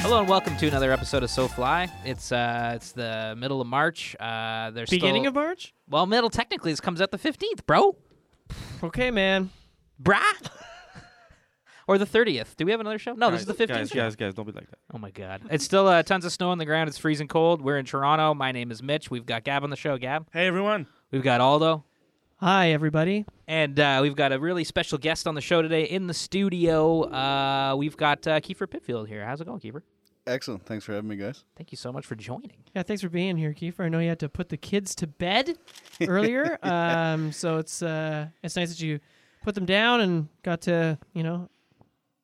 Hello and welcome to another episode of So Fly. It's uh, it's the middle of March. Uh, there's Beginning still, of March? well, middle technically. This comes out the fifteenth, bro, Okay, man. brah, or the thirtieth. Do we have another show? No, Oh, this Guys, is the fifteenth. Guys, guys, guys, don't be like that. Oh my god, it's still uh, tons of snow on the ground. It's freezing cold. We're in Toronto. My name is Mitch. We've got Gab on the show. Gab. Hey, everyone. We've got Aldo. Hi, everybody. And uh, we've got a really special guest on the show today in the studio. Uh, we've got uh, Kiefer Pitfield here. How's it going, Kiefer? Excellent. Thanks for having me, guys. Thank you so much for joining. Yeah, thanks for being here, Kiefer. I know you had to put the kids to bed earlier, um, so it's uh, it's nice that you put them down and got to you know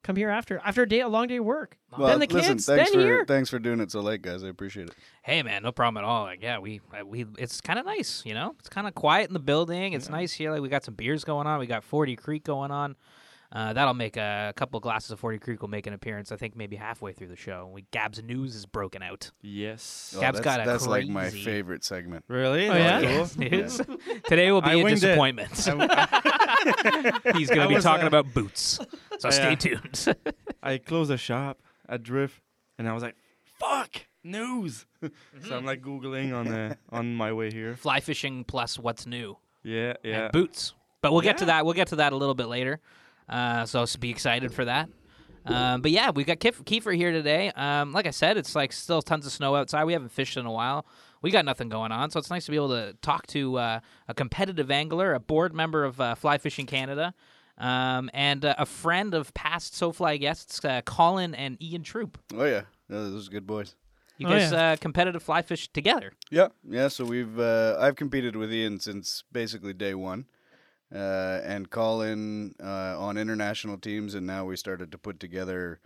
come here after after a day a long day of work. then the listen, kids, thanks then for here. thanks for doing it so late, guys. I appreciate it. Hey man, no problem at all. Like yeah, we uh, we it's kind of nice, you know. It's kind of quiet in the building. It's nice here. Like we got some beers going on. We got Forty Creek going on. Uh, that'll make a, couple glasses of Forty Creek will make an appearance. I think maybe halfway through the show. We Gab's news is broken out. Yes. Oh, Gab's that's got a that's like my crazy- favorite segment. Really? Oh, yeah? Yes, news. Today will be I a winged it. disappointment. He's going to be was, talking uh, about boots. So stay yeah. tuned. I closed the shop at Drift, and I was like, "Fuck news." so I'm like googling on the on my way here. Fly fishing plus what's new. Yeah, yeah. and boots. But we'll get to that. We'll get to that a little bit later. Uh, so s- be excited for that. Um, but yeah, we've got Kif- Kiefer here today. Um, like I said, it's like still tons of snow outside. We haven't fished in a while. We got nothing going on, so it's nice to be able to talk to uh, a competitive angler, a board member of uh, Fly Fishing Canada, um, and uh, a friend of past SoFly guests, uh, Colin and Ian Troop. Oh yeah, No, those are good boys. You Oh, guys yeah. uh, competitive fly fish together. Yeah, yeah. So we've uh, I've competed with Ian since basically day one, uh, and Colin uh, on international teams, and now we started to put together.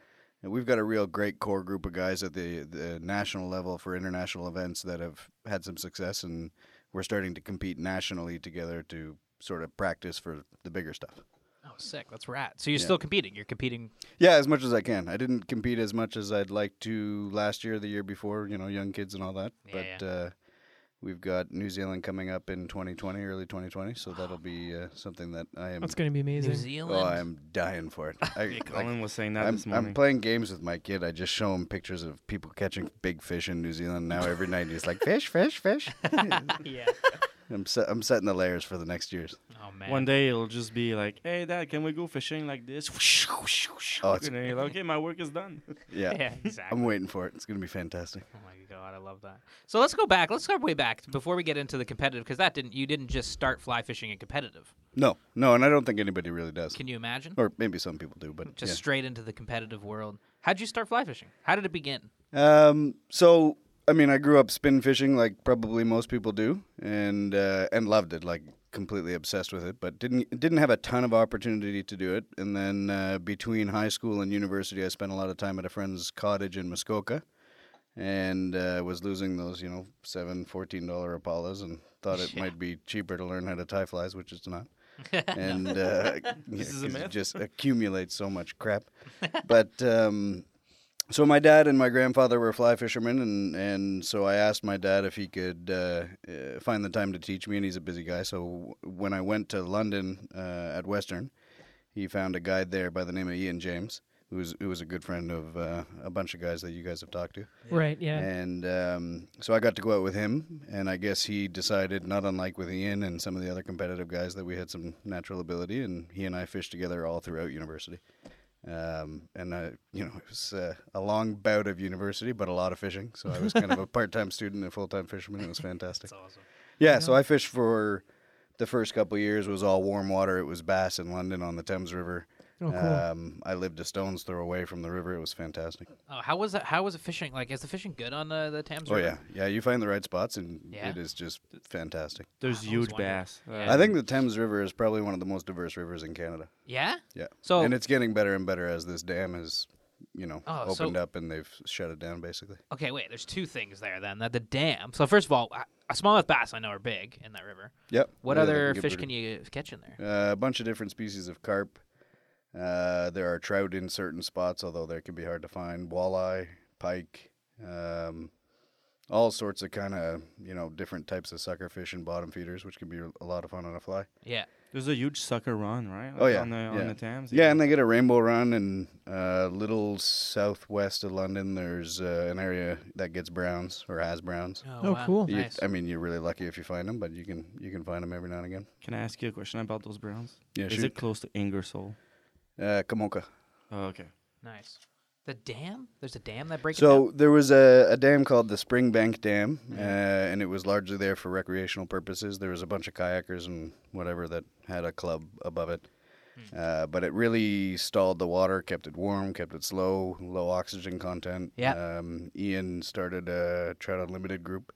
We've got a real great core group of guys at the, the national level for international events that have had some success, and we're starting to compete nationally together to sort of practice for the bigger stuff. Oh, sick! That's rad. So you're still competing. You're competing Yeah, as much as I can. I didn't compete as much as I'd like to last year, the year before, you know, young kids and all that. Yeah, but Uh, we've got New Zealand coming up in 2020, early 2020, so that'll be uh, something that I am That's gonna be New amazing. Zealand. Oh, I'm dying for it. I, like, Colin was saying that I'm, this morning. I'm playing games with my kid. I just show him pictures of people catching big fish in New Zealand. Now every night he's like, fish, fish, fish. yeah. I'm, set, I'm setting the layers for the next years. Oh man. One day it'll just be like, "Hey, Dad, can we go fishing like this?" Oh, it's- And then you're like, okay, my work is done. Yeah. yeah, exactly. I'm waiting for it. It's going to be fantastic. oh my god, I love that. So let's go back. Let's go way back before we get into the competitive, because that didn't. You didn't just start fly fishing and competitive. No, no, and I don't think anybody really does. Can you imagine? Or maybe some people do, but Just yeah. straight into the competitive world. How'd you start fly fishing? How did it begin? Um, so I mean, I grew up spin fishing, like probably most people do, and uh, and loved it, like completely obsessed with it. But didn't didn't have a ton of opportunity to do it. And then uh, between high school and university, I spent a lot of time at a friend's cottage in Muskoka, and uh, was losing those, you know, seven fourteen dollar Impalas, and thought it might be cheaper to learn how to tie flies, which it's not. and uh, yeah, is a 'cause it myth. just accumulates so much crap. But um, so my dad and my grandfather were fly fishermen, and, and so I asked my dad if he could uh, uh, find the time to teach me, and he's a busy guy. So when I went to London uh, at Western, he found a guide there by the name of Ian James, who was who was a good friend of uh, a bunch of guys that you guys have talked to. Right? Yeah. And um, so I got to go out with him, and I guess he decided, not unlike with Ian and some of the other competitive guys, that we had some natural ability, and he and I fished together all throughout university. Um, and I, you know, it was uh, a long bout of university, but a lot of fishing. So I was kind of a part-time student and a full-time fisherman. It was fantastic. awesome. Yeah, so I fished for the first couple of years was all warm water. It was bass in London on the Thames River. Oh, cool. um, I lived a stone's throw away from the river. It was fantastic. Oh, how was that? How was it fishing? Like, is the fishing good on the, the Thames? Oh River? yeah, yeah. You find the right spots, and Yeah. it is just fantastic. There's always huge wondered. bass. Uh, Yeah. I think the Thames River is probably one of the most diverse rivers in Canada. Yeah. Yeah. So- and it's getting better and better as this dam is, you know, Oh, so- opened up and they've shut it down basically. Okay, wait. There's two things there then. That the dam. So first of all, uh, smallmouth bass I know are big in that river. Yep. What Yeah, they other get fish rid can of- you catch in there? Uh, a bunch of different species of carp. Uh, there are trout in certain spots, although they can be hard to find. Walleye, pike. Um, all sorts of kind of you know different types of sucker fish and bottom feeders, which can be a lot of fun on a fly. Yeah. There's a huge sucker run, right? Oh, Like, yeah, on the yeah. on the Thames. Yeah, and they get a rainbow run, and uh, little southwest of London, there's uh, an area that gets browns or has browns. Oh, Oh, wow. cool. You- Nice. I mean, you're really lucky if you find them, but you can you can find them every now and again. Can I ask you a question about those Browns? Yeah, Is shoot. it close to Ingersoll? Uh, Kamoka. Oh, okay. Nice. The dam? There's a dam that breaks So there was a, a dam called the Springbank Dam, uh, and it was largely there for recreational purposes. There was a bunch of kayakers and whatever that had a club above it, uh, but it really stalled the water, kept it warm, kept it slow, low oxygen content. Yeah. Um, Ian started a Trout Unlimited group,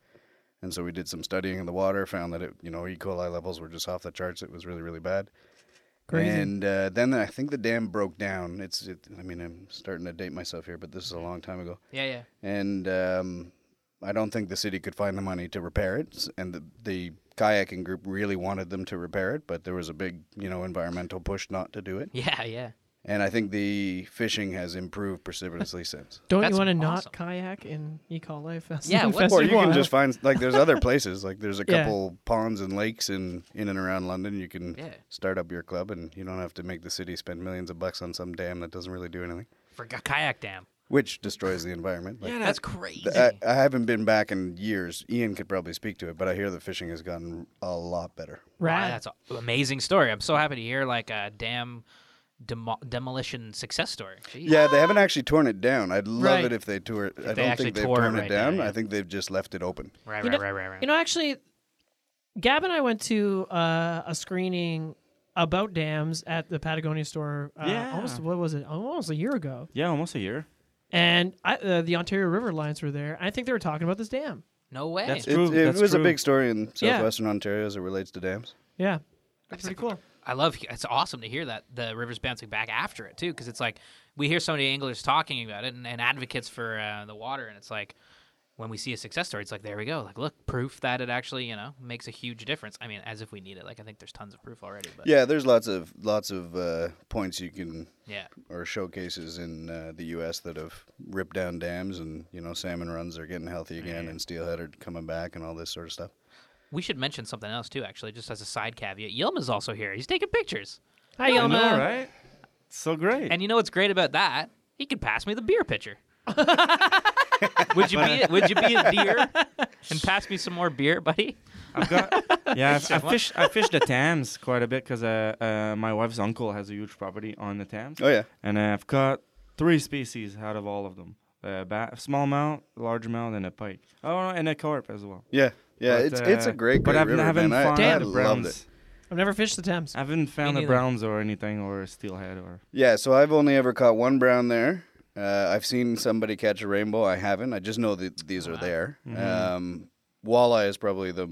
and so we did some studying in the water. Found that it, you know, E. coli levels were just off the charts. It was really, really bad. Crazy. And uh, then I think the dam broke down. It's, it, I mean, I'm starting to date myself here, but this is a long time ago Yeah, yeah. and um, I don't think the city could find the money to repair it. S- And the, the kayaking group really wanted them to repair it, but there was a big, you know, environmental push not to do it. Yeah, yeah. And I think the fishing has improved precipitously since. Don't That's you want to awesome. not kayak in Eco Life? That's Yeah, an what- Or infested you can wild. just find like there's other places like there's a Yeah. couple ponds and lakes in in and around London you can Yeah. start up your club and you don't have to make the city spend millions of bucks on some dam that doesn't really do anything For a kayak dam. which destroys the environment like, That's crazy. Th- I, I haven't been back in years. Ian could probably speak to it, but I hear the fishing has gotten a lot better. Wow, Rad. that's an amazing story. I'm so happy to hear like a dam demo- demolition success story. Jeez. Yeah, they haven't actually torn it down. I'd love Right. it if they tore it. I they don't actually think they've tore it torn it, right down, down. yeah. I think they've just left it open. Right, You right, know- right, right, right. You know, actually, Gab and I went to uh, a screening about dams at the Patagonia store. Uh, Yeah. Almost, what was it? Almost a year ago. Yeah, almost a year. And I, uh, the Ontario River Alliance were there. I think they were talking about this dam. no way. That's It, True, it that's was a true. big story in Yeah. southwestern Ontario as it relates to dams. Yeah. That's pretty cool. I love. It's awesome to hear that the river's bouncing back after it too, because it's like we hear so many anglers talking about it and, and advocates for uh, the water, and it's like when we see a success story, it's like there we go, like look, proof that it actually you know makes a huge difference. I mean, as if we need it. Like I think there's tons of proof already, but Yeah, there's lots of lots of uh, points you can yeah. or showcases in uh, the U.S. that have ripped down dams, and you know salmon runs are getting healthy again, and steelhead are coming back, and all this sort of stuff. We should mention something else too, actually, just as a side caveat. Yelma's also here. He's taking pictures. Hi, Uh, I know, Yelma. right? So great. And you know what's great about that? He could pass me the beer pitcher. would you uh, be would you be a deer and pass me some more beer, buddy? I've got yeah. I've, I fish I fish the Thames quite a bit because uh, uh, my wife's uncle has a huge property on the Thames, Oh yeah, and I've got three species out of all of them: uh, ba- smallmouth, largemouth, and a pike. Oh, and a carp as well. yeah, yeah. But, it's it's a uh, great, but great I've- river, I haven't man. I- found I, the loved browns. it. I've never fished the Thames. I haven't found the neither. browns or anything or a steelhead or Yeah, so I've only ever caught one brown there. Uh, I've seen somebody catch a rainbow. I haven't. I just know that these are there. Mm-hmm. Um, walleye is probably the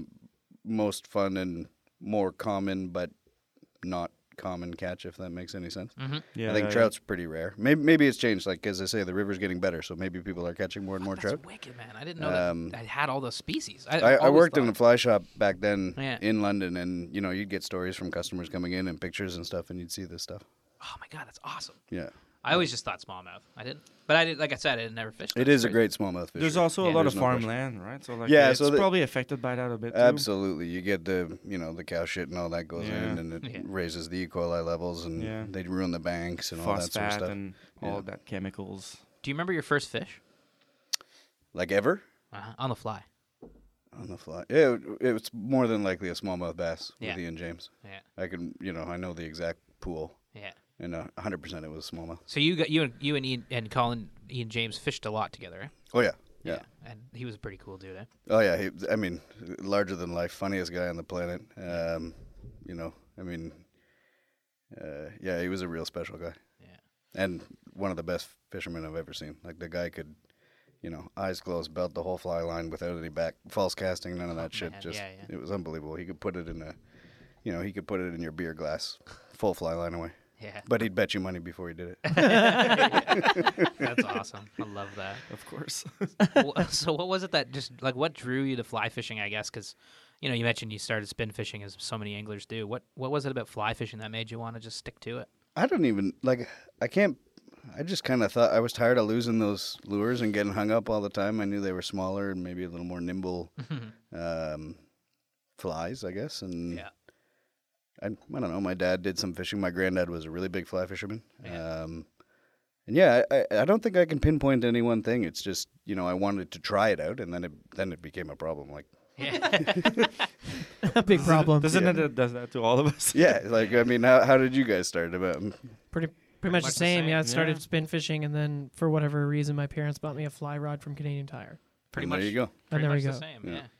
most fun and more common, but not common catch, if that makes any sense. Mm-hmm. yeah. I think yeah, trout's pretty rare. Maybe, maybe it's changed. Like as I say, the river's getting better, so maybe people are catching more and more That's trout. wicked, man. I didn't know that Um, I had all those species. I, I always worked thought- in a fly shop back then Yeah. in London, and you know you'd get stories from customers coming in and pictures and stuff, and you'd see this stuff. Oh my god, that's awesome. Yeah, I always just thought smallmouth. I didn't, but I did. Like I said, I didn't never fished. it That's is a great smallmouth fish. There's also Yeah, a lot of there's no question. farmland, right? So like Yeah, it's so the- probably affected by that a bit. Too. Absolutely, you get the you know the cow shit and all that goes in, Yeah. and it Yeah. raises the E. coli levels, and Yeah. they ruin the banks and all that sort of Phosphat stuff. and all that chemicals. Do you remember your first fish Like ever uh-huh. on the fly? on the fly, yeah, it, it was more than likely a smallmouth bass Yeah. with Ian James. Yeah, I can you know I know the exact pool, yeah. and uh, a hundred percent it was smallmouth. So you got you and you and Ian and Colin, Ian James fished a lot together, right? Oh yeah, yeah. And he was a pretty cool dude. Eh? Oh yeah, he, I mean larger than life, funniest guy on the planet. Um, you know, I mean, uh, yeah, he was a real special guy. Yeah. and one of the best fishermen I've ever seen. Like the guy could, you know, eyes closed, belt the whole fly line without any back false casting, none of that shit. Oh, man, Just yeah, yeah. it was unbelievable. He could put it in a, you know, he could put it in your beer glass, full fly line away. Yeah. But he'd bet you money before he did it. That's awesome. I love that. Of course. Wh- so what was it that just like what drew you to fly fishing i guess because you know you mentioned you started spin fishing as so many anglers do what what was it about fly fishing that made you want to just stick to it I don't even like. I can't. I just kind of thought I was tired of losing those lures and getting hung up all the time. I knew they were smaller and maybe a little more nimble um, flies, I guess. And Yeah. I, I don't know. My dad did some fishing. My granddad was a really big fly fisherman. Yeah. Um, and yeah, I, I- I don't think I can pinpoint any one thing. It's just you know I wanted to try it out, and then it then it became a problem. Like Big problem. Doesn't it uh, does that to all of us? yeah, like I mean, how, how did you guys start about? pretty pretty much the much the same. same, Yeah, I started yeah. spin fishing, and then for whatever reason, my parents bought me a fly rod from Canadian Tire. Pretty and much. There you go. And Pretty there much we go. the same. Yeah. Yeah.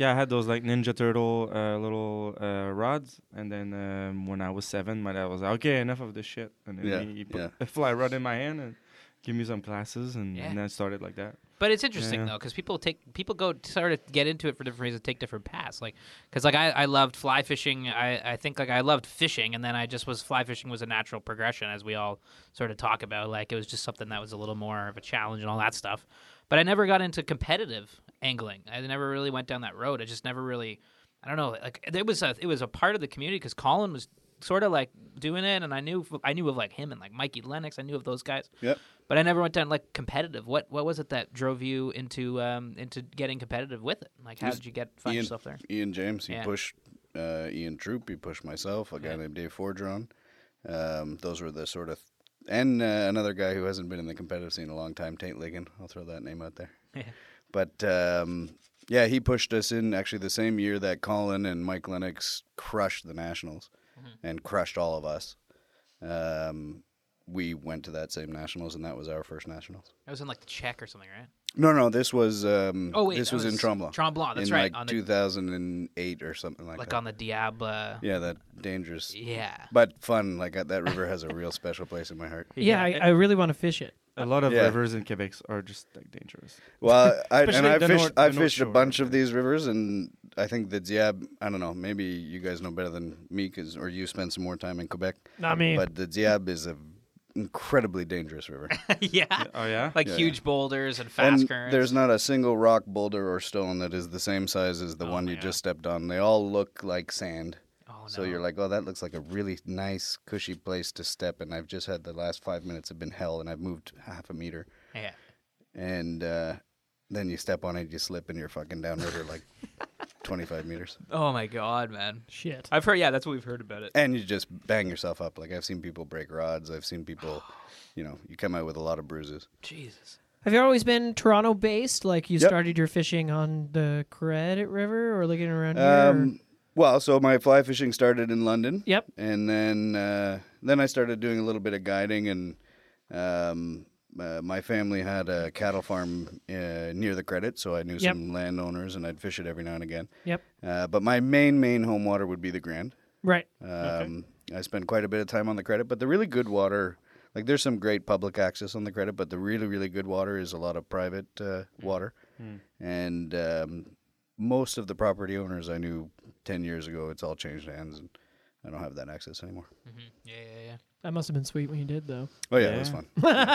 Yeah, I had those like Ninja Turtle uh, little uh, rods, and then um, when I was seven, my dad was like, "Okay, enough of this shit," and then Yeah, he, he put yeah. a fly rod in my hand and give me some classes, and, Yeah. and then I started like that. But it's interesting Yeah. though, because people take people go sort of get into it for different reasons, take different paths. Like, because like I, I loved fly fishing. I, I think like I loved fishing, and then I just was fly fishing was a natural progression, as we all sort of talk about. Like it was just something that was a little more of a challenge and all that stuff. But I never got into competitive angling. I never really went down that road. I just never really, I don't know. Like it was a it was a part of the community because Colin was sort of like doing it, and I knew I knew of like him and like Mikey Lennox. I knew of those guys. Yep. But I never went down like competitive. What what was it that drove you into um into getting competitive with it? Like how Just did you get find Ian, yourself there? Ian James, he Yeah. pushed uh, Ian Troop, he pushed myself, a guy named Dave Fordron. Um, those were the sort of, and uh, another guy who hasn't been in the competitive scene in a long time, Tate Ligon. I'll throw that name out there. but um, yeah, he pushed us in actually the same year that Colin and Mike Lennox crushed the Nationals Mm-hmm. and crushed all of us. Um, we went to that same Nationals, and that was our first Nationals. I was in like the check or something, right? No, no, this was um, Oh wait, this that was, in Tremblant. Tremblant, that's in right. like on the, 2008 or something like, like that. on the Diablo. yeah, that dangerous, Yeah. but fun. Like uh, that river has a real special place in my heart. Yeah, eh, I, I really want to fish it. Uh, A lot of Yeah. rivers in Quebec are just like dangerous. Well, I, and Especially I the fished, North- I the North fished a Shore, bunch of yeah. these rivers, and I think the Diab. I don't know. Maybe you guys know better than me, 'cause- or you spent some more time in Quebec. Not me. But the Diab is a incredibly dangerous river. yeah. Oh yeah, Like Yeah. huge boulders and fast and currents. there's not a single rock, boulder, or stone that is the same size as the one you just stepped on. They all look like sand. oh, no. So you're like, oh, that looks like a really nice, cushy place to step. And I've just had the last five minutes have been hell, and I've moved half a meter. yeah. And uh, then you step on it, you slip, and you're fucking downriver like 25 meters. Oh my god, man. Shit. I've heard yeah, that's what we've heard about it. And you just bang yourself up. Like I've seen people break rods. I've seen people, you know, you come out with a lot of bruises. Jesus. Have you always been Toronto based? Like you Yep. started your fishing on the Credit River or looking around here? Um, well, so my fly fishing started in London. Yep. and then uh, then I started doing a little bit of guiding, and um, uh, my family had a cattle farm uh, near the credit, so I knew Yep. some landowners, and I'd fish it every now and again. Yep. Uh, but my main main home water would be the Grand. Right. Um, I spent quite a bit of time on the credit, but the really good water, like there's some great public access on the credit, but the really really good water is a lot of private uh, water, and um, most of the property owners I knew ten years ago, it's all changed hands, and I don't have that access anymore. Mm-hmm. Yeah, yeah, yeah. That must have been sweet when you did though. Oh yeah, it was Yeah.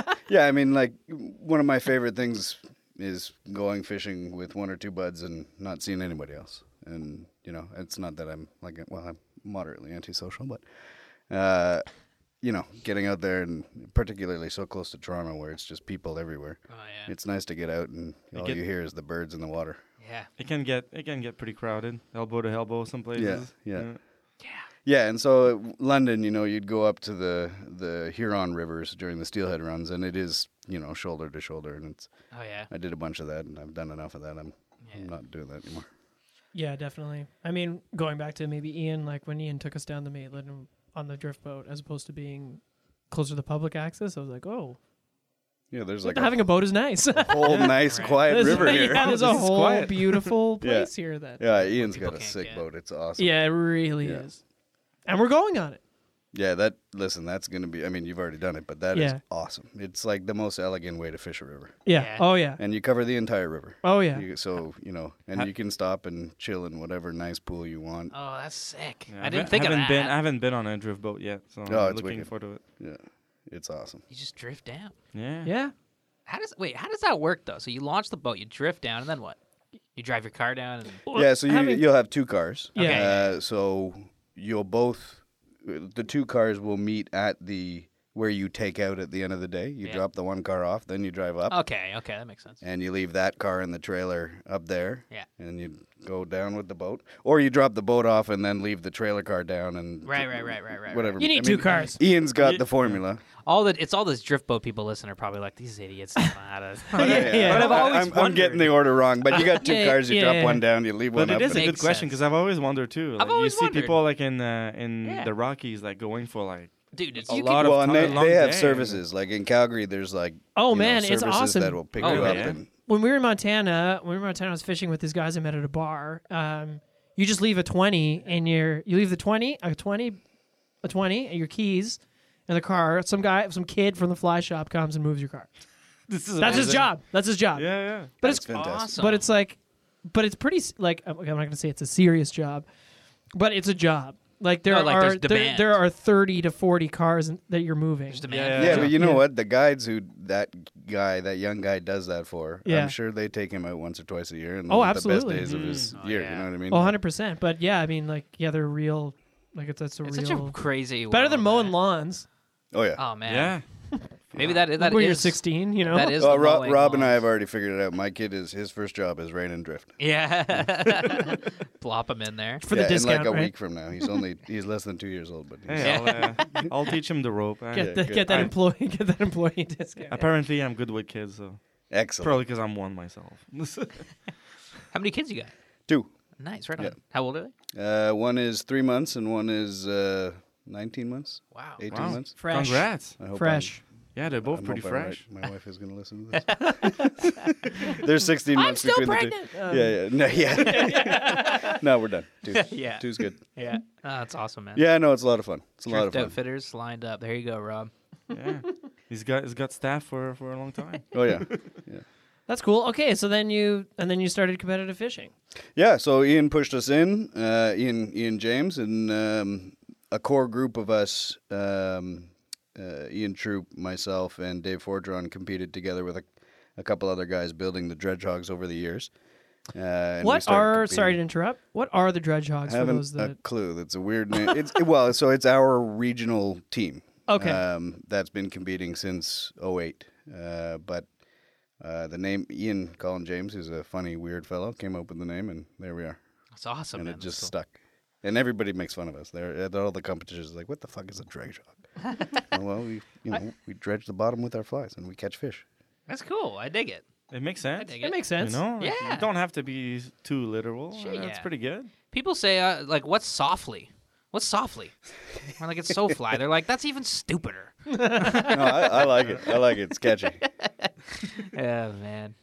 fun. yeah, I mean, like one of my favorite things is going fishing with one or two buds and not seeing anybody else. And you know, it's not that I'm like well, I'm moderately antisocial, but uh, you know, getting out there and particularly so close to Toronto where it's just people everywhere. Oh yeah. It's nice to get out and all get- you hear is the birds in the water. yeah. it can get it can get pretty crowded, elbow to elbow, some places. yeah. Yeah, and so uh, London, you know, you'd go up to the the Huron rivers during the steelhead runs, and it is you know shoulder to shoulder, and it's Oh yeah. I did a bunch of that, and I've done enough of that. I'm, Yeah. I'm not doing that anymore. Yeah, definitely. I mean, going back to maybe Ian, like when Ian took us down the Maitland and- on the drift boat, as opposed to being closer to the public access, I was like, oh, Yeah, there's like having a boat is nice. a whole nice, quiet There's- river here. Yeah, there's a This is whole quiet. beautiful Yeah. place here. Then. Yeah. Yeah, Ian's People got a can't sick get. boat. It's awesome. it really Yeah. is. And we're going on it. Yeah, that listen, that's gonna be. I mean, you've already done it, but that is Yeah. awesome. It's like the most elegant way to fish a river, Yeah. Yeah. Oh yeah. and you cover the entire river. Oh yeah. You, so you know, and you can stop and chill in whatever nice pool you want. Oh, that's sick. Yeah, I didn't haven't- think of haven't that. Been, I haven't been on a drift boat yet, so Oh, I'm it's looking wicked. forward to it. Yeah, it's awesome. you just drift down. Yeah. yeah. How does wait? How does that work though? So you launch the boat, you drift down, and then what? You drive your car down, and yeah, so you, having- you'll have two cars. Yeah. Uh, so you'll both, the two cars will meet at the where you take out at the end of the day. You Yeah. Oh. drop the one car off, then you drive up, Okay, okay, that makes sense. and you leave that car in the trailer up there. Yeah. And you go down with the boat, or you drop the boat off and then leave the trailer car down and Right, right, right, right, right. whatever. You need I two mean, cars. Ian's got the formula. right. All that it's all those drift boat people listen are probably like these idiots. Don't know how to. Oh, Yeah, yeah. But I've I- always I'm, I'm getting the order wrong, but you got two Yeah, cars. You yeah, drop yeah. one down, you leave But one up. it is a and- good Makes question sense. because I've always wondered too. Like, always you see wondered. people like in uh, in Yeah. the Rockies like going for like dude. It's, a you lot Can, of well, and they, time, long they have day. services. Like in Calgary, there's like Oh, you know, man, it's services awesome. that will pick Oh, you up. yeah. And, when we were in Montana, when we were in Montana, I was fishing with these guys I met at a bar. Um, you just leave a twenty and your you leave the twenty, a twenty, a twenty, and your keys in the car. Some guy, some kid from the fly shop comes and moves your car. This is That's his amazing. job. That's his job. Yeah, yeah. But That's it's fantastic. awesome. but it's like, but it's pretty s- like okay, I'm not gonna say it's a serious job, but it's a job. Like there No, Oh, like, are there's there, demand. there are thirty to forty cars in- that you're moving. there's demand. Yeah. Yeah, but you know Yeah. what? The guides who that guy, that young guy, does that for. Yeah. I'm sure they take him out once or twice a year, and Oh, those are absolutely. the best days of his Mm. Oh, year. yeah. You know what I mean? Oh, 100 percent. But yeah, I mean, like yeah, they're real. Like it's that's a It's real. such a crazy. better world, than mowing man. lawns. Oh, yeah. Oh man. Yeah. Maybe that that when you're is- 16, you know. That is. Oh, the Rob, mowing Rob and I lawns. have already figured it out. My kid is his first job is rain and drift. Yeah. Plop them in there. for yeah, the discount, in like a right? week from now. He's only he's less than two years old, but he's, Hey, I'll, uh, I'll teach him the rope. eh? Get, Yeah, the, good. get that I'm- employee, get that employee discount. Apparently, I'm good with kids, so excellent. probably because I'm one myself. How many kids you got? Two. Nice, right on. Yeah. How old are they? Uh, one is three months, and one is uh, 19 months, Wow. 18 Wow. months. Fresh, Congrats. Uh, I hope fresh. Yeah, they're both I'm, I pretty hope I'm right. fresh. My wife is going to listen to this. There's 16 months still between the two. yeah, yeah, no, yeah. no, we're done. Two. Yeah. Two's good. Yeah. Oh, that's awesome, man. Yeah, no, it's a lot of fun. It's a lot of Drift fun. outfitters lined up. There you go, Rob. Yeah. He's got he's got staff for, for a long time. Oh yeah, That's cool. Okay, so then you and then you started competitive fishing. yeah. So Ian pushed us in, uh, Ian, Ian James, and um, a core group of us, um, uh, Ian Troop, myself, and Dave Fordron competed together with a, a couple other guys building the dredge hogs over the years. Uh, and we what started are competing. sorry to interrupt. What are the dredge hogs for I haven't those that a clue. That's a weird name. It's well, so it's our regional team. Okay. Um, that's been competing since 08. Uh, but uh, the name Ian Colin James, who's a funny, weird fellow, came up with the name, and there we are. That's awesome, and man. it That's just cool. stuck. And everybody makes fun of us. They're at all the competitions like, "What the fuck is a dredge hog?" And, well, we you know we dredge the bottom with our flies and we catch fish. That's cool. I dig it. It makes sense. dig it makes sense. You know, Like, Yeah. you don't have to be too literal. Sure, and That's yeah. pretty good. People say, uh, like, what's softly? What's softly? I'm like, it's so fly. They're like, that's even stupider. No, I, I like it. I like it. It's catchy. oh, man.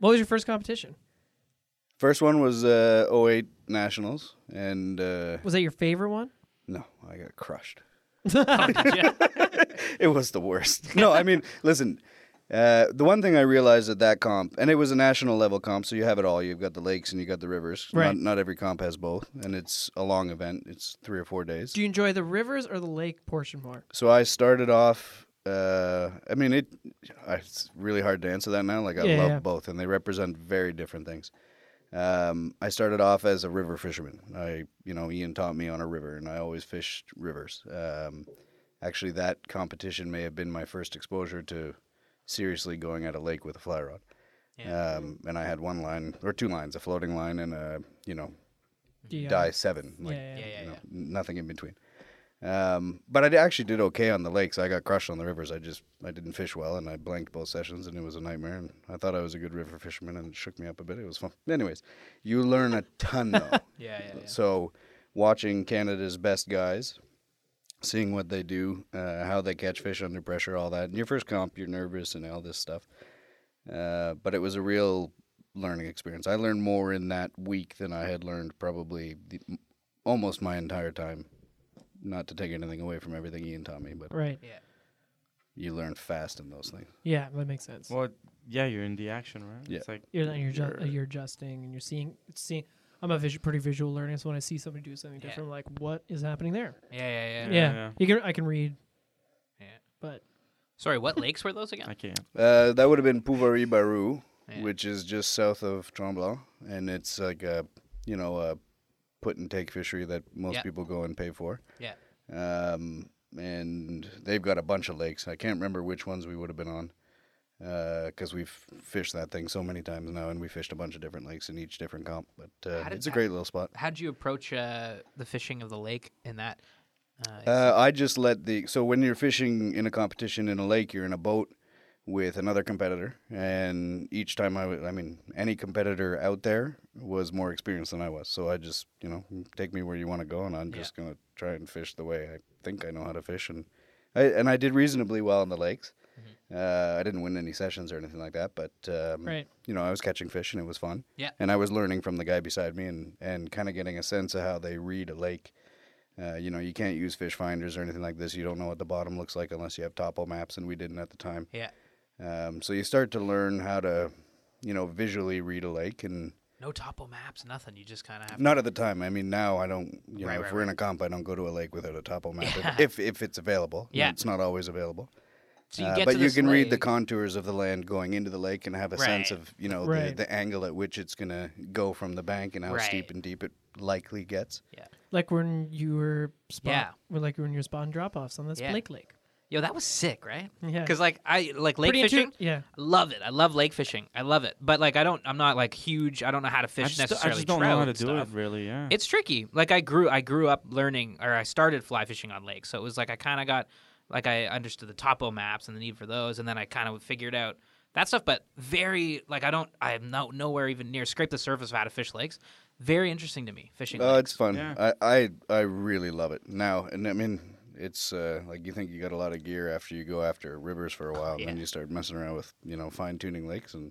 What was your first competition? First one was uh, 08 Nationals, and uh, Was that your favorite one? No, I got crushed. it was the worst. No, I mean, listen. Uh, the one thing I realized at that comp, and it was a national level comp, so you have it all. You've got the lakes and you got the rivers. Right. Not, not every comp has both, and it's a long event. It's three or four days. Do you enjoy the rivers or the lake portion more? So I started off. Uh, I mean, it. I- It's really hard to answer that now. Like I Yeah, love yeah. both, and they represent very different things. Um, I started off as a river fisherman. I, you know, Ian taught me on a river, and I always fished rivers. Um, actually, that competition may have been my first exposure to seriously going at a lake with a fly rod. Um, and I had one line or two lines, a floating line and a, you know, Do you, uh, die seven, Yeah, like yeah, Yeah, yeah, you know, yeah. n- nothing in between. Um, but I d- actually did okay on the lakes. I got crushed on the rivers. I just I didn't fish well, and I blanked both sessions, and it was a nightmare. And I thought I was a good river fisherman, and it shook me up a bit. It was fun. Anyways, you learn a ton though. Yeah, yeah, yeah. So, watching Canada's best guys, seeing what they do, uh, how they catch fish under pressure, all that. And your first comp, you're nervous and all this stuff. Uh, but it was a real learning experience. I learned more in that week than I had learned probably the, almost my entire time. Not to take anything away from everything Ian taught me, but Right. Yeah. you learn fast in those things. Yeah, that makes sense. Well, yeah, you're in the action, right? Yeah. It's like you're you're, ju- you're- you're adjusting and you're seeing seeing. I'm a visu- pretty visual learner, so when I see somebody do something Yeah. different, I'm like what is happening there? Yeah, yeah, yeah. Yeah, yeah. you can I can read, Yeah. but Sorry, what lakes were those again? I can't. Uh, that would have been Pouvari Barou, Yeah. which is just south of Tremblant, and it's like a you know a put and take fishery that most Yeah. people go and pay for. Yeah. Um, and they've got a bunch of lakes. I can't remember which ones we would have been on because we've fished that thing so many times now, and we fished a bunch of different lakes in each different comp. But uh, How did- it's a great little spot. How'd you approach uh, the fishing of the lake in that? Uh, Uh, I just let the so when you're fishing in a competition in a lake, you're in a boat with another competitor, and each time I, w- I mean, any competitor out there was more experienced than I was. So I just, you know, take me where you want to go, and I'm Yeah. just gonna try and fish the way I think I know how to fish, and I and I did reasonably well in the lakes. Uh, I didn't win any sessions or anything like that, but um, Right. you know, I was catching fish and it was fun. Yeah. And I was learning from the guy beside me and, and kind of getting a sense of how they read a lake. Uh, you know, you can't use fish finders or anything like this. You don't know what the bottom looks like unless you have topo maps, and we didn't at the time. yeah, Um, so you start to learn how to, you know, visually read a lake. And no topo maps, nothing. You just kind of have. not at the time. I mean, now I don't, you know, Right, if right, we're in a comp, I don't go to a lake without a topo map Yeah. if, if, if it's available. Yeah. It's not always available. to, so you Uh, get but to you this can read the lake- contours of the land going into the lake and have a sense Right. of you know Right. the, the angle at which it's going to go from the bank and how steep Right. and deep it likely gets. yeah. Like when you were spot, Yeah. well, like when you were spotting drop offs on this Yeah. Blake Lake. Yo, that was sick, right? Yeah. Because like I like lake Pretty intu- fishing. yeah. I love it. I love lake fishing. I love it. But like I don't. I'm not like huge. I don't know how to fish I just, I necessarily. just don't trout know how to and do stuff. it, really. Yeah. It's tricky. Like I grew I grew up learning or I started fly fishing on lakes. So it was like I kind of got like I understood the topo maps and the need for those and then I kind of figured out that stuff but very like I don't I'm no, nowhere even near scrape the surface of how to fish lakes. Very interesting to me fishing Oh, lakes. it's fun. Yeah. I, I I really love it now, and I mean it's uh, like you think you got a lot of gear after you go after rivers for a while, and then yeah. you start messing around with you know fine tuning lakes. And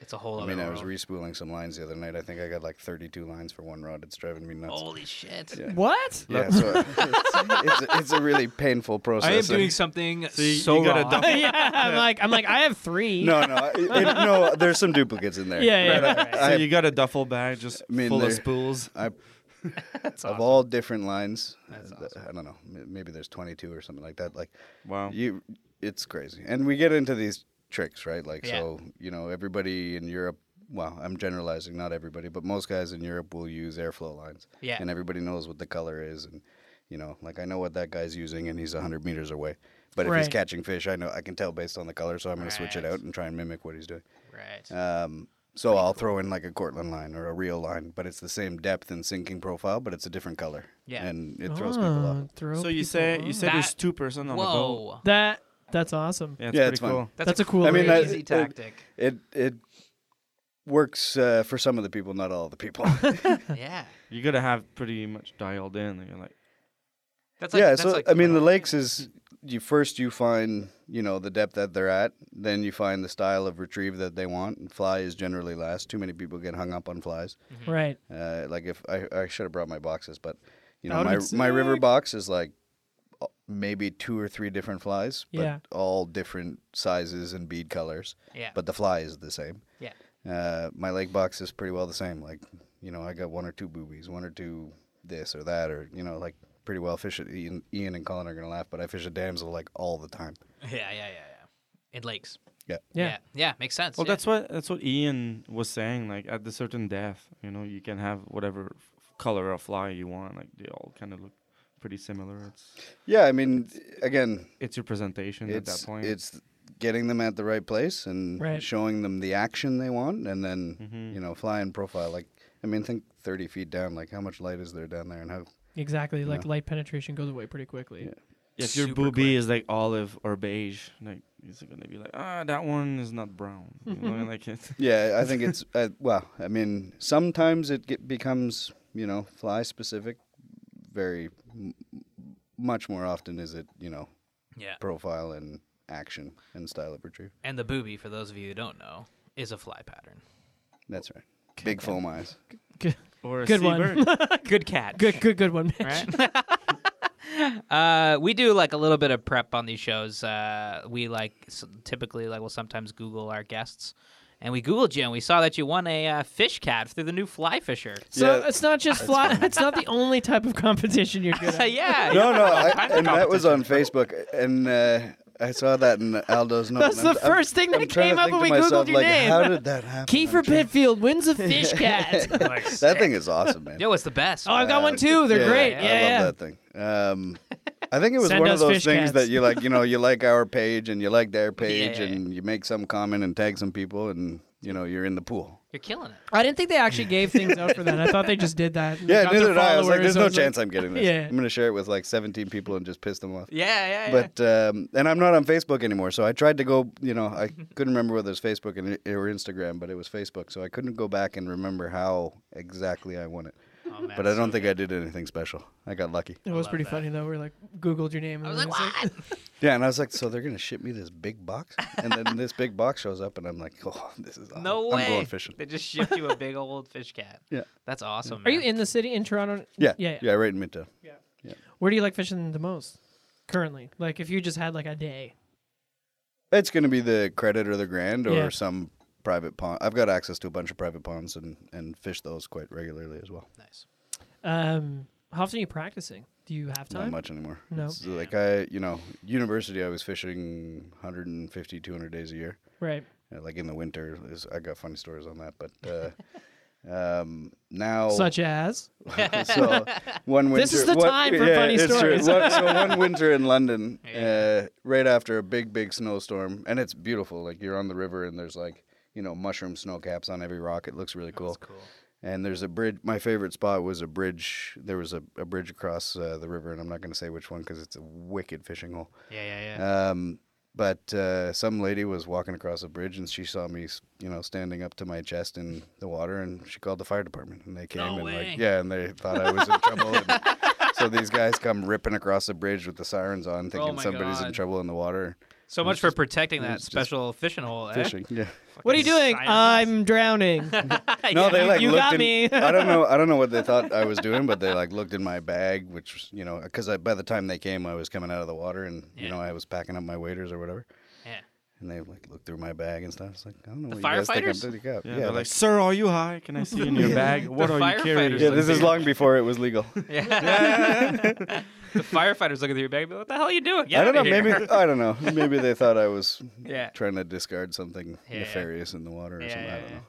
It's a whole I other mean, I world. was respooling some lines the other night. I think I got like 32 lines for one rod. It's driving me nuts. Holy shit. What? Yeah, so it's, it's, a, it's a really painful process. I am and- doing something So you- so you gotta wrong. dump yeah. I'm like I'm like I have three. No, no, it, it- no. There's some duplicates in there. Yeah, yeah, But I- right, I- so you got a duffel bag just I mean, full of they're- spools. I, of all different lines, uh, th- I don't know. m- Maybe there's 22 or something like that. Like, Wow. you, it's crazy. And we get into these tricks, right? Like, Yeah. so you know, everybody in Europe. Well, I'm generalizing, not everybody, but most guys in Europe will use airflow lines. Yeah. And everybody knows what the color is, and you know, like I know what that guy's using, and he's 100 meters away. But if he's Right. catching fish, I know I can tell based on the color, so I'm going to switch it Right. out and try and mimic what he's doing. Right. Um, so I'll throw in like a Cortland line or a reel line, but it's the same depth and sinking profile, but it's a different color. Yeah. and it throws people off. Oh, throw So you people say you off. said there's That- two person on the boat. Whoa. that that's awesome. Yeah, it's Yeah, pretty it's fun. cool. That's a cool I I mean, mean, that- easy it- tactic. It it works uh, for some of the people, not all the people. yeah. You gotta have pretty much dialed in. You're like, That's like yeah, that's so like I mean, the lakes is you first you find you know the depth that they're at, then you find the style of retrieve that they want. And fly is generally last. Too many people get hung up on flies. Mm-hmm. Right. Uh, like if I, I should have brought my boxes, but you That know my would've been my river sick. box is like uh, maybe two or three different flies, but Yeah. all different sizes and bead colors. Yeah. But the fly is the same. yeah. Uh, my lake box is pretty well the same. Like you know I got one or two boobies, one or two this or that, or you know like pretty well fish. It. Ian, Ian and Colin are gonna laugh, but I fish a damsel like all the time. Yeah, yeah, yeah, yeah. In lakes. Yeah. Yeah. Yeah, yeah, makes sense. well, yeah. that's what that's what Ian was saying. Like at the certain depth, you know, you can have whatever f- color of fly you want. Like they all kind of look pretty similar. It's Yeah, I mean again, it's your presentation at it's that point. it's getting them at the right place and Right. showing them the action they want, and then Mhm. you know flying profile. Like I mean, think thirty feet down. Like how much light is there down there, and how Exactly. Like Yeah. light penetration goes away pretty quickly. if your super boobie quick. is like olive or beige, like it's gonna be like, ah, that one is not brown. You know, like it. Yeah, I think it's uh, well. I mean, sometimes it get, becomes you know fly specific. Very m- m- much more often is it you know yeah. profile and action and style of retrieve. And the booby, for those of you who don't know, is a fly pattern. That's right. Big foam eyes. Good, Or a Good one. seabird. Good cat. good, good, good one. Mitch. Right. uh, we do like a little bit of prep on these shows. Uh, we like s- typically like we'll sometimes Google our guests, and we Googled you and we saw that you won a uh, fish cat through the new fly fisher. So Yeah. it's not just fly. It's not the only type of competition you're good yeah, at. yeah. No, no, I, Kinda and that was on Facebook, and uh, I saw that in Aldo's note. That's and I'm- the I'm- 1st thing that I'm trying came to up think when to we Googled myself, your like, name. How did that happen? I'm Kiefer trying- Pitfield wins a fish cat. Like, sick. That thing is awesome, man. Uh, Yo, it's the best. Oh, I've got one too. They're great. Yeah, I yeah. love that thing. Um, I think it was Send one of us those fish things cats. that you like, you know, you like our page and you like their page yeah, and you make some comment and tag some people and, you know, you're in the pool. You're killing it. I didn't think they actually gave things out for that. I thought they just did that. and Yeah, got neither their did I. I was like, followers. there's no chance I'm getting this. Yeah. I'm going to share it with like 17 people and just piss them off. Yeah, yeah, yeah. But, um, and I'm not on Facebook anymore. So I tried to go, you know, I couldn't remember whether it was Facebook and, or Instagram, but it was Facebook. So I couldn't go back and remember how exactly I won it. Oh, man, But I don't think I did anything special. I got lucky. It was love pretty that. funny though. We are like Googled your name. I and was like, then what? Yeah, and I was like, so they're gonna ship me this big box, and then this big box shows up, and I'm like, oh, this is awesome. No way. I'm going fishing. They just shipped you a big old fish cat. Yeah. That's awesome. Are you man. in the city in Toronto? Yeah, yeah. yeah, yeah, right in Midtown. Where do you like fishing the most currently? Like if you just had like a day. It's gonna be the credit or the grand or Yeah. some private pond. I've got access to a bunch of private ponds and and fish those quite regularly as well. Nice. Um, how often are you practicing? Do you have Not time? much anymore. No. It's like I, you know, university, I was fishing 150, 200 days a year. Right. Uh, Like in the winter, is- I got funny stories on that, but. Uh, Um, now, Such as so one winter. This is the one- time for funny it's true. stories. One- so one winter in London, Yeah. uh, right after a big, big snowstorm, and it's beautiful. Like you're on the river, and there's like you know mushroom snow caps on every rock. It looks really cool. That's cool. And there's a bridge. My favorite spot was a bridge. There was a, a bridge across uh, the river, and I'm not going to say which one because it's a wicked fishing hole. Yeah, yeah, yeah. Um, but uh, some lady was walking across the bridge and she saw me, s- you know, standing up to my chest in the water, and she called the fire department, and they came and way. like, yeah, and they thought I was in trouble. And so these guys come ripping across the bridge with the sirens on, thinking Oh my somebody's in God. trouble in the water so much for protecting that just special fishing hole. eh? fishing. Yeah, what are you doing? Sirens. I'm drowning. no, they like you looked got in, me. I don't know. I don't know what they thought I was doing, but they like looked in my bag, which was, you know, because by the time they came, I was coming out of the water, and Yeah. you know, I was packing up my waders or whatever. Yeah. And they like looked through my bag and stuff. It's like I don't know. The what you guys think I'm firefighters? doing. Yeah, Yeah, yeah, they're like, like, sir, are you high? Can I see in your bag? What The are you carrying? firefighters yeah. like, This is long before it was legal. Yeah. the firefighters looking through your bag, be like, "What the hell are you doing?" Get I don't know. outta here." Maybe I don't know. Maybe they thought I was Yeah. trying to discard something Yeah, yeah. nefarious in the water or Yeah, something. yeah, I don't yeah. know.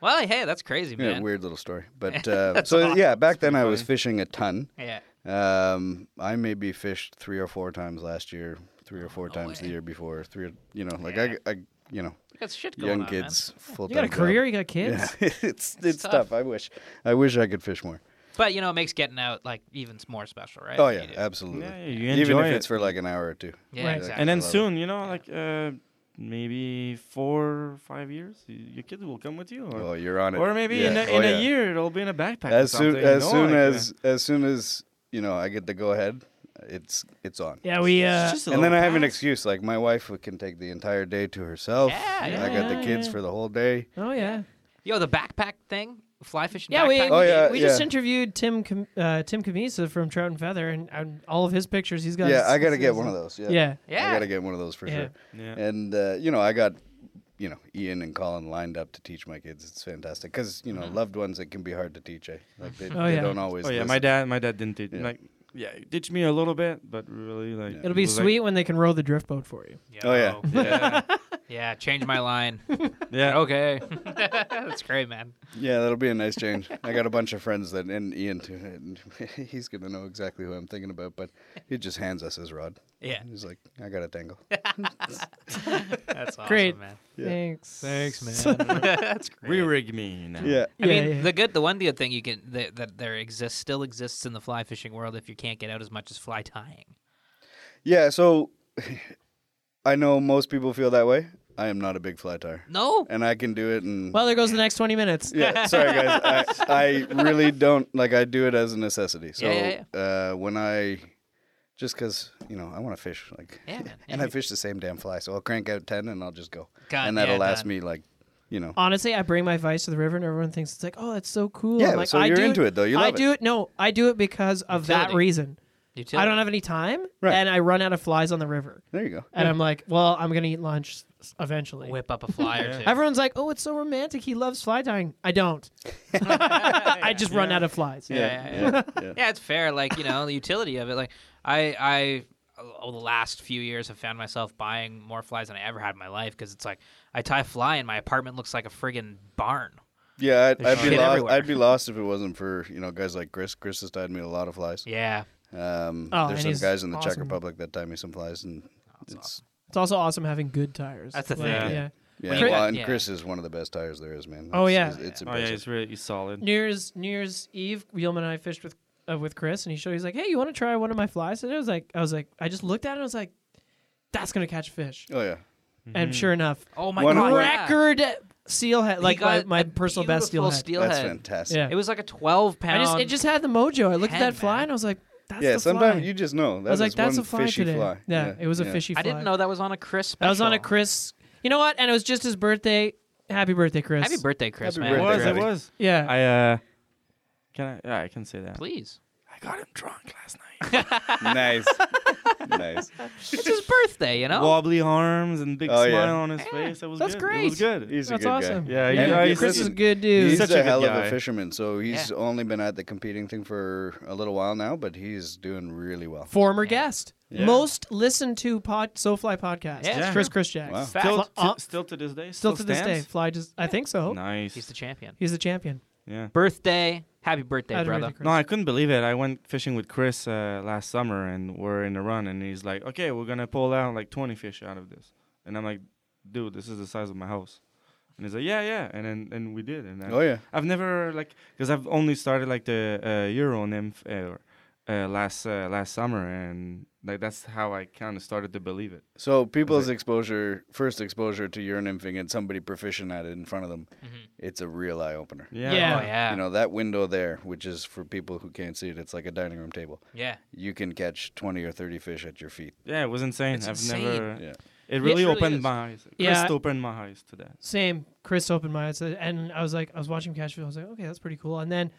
Well, hey, that's crazy, Yeah, man. weird little story. But uh, so yeah, back then I was fishing a ton. Yeah. Um, I maybe fished three or four times last year, three or four times Oh, the way. year before. Three, or- you know, like Yeah. I, I, you know, We got shit going young on, man. kids, full You got a career. You got kids. Yeah, it's it's, tough. tough. I wish, I wish I could fish more. But you know, it makes getting out like even s- more special, right? Oh You yeah, do. absolutely. Yeah, you Even enjoy if it. it's for like an hour or two. yeah, Right. exactly. and then Love it. soon, you know, like uh, maybe four, five years, y- your kid will come with you, or, Oh, you're on it. or maybe in a, Yeah. in Oh, a yeah. year it'll be in a backpack. or As soon something, as you know, soon like, uh, as as soon as you know, I get the go ahead. It's it's on. Yeah, we. it's Uh, just a And then I little have an pass. excuse. Like my wife can take the entire day to herself. Yeah, I yeah, got the yeah, kids yeah. for the whole day. oh yeah. Yo, the backpack thing, fly fishing. Yeah, we, backpack. Oh, we- yeah, we just yeah. interviewed Tim Com- uh, Tim Camisa from Trout and Feather, and, and all of his pictures he's got. Yeah, his- I gotta his- get one of those. Yeah. Yeah. I Yeah. gotta get one of those for Yeah. sure. Yeah. And uh, you know, I got you know Ian and Colin lined up to teach my kids. It's fantastic because you know loved ones it can be hard to teach. Eh? Like they, Oh, they yeah. don't always. Mm-hmm. Oh yeah, my listen. dad, my dad didn't teach. Yeah. Like, yeah, he ditched me a little bit, but really, like, It'll be it was like- sweet when they can row the drift boat for you. Oh, yeah. Yo. yeah, Oh, Yeah, change my line. yeah. okay. That's great, man. Yeah, that'll be a nice change. I got a bunch of friends that and Ian too. And he's gonna know exactly who I'm thinking about, but he just hands us his rod. Yeah. He's like, I got a tangle. That's awesome, Great. man. Yeah. Thanks. That's great. Re-rig me now. Yeah. I Yeah, mean, yeah. the good, the one good thing you can that, that there exists still exists in the fly fishing world if you can't get out as much as fly tying. Yeah, so I know most people feel that way. I am not a big fly tire. No, And I can do it and Well, there goes the next 20 minutes. yeah, sorry guys. I, I really don't like. I do it as a necessity. So Yeah, yeah, Uh, when I just because you know I want to fish, like, Yeah, man. and I fish the same damn fly, so I'll crank out ten and I'll just go, God, and that'll yeah, last done. me like, you know, Honestly, I bring my vice to the river, and everyone thinks it's like, oh, that's so cool. Yeah, I'm like, so I you're do into it, though. You I love it. do it. No, I do it because of that Utility. reason. Utility. I don't have any time, Right. and I run out of flies on the river. there you go. And I'm like, well, I'm going to eat lunch s- eventually. whip up a fly or two. Everyone's like, oh, it's so romantic. He loves fly tying. I don't. I just run out of flies. Yeah, yeah, yeah, yeah. Yeah, it's fair. Like you know, the utility of it. Like I, I, over the last few years, have found myself buying more flies than I ever had in my life because it's like I tie fly and my apartment looks like a friggin' barn. Yeah, I'd, I'd be shit lost. everywhere. I'd be lost if it wasn't for you know guys like Chris. Chris has tied me a lot of flies. Yeah, Um, Oh, and there's some he's guys in the Czech awesome. Republic that tied me some flies, and Oh, it's It's also awesome having good tires. That's the Like, thing. yeah. yeah. Chris- well, and yeah. Chris is one of the best tires there is, man. Oh, It's- yeah. it's, it's Oh yeah, impressive. he's really he's solid. New Year's New Year's Eve, Wheelman and I fished with uh, with Chris, and he showed. He's like, "Hey, you want to try one of my flies?" And I was like, "I was like, I just looked at it. and I was like, that's gonna catch fish." oh yeah. And sure enough, Oh my One god! hundred- yeah. record steelhead, He like my, got my a personal best beautiful steelhead. That's steelhead. fantastic. Yeah. It was like a twelve I pound. just it just had the mojo. I looked at Head, that fly man. and I was like, "That's yeah, the sometimes fly." you just know. That I was like, is "That's one a fly fishy today." fly. Yeah, it was a yeah. fishy fly. I didn't know that was on a Chris. Special. That was on a Chris. You know what? And it was just his birthday. Happy birthday, Chris. Happy birthday, Chris, Happy man. It birthday, was. It Gravy. was. Yeah. I uh, can I? Yeah, I can say that. Please. I got him drunk last night. nice, nice. It's his birthday, you know. wobbly arms and big Oh, smile yeah. on his Yeah, face. That was that's good. It was good. He's That's a good awesome. guy. Yeah, Yeah, you know, he's Chris such- is a good dude. He's such a, a good hell of a guy. fisherman. So he's Yeah. only been at the competing thing for a little while now, but he's doing really well. Former guest, Yeah. most listened to pod SoFly podcast. Yeah. It's Chris Chris Jacks. Wow. Fact. Still, Fla- uh, t- still to this day. Still to this day, stands. Fly just I think so. Nice. He's the champion. He's the champion. yeah. Birthday. Happy birthday, Happy brother. birthday, Chris. No, I couldn't believe it. I went fishing with Chris uh, last summer, and we're in a run, and he's like, "Okay, we're gonna pull out like 20 fish out of this," and I'm like, "Dude, this is the size of my house," and he's like, "Yeah, yeah," and then and we did, and I, Oh yeah, I've never like because I've only started like the uh, Euro nymph uh, uh, last uh, last summer, and like that's how I kind of started to believe it. So people's exposure, first exposure to urine nymphing and somebody proficient at it in front of them, it's a real eye opener. Yeah. Mm-hmm. Yeah. Oh yeah. You know that window there, which is for people who can't see it, it's like a dining room table. yeah. You can catch twenty or thirty fish at your feet. Yeah, it was insane. It's I've insane. never. Yeah. It really it really opened is. my eyes. Yeah, Just I- opened my eyes to that. Same. Chris opened my eyes, uh, and I was like, I was watching Cashville. I was like, okay, that's pretty cool. And then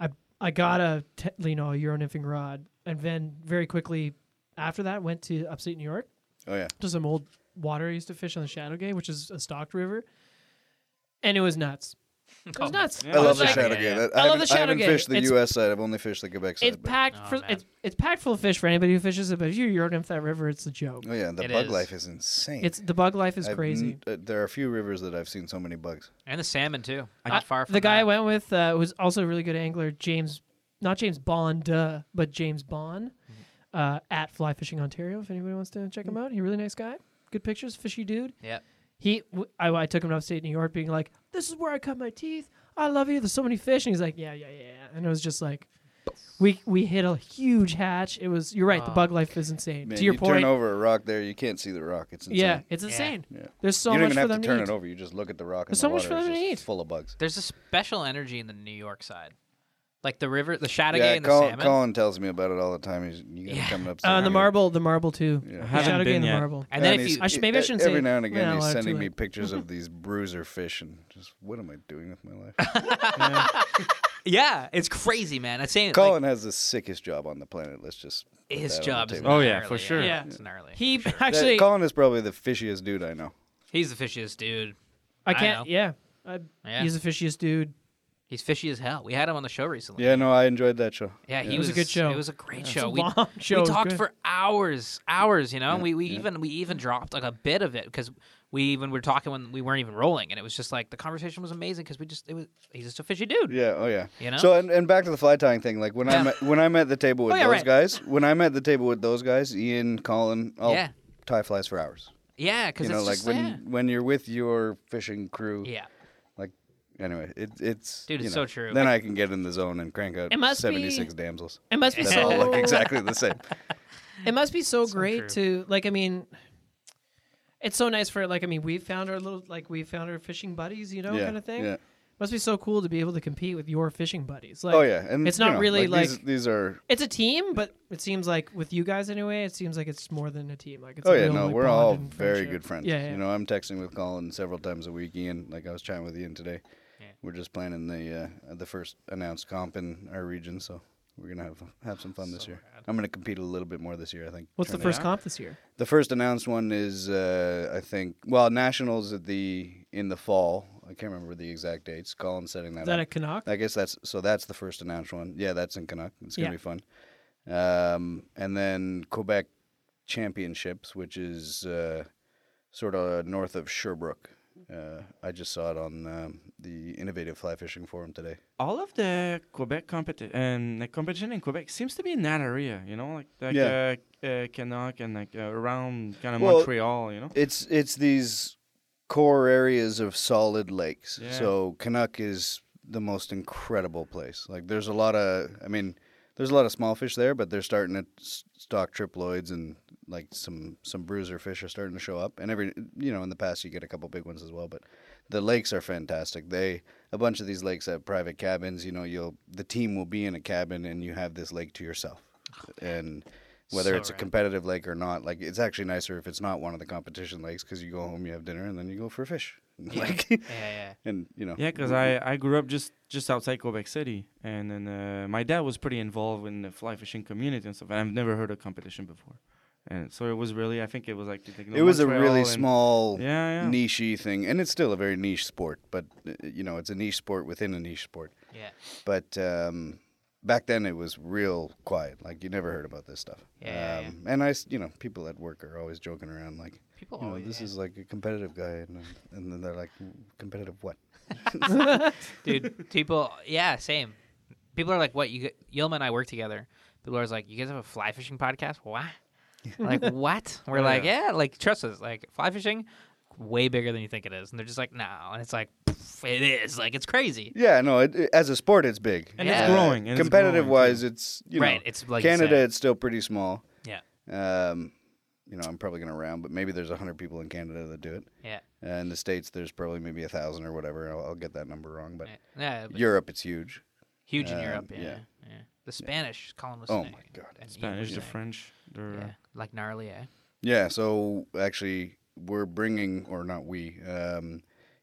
I I got a te- you know a Euro nymphing rod, and then very quickly after that went to upstate New York Oh yeah, to some old water I used to fish on the Shadowgate, which is a stocked river, and it was nuts. It was nuts. Yeah. I love the Like- shadow yeah, gate. yeah. I, I love haven't- the I haven't Shadowgate. fished the It's- U.S. side. I've only fished the Quebec side. It's but- packed. Oh, for, man. it's it's packed full of fish for anybody who fishes it. But if you Euro nymph that river, it's a joke. oh yeah, the It bug is. life is insane. It's the bug life is I've n- crazy. uh, there are a few rivers that I've seen so many bugs. And the salmon too. Not I- far from the guy I that. went with uh, was also a really good angler, James, not James Bond, uh, but James Bond Mm-hmm. uh, at Fly Fishing Ontario. If anybody wants to check him out, he really nice guy, good pictures, fishy dude. Yeah. He, w- I, I took him to upstate New York, being like, "This is where I cut my teeth. I love you. There's so many fish." And he's like, "Yeah, yeah, yeah," and it was just like. We, we hit a huge hatch. It was you're right. the Oh. bug life is insane. Man, to your you point, turn over a rock there, you can't see the rock. It's insane. yeah, it's Yeah. insane. Yeah. There's so you much don't even for have them to to, turn eat. it over. You just look at the rock. And There's the so much water for is them to just eat. Full of bugs. There's a special energy in the New York side, like the river, the Chateauguay, Yeah, and the Colin, salmon. Colin tells me about it all the time. He's you gotta Yeah. come up. Uh, the marble, the marble too. Yeah. I The haven't Shadow been Game, the yet. marble. and then And if he's- you, I should, maybe I e- shouldn't say. Every now and again, Well, he's I'll do sending me it. pictures of these bruiser fish, and just what am I doing with my life? yeah, it's crazy, man. I'm saying it, like, Colin has the sickest job on the planet. Let's just put his that on job the is table. Oh, gnarly, yeah, for sure. Yeah. it's gnarly. He That- actually, Colin is probably the fishiest dude I know. He's the fishiest dude. I I can't. know. yeah, I, Yeah. he's the fishiest dude. He's fishy as hell. We had him on the show recently. Yeah, no, I enjoyed that show. Yeah, he It was a good show. It was a great a show. We, long show. It we was talked good. for hours, hours. You know, we we even we even dropped like a bit of it because we even were talking when we weren't even rolling, and it was just like the conversation was amazing because we just it was he's just a fishy dude. Yeah, oh yeah. You know? So and, and back to the fly tying thing. Like when I'm Yeah. at, when I'm at the table with Oh, yeah, those right. guys, when I'm at the table with those guys, Ian, Colin, I'll Yeah. tie flies for hours. Yeah, because You it's know, like just, when yeah. when you're with your fishing crew. yeah. Like anyway, it, it's Dude, you it's know, so true. Then I can get in the zone and crank out It must be- 76 damsels. It must be That so. all look exactly the same. It must be so, great true. to like. I mean, it's so nice for like. I mean, we found our little like we found our fishing buddies. You know, yeah, kind of thing. Yeah. Must be so cool to be able to compete with your fishing buddies. Like, Oh yeah, and it's you not know, really like. these, these are. it's a team, but it seems like with you guys anyway, it seems like it's more than a team. Like it's Oh a yeah, real, no, like, we're bond all and very friendship. good friends. Yeah, yeah. You know, I'm texting with Colin several times a week. Ian, like I was chatting with Ian today. Yeah. We're just planning the uh, the first announced comp in our region, so we're gonna have have some fun this year. I'm gonna compete a little bit more this year, I think. What's the Trying to- first comp this year? The first announced one is, uh, I think, well, nationals at the in the fall. I can't remember the exact dates. Colin's setting that Is that up. a Canuck? I guess that's so. That's the first announced one. Yeah, that's in Canuck. It's gonna Yeah. be fun. Um, and then Quebec Championships, which is uh, sort of north of Sherbrooke, Uh, I just saw it on um, the Innovative Fly Fishing Forum today. all of the Quebec competition and the competition in Quebec seems to be in that area, you know, like like Yeah. uh, uh, Canuck and like uh, around kind of Well, Montreal, you know. It's it's these core areas of solid lakes. Yeah. So Canuck is the most incredible place. Like there's a lot of, I mean, there's a lot of small fish there, but they're starting to s- stock triploids and like some some bruiser fish are starting to show up. And every you know in the past you get a couple big ones as well, but the lakes are fantastic. They a bunch of these lakes have private cabins. You know, you'll the team will be in a cabin and you have this lake to yourself. and whether So it's a rad. competitive lake or not, like it's actually nicer if it's not one of the competition lakes because you go home, you have dinner, and then you go for a fish. Like, Yeah, yeah. and you know, Yeah, because Mm-hmm. I, I grew up just, just outside Quebec City, and then uh, my dad was pretty involved in the fly fishing community and stuff. And I've never heard of competition before, and so it was really I think it was like like, you know, it was a Montreal really and- small, yeah, yeah. nichey thing, and it's still a very niche sport. But uh, you know, it's a niche sport within a niche sport. Yeah. But um, back then, it was real quiet. Like you never heard about this stuff. Yeah, yeah, um, And I, s- you know, people at work are always joking around, like, People you know, always- this yeah. is like a competitive guy, and and then they're like, "Mm, competitive what? dude. People, yeah, same. People are like, "What you, g- Yilma and I work together." People are always like, "You guys have a fly fishing podcast? What?" like what? We're Oh, like, yeah. yeah. like trust us. Like fly fishing, way bigger than you think it is, and they're just like, no, and it's like, "Pff, it is. Like it's crazy. Yeah, no. It, it- as a sport, it's big. And it's growing, and it's competitive growing, wise, it's you know, Right, it's like you Canada. said. It's still pretty small. Yeah, Um, you know, I'm probably gonna round, but maybe there's hundred people in Canada that do it. yeah, Uh, in the states, there's probably maybe a thousand or whatever. I'll, I'll get that number wrong, but yeah. yeah but Europe, it's huge. huge in um, Europe. Yeah, yeah. yeah. The Spanish, Colin was Oh saying, my God. and Ian was Spanish, the saying. French, they're Yeah, like gnarly. Eh? Yeah. So actually, we're bringing, or not we, um,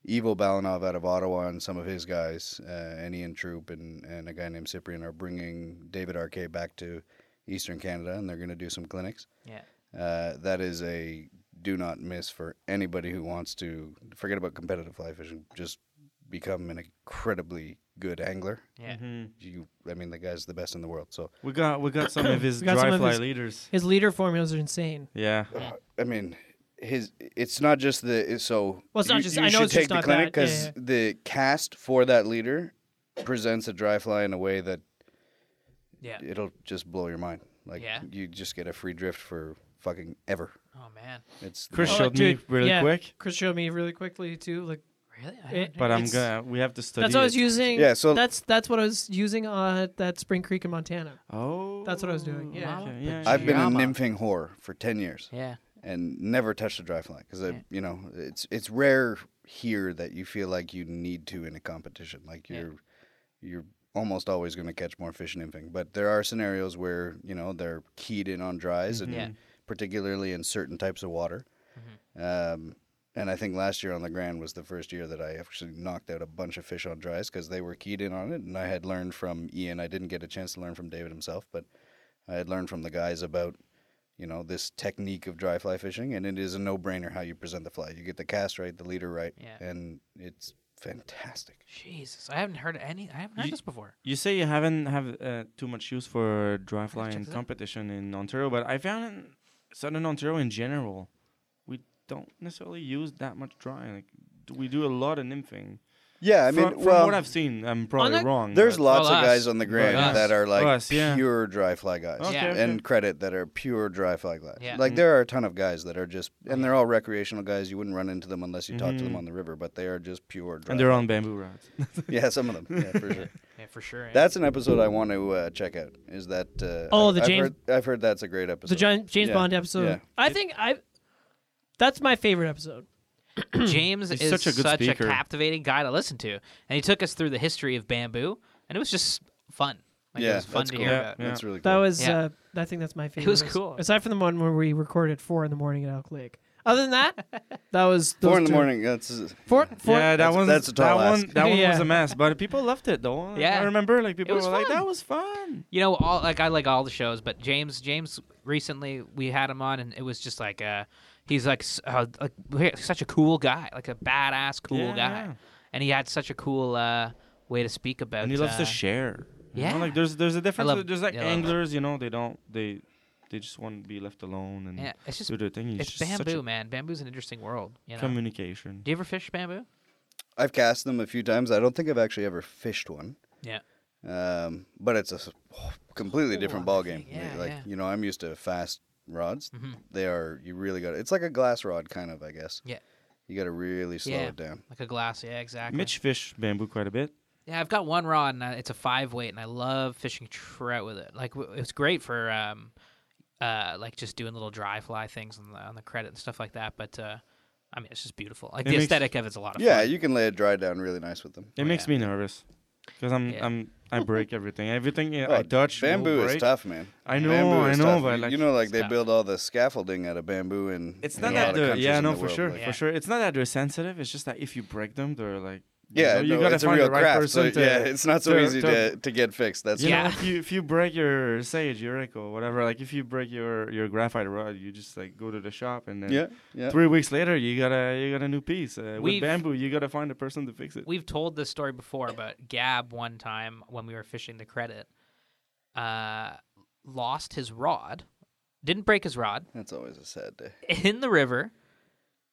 Ivo Balanov out of Ottawa and some of his guys, uh, and Ian Troop and, and a guy named Cyprian are bringing David Arquet back to Eastern Canada, and they're going to do some clinics. Yeah, Uh, that is a do not miss for anybody who wants to forget about competitive fly fishing. Just become an incredibly good angler. yeah. Mhm. You, I mean, the guy's the best in the world. So We got we got some of his We got some dry of fly his- leaders. His leader formulas are insane. Yeah, I mean, his it's not just the so. Well, it's not you, just- you I know should it's take just the not clinic that, yeah, because yeah. the cast for that leader presents a dry fly in a way that Yeah. it'll just blow your mind. Like Yeah. you just get a free drift for fucking ever. Oh man, It's the Chris Oh, most- showed me dude, really yeah. quick, Chris showed me really quickly too. Like really? I it, don't but I'm it's- gonna we have to study. That's what I was it. using. Yeah, so- that's that's what I was using uh, at that Spring Creek in Montana. Oh, That's what I was doing, yeah. okay, Yeah. I've been a Drama. nymphing whore for ten years. know. yeah. and never touched a dry fly because Yeah. you know it's it's rare here that you feel like you need to in a competition. Like Yeah. you're you're almost always going to catch more fish nymphing, but there are scenarios where you know they're keyed in on dries and Mm-hmm. Yeah. Mm-hmm. particularly in certain types of water. Um, and I think last year on the Grand was the first year that I actually knocked out a bunch of fish on dries because they were keyed in on it, and I had learned from Ian. I didn't get a chance to learn from David himself, but I had learned from the guys about you know this technique of dry fly fishing, and it is a no-brainer how you present the fly. You get the cast right, the leader right, Yeah. and it's fantastic. Jesus, I haven't heard any. I haven't heard You- this before. You say you haven't have uh, too much use for dry fly check and this out. competition in Ontario, but I found in Southern Ontario in general, we don't necessarily use that much dry. Like d- we do a lot of nymphing. Yeah, I mean, from, from well, what I've seen, I'm probably the- wrong. there's but- lots Well, of guys us. on the Grand us. that are like Mm. Us, yeah. pure dry fly guys. Okay, Mm. Yeah. okay. and credit that are pure dry fly guys. Yeah. Like there are a ton of guys that are just, Mm. and they're all recreational guys. You wouldn't run into them unless you talk to them on the river, but they are just pure dry. Mm-hmm. and they're on bamboo rods. yeah, some of them, yeah, for sure. Yeah, for sure. eh? That's an episode I want to uh, check out. Is that? Uh, Oh, I've- the I've James- Heard, I've heard that's a great episode. The John, James Yeah, Bond episode. yeah. I think I. That's my favorite episode. James He's is such a good speaker. captivating guy to listen to, and he took us through the history of bamboo, and it was just fun. Like, yeah, it was fun that's to cool. hear Yeah. about. That's really cool. That was. Yeah. Uh, I think that's my favorite. was cool. Aside from the one where we recorded at four in the morning at Elk Lake. Other than that, that was those four in the two. morning. That's Four, four. yeah, that That's- one. that's a tall that ask. one. That one was Yeah. a mess, but people loved it though. Like, Yeah. I remember like people were was like, fun. "That was fun." You know, all like I like all the shows, but James, James recently we had him on, and it was just like uh, he's like, s- uh, like such a cool guy, like a badass cool Yeah, guy, yeah. and he had such a cool uh, way to speak about. And he loves uh, to share. you know? yeah. like there's there's a difference. love- there's like I love it. anglers, you know, they don't they they just want to be left alone and Yeah, it's just do their thing. it's It's, just such bamboo, a man. Bamboo's an interesting world. You know. communication. Do you ever fish bamboo? I've cast them a few times. I don't think I've actually ever fished one. Yeah. Um, but it's a s- completely whole different ball other game. thing. Yeah, like yeah. you know, I'm used to fast rods. Mhm. They are you really got it's like a glass rod kind of, I guess. Yeah. You got to really slow Yeah. it down. Like a glass. Yeah, exactly. Mitch fish bamboo quite a bit. Yeah, I've got one rod and uh, it's a five weight, and I love fishing trout with it. Like w- it's great for um, uh, like just doing little dry fly things on the on the credit and stuff like that. But uh, I mean, it's just beautiful. Like It the makes- aesthetic of it's a lot of Yeah, fun. you can lay it dry down really nice with them. It Oh, makes yeah. me nervous because I'm Yeah. I'm I break everything. Everything yeah, Oh, I touch will bamboo is break. tough, man. I know, bamboo I is know, tough. but You- like you know, like they tough. build all the scaffolding out of bamboo, and It's in not a lot that of they're yeah, no, for sure, like- for sure. It's not that they're sensitive. It's just that if you break them, they're like you Yeah, know, you no, gotta it's a find real the right craft. So, person. to, yeah, it's not so to- easy to- to, to get fixed. That's you Yeah. know, if you if you break your sage, your echo, whatever, like if you break your your graphite rod, you just like go to the shop and then yeah, yeah. three weeks later you got a you got a new piece. Uh, with We've- bamboo, you gotta find a person to fix it. We've told this story before, but Gab one time when we were fishing the credit, uh, lost his rod, didn't break his rod That's always a sad day. in the river.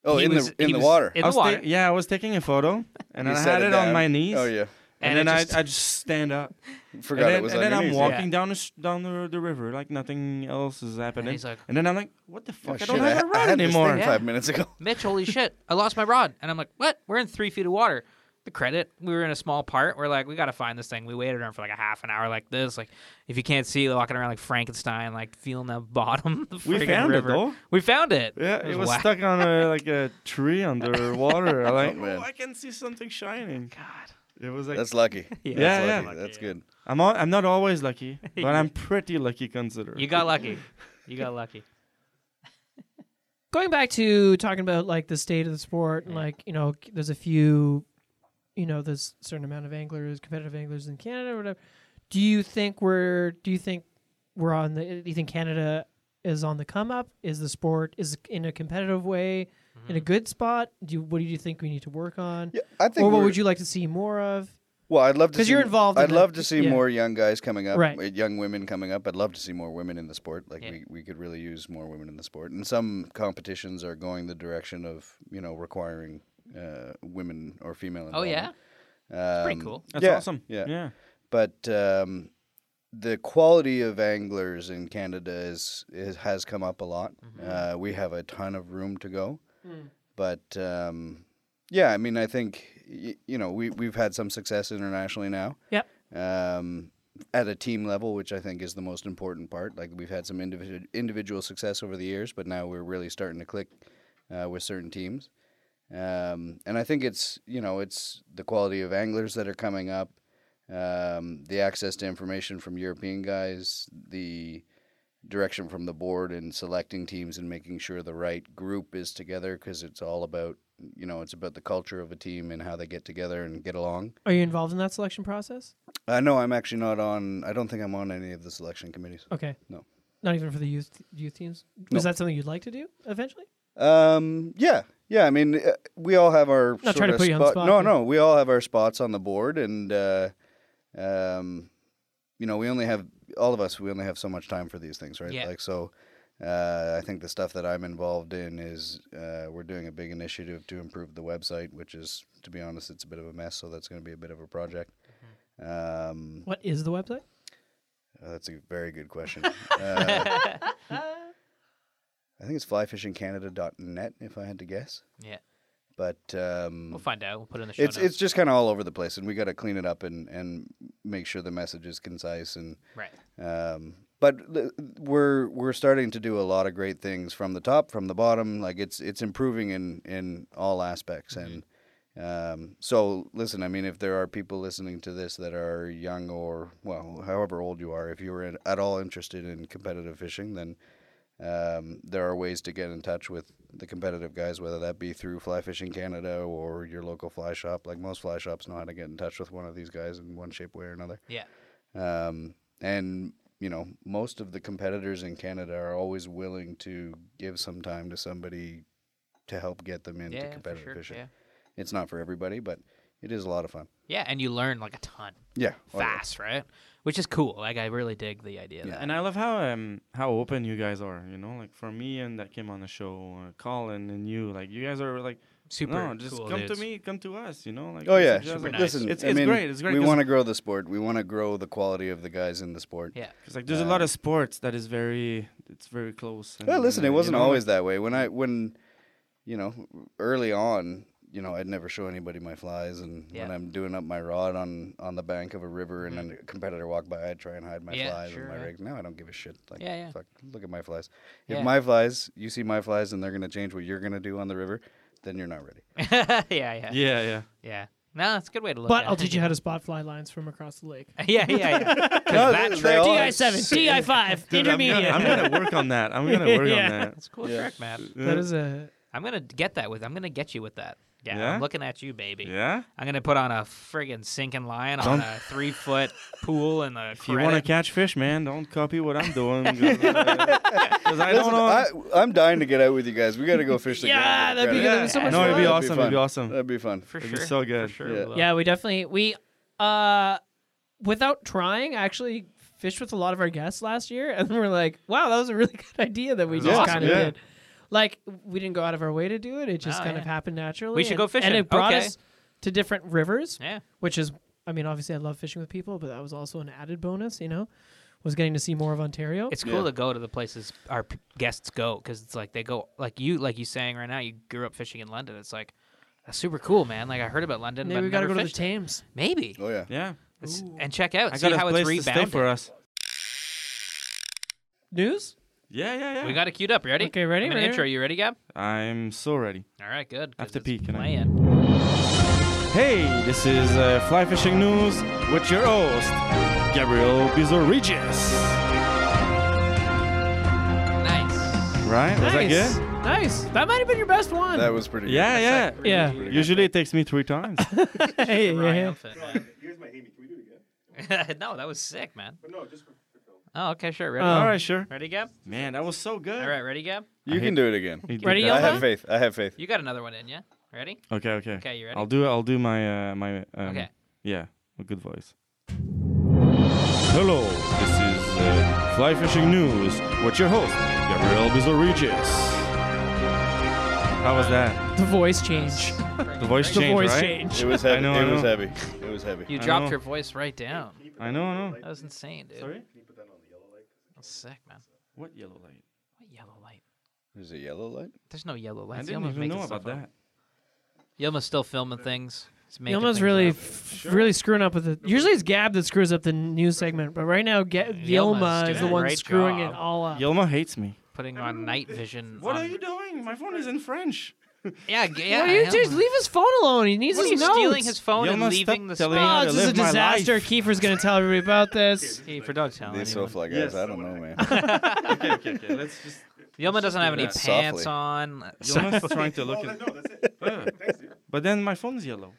Oh, He in was- the in he the was water. in I the was water. ta- yeah, I was taking a photo and You I had set it, on down. my knees. Oh yeah, And And, it then just- I, I just stand up. forgot and then, it was and on then your I'm knees, yeah. walking down the s down the, the river like nothing else is happening. he's like- and then I'm like, what the Oh, fuck? I shit, don't ha- have a I rod had this thing anymore. Yeah. Five minutes ago. Mitch, holy shit, I lost my rod. And I'm like, what? We're in three feet of water. The credit, we were in a small part. We're like, we got to find this thing. We waited on it for like a half an hour, like this. Like, if you can't see, walking around like Frankenstein, like feeling the bottom. Of the We friggin' found it, river. though. We found it. Yeah, it was, whack. stuck on a, like a tree underwater. I'm like, man. oh, I can see something shining. God. It was like That's lucky. Yeah. That's Yeah, lucky. yeah. That's Yeah. good. I'm all, I'm not always lucky, but I'm pretty lucky considered. You got lucky. You got lucky. going back to talking about like the state of the sport and like you know there's a few you know there's a certain amount of anglers competitive anglers in canada or whatever do you think we're do you think we're on the do you think canada is on the come up is the sport is in a competitive way in a good spot do you what do you think we need to work on Yeah, I think. or what we're- would you like to see more of Well, I'd love to 'Cause see- you're involved in I'd the- love to see yeah. more young guys coming up, Right. uh, young women coming up. I'd love to see more women in the sport. Like Yeah. we, we could really use more women in the sport. And some competitions are going the direction of you know requiring uh, women or female. Oh, yeah? involvement. um, pretty cool. That's yeah, awesome. Yeah, yeah. but um, the quality of anglers in Canada is, is has come up a lot. Uh, we have a ton of room to go, but um, yeah, I mean, I think y- you know we we've had some success internationally now. Yep. Um, at a team level, which I think is the most important part. Like we've had some individual individual success over the years, but now we're really starting to click uh, with certain teams. Um, and I think it's you know it's the quality of anglers that are coming up, um, the access to information from European guys, the direction from the board in selecting teams and making sure the right group is together because it's all about you know it's about the culture of a team and how they get together and get along. are you involved in that selection process Uh, no, I'm actually not on. I don't think I'm on any of the selection committees. okay No. not even for the youth youth teams No. is that something you'd like to do eventually Um, yeah, yeah. I mean, uh, we all have our Not sort trying to of put you on the spot, No, but- no, we all have our spots on the board, and uh, um, you know, we only have all of us. We only have so much time for these things, right? Yeah. Like so. Uh, I think the stuff that I'm involved in is uh, we're doing a big initiative to improve the website, which is, to be honest, it's a bit of a mess. So that's going to be a bit of a project. Mm-hmm. Um, what is the website Oh, that's a very good question. uh, I think it's flyfishingcanada.net, if I had to guess. Yeah. But um, We'll find out. We'll put it in the show it's notes. it's just kind of all over the place, and we got to clean it up and, and make sure the message is concise. And right. um, but l- we're we're starting to do a lot of great things from the top, from the bottom. Like it's it's improving in in all aspects. And um, so listen, I mean, if there are people listening to this that are young or well, however old you are, if you were in, at all interested in competitive fishing, then um, there are ways to get in touch with the competitive guys, whether that be through Fly Fishing Canada or your local fly shop. Like most fly shops know how to get in touch with one of these guys in one shape, way, or another. Yeah. Um, and you know, most of the competitors in Canada are always willing to give some time to somebody to help get them into Yeah, for competitive sure. fishing. Yeah. It's not for everybody, but It is a lot of fun. Yeah, and you learn like a ton Yeah. oh, yeah. fast, right? Which is cool. Like I really dig the idea. of Yeah. that. And I love how um how open you guys are. You know, like for me and that came on the show, uh, Colin and you, like you guys are like Super. no, just cool come dudes. to me, come to us. You know, like Oh we yeah, suggest, Super like, nice. listen, It's, I it's mean, great. It's great. We 'cause- want to grow the sport. We want to grow the quality of the guys in the sport. Yeah. Cause like there's a lot of sports that is very, it's very close. and, Well, listen, uh, it you wasn't know, always that way. When I when you know early on, you know, I'd never show anybody my flies, and when Yeah. I'm doing up my rod on on the bank of a river and a competitor walked by, I'd try and hide my Yeah, flies sure, and my yeah. rigs. Now I don't give a shit. Like, Yeah, yeah. fuck, look at my flies. If Yeah. my flies, you see my flies, and they're gonna change what you're gonna do on the river, then you're not ready. yeah, yeah, yeah, Yeah, yeah. No, that's a good way to look. But at I'll it. teach you how to spot fly lines from across the lake. yeah, yeah, yeah. 'Cause No, that they- they trick- all- DI seven, DI five, Dude, I'm, gonna, intermediate. I'm gonna work on that. I'm gonna work Yeah. on that. That's a cool Yeah. trick, man. that is a I'm gonna get that with. I'm gonna get you with that. Yeah, Yeah? I'm looking at you, baby. Yeah. I'm gonna put on a friggin' sinking lion on a three foot pool in the. If you want to credit. catch fish, man, don't copy what I'm doing. Because I don't know. Listen, I, I'm dying to get out with you guys. We gotta go fish the Yeah, ground. that'd be good. Right. That'd be so Yeah. much No, it'd be fun. awesome. It'd be fun. awesome. That'd be fun. for It'd sure. be so good. For sure. Yeah. we will. Yeah, we definitely we uh without trying actually fished with a lot of our guests last year and we're like, wow, that was a really good idea that we That just was kind awesome, of yeah. did. Like we didn't go out of our way to do it. It just Oh, kind of yeah. happened naturally. We should and- go fishing. And it brought Okay. us to different rivers, Yeah. which is I mean, obviously I love fishing with people, but that was also an added bonus, you know. Was getting to see more of Ontario. It's cool to go to the places our p- guests go because it's like they go like you like you saying right now you grew up fishing in London. It's like that's super cool, man. Like I heard about London. Maybe but we gotta never go to the fished it. Thames. Maybe Oh yeah. Yeah. It's- and check out I see got how a it's place to stay rebounded. for uh, us. News? Yeah, yeah, yeah. We got it queued up. You ready? Okay, ready, I'm gonna ready. intro. You ready, Gab? I'm so ready. All right, good. I have to peek. pee, can I? playing. Hey, this is uh, Fly Fishing News with your host, Gabriel Bizorigis. Nice. Right? Was that nice. good? Nice. That might have been your best one. That was pretty. Yeah, good. yeah. yeah. Pretty good. Usually it takes me three times. Hey, yeah, yeah. Triumphant, man. Here's my Amy. Can we do it again? no, that was sick, man. But no, just for, for film. Oh, okay, sure. Ready? Uh, All right, sure. ready, Gab? Man, that was so good. All right, ready, Gab? You can do it again. He did Ready, that. I Yellow? have faith. I have faith. You got another one in you. Ready? Okay, okay. Okay, you ready? I'll do. I'll do my uh, my. Um, Okay. Yeah, a good voice. Hello, this is uh, Fly Fishing News with your host Gabriel Bizorigis. How was that? The voice change. The voice The Change, voice right? change. It was heavy. I know, it I was know. heavy. It was heavy. You I dropped know. your voice right down. I know, I know. That was insane, dude. That's sick, man. What yellow light? What yellow light? There's a yellow light. There's no yellow light. I didn't even know about that. Yelma's still filming things. He's making Yelma's things really, up. f- really screwing up with it. Usually it's Gab that screws up the news segment, but right now Ga- Yelma is doing the a one great screwing job. it all up. Yelma hates me. putting on night vision. What on- are you doing? My phone is in French. Yeah, g- yeah. What are you Yelma. doing? Leave his phone alone. He needs What, his he's notes. stealing his phone and Yelma, leaving stop the telling spot. Oh, how to this is a live my disaster. life. Kiefer's gonna tell everybody about this. Hey, for dog telling These anyone. SoFly guys, Yes, I don't know, man. okay, okay, okay. Let's just. Yelma doesn't have any that. pants Softly. on. Yelma's trying to look Oh, at. that, no, that's it. Uh, Thanks, dude. But then my phone's yellow.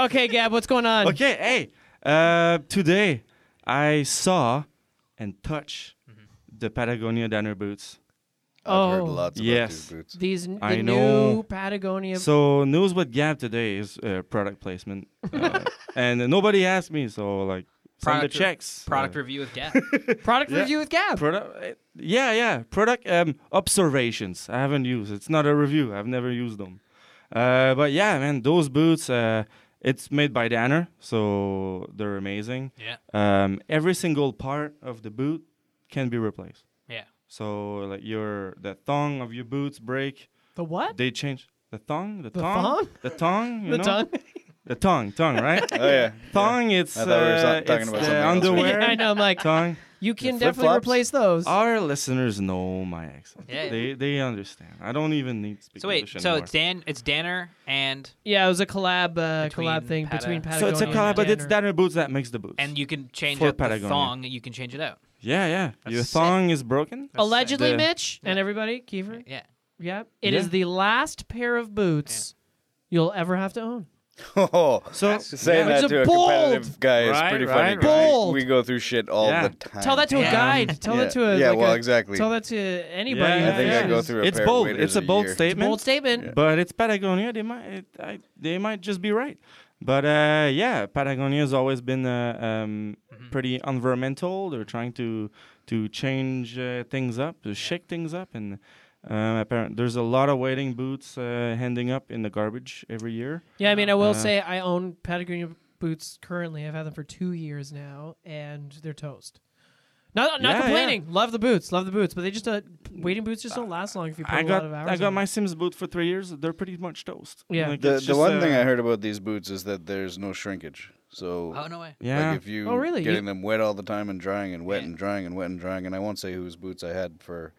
Okay, Gab, what's going on? Okay, hey. Uh, today, I saw and touched Mm-hmm. the Patagonia Danner boots. I've heard Oh. lots about Yes. these boots. These n- the I new know. Patagonia. So news with Gab today is uh, product placement, uh, and nobody asked me, so like send the Product re- checks. Product uh, review with Gap. Product review with Gab. product. uh, Yeah, yeah. Product um, observations. I haven't used. It's not a review. I've never used them. Uh, but yeah, man, those boots. Uh, it's made by Danner, so they're amazing. yeah, Um, every single part of the boot can be replaced. yeah. So like your the thong of your boots break. the what? They change the thong, the, The thong, thong? the tongue, you the know? tongue. the tongue, tongue, right? Oh yeah. thong, it's I thought we were so- uh, talking it's about the something else. underwear. yeah, I know. I'm like, Tongue. Oh, you can flip definitely flops? replace those. Our listeners know my accent. Yeah, yeah. They they understand. I don't even need to speak So wait, English so anymore. it's Dan, it's Danner, and yeah, it was a collab, uh, Between collab thing Pata- between So Patagonia. so it's a and collab, but it's Tanner. Danner boots that makes the boots. and you can change For out the Patagonia. thong. You can change it out. yeah, yeah. Your sick. thong is broken. That's Allegedly, The- Mitch and everybody, Kiefer. sick. Yeah. Yep. it is Yeah. the last pair of boots you'll ever have to own. Oh, So saying Which that is to a bold. competitive guy is Right, pretty funny. right, 'cause we- Bold. We go through shit all Yeah. the time. Tell that to a Damn. guide. Tell that Yeah. to a Yeah, like well, a- exactly. Tell that to anybody. Yeah, I think I go It's through a it's pair bold. Of waders it's a bold year. a statement. bold statement. But it's Patagonia. They might it, I, they might just be right. But uh, yeah, Patagonia has always been uh, um, Mm-hmm. pretty environmental. They're trying to to change uh, things up, to shake things up, and uh, apparent there's a lot of wading boots uh, ending up in the garbage every year. Yeah, I mean, I will Uh, say I own Patagonia boots currently. I've had them for two years now, and they're toast. Not, not Yeah, complaining. Love the boots. Love the boots, but they just uh, waiting boots just don't last long if you put I a got lot of hours. I got on my it. Sims boot for three years. They're pretty much toast. Yeah. Like, The it's the just, one uh, thing I heard about these boots is that there's no shrinkage. So Oh no way. Yeah. like if you Oh, really? getting You- them wet all the time and drying and wet and drying and wet and drying and I won't say whose boots I had for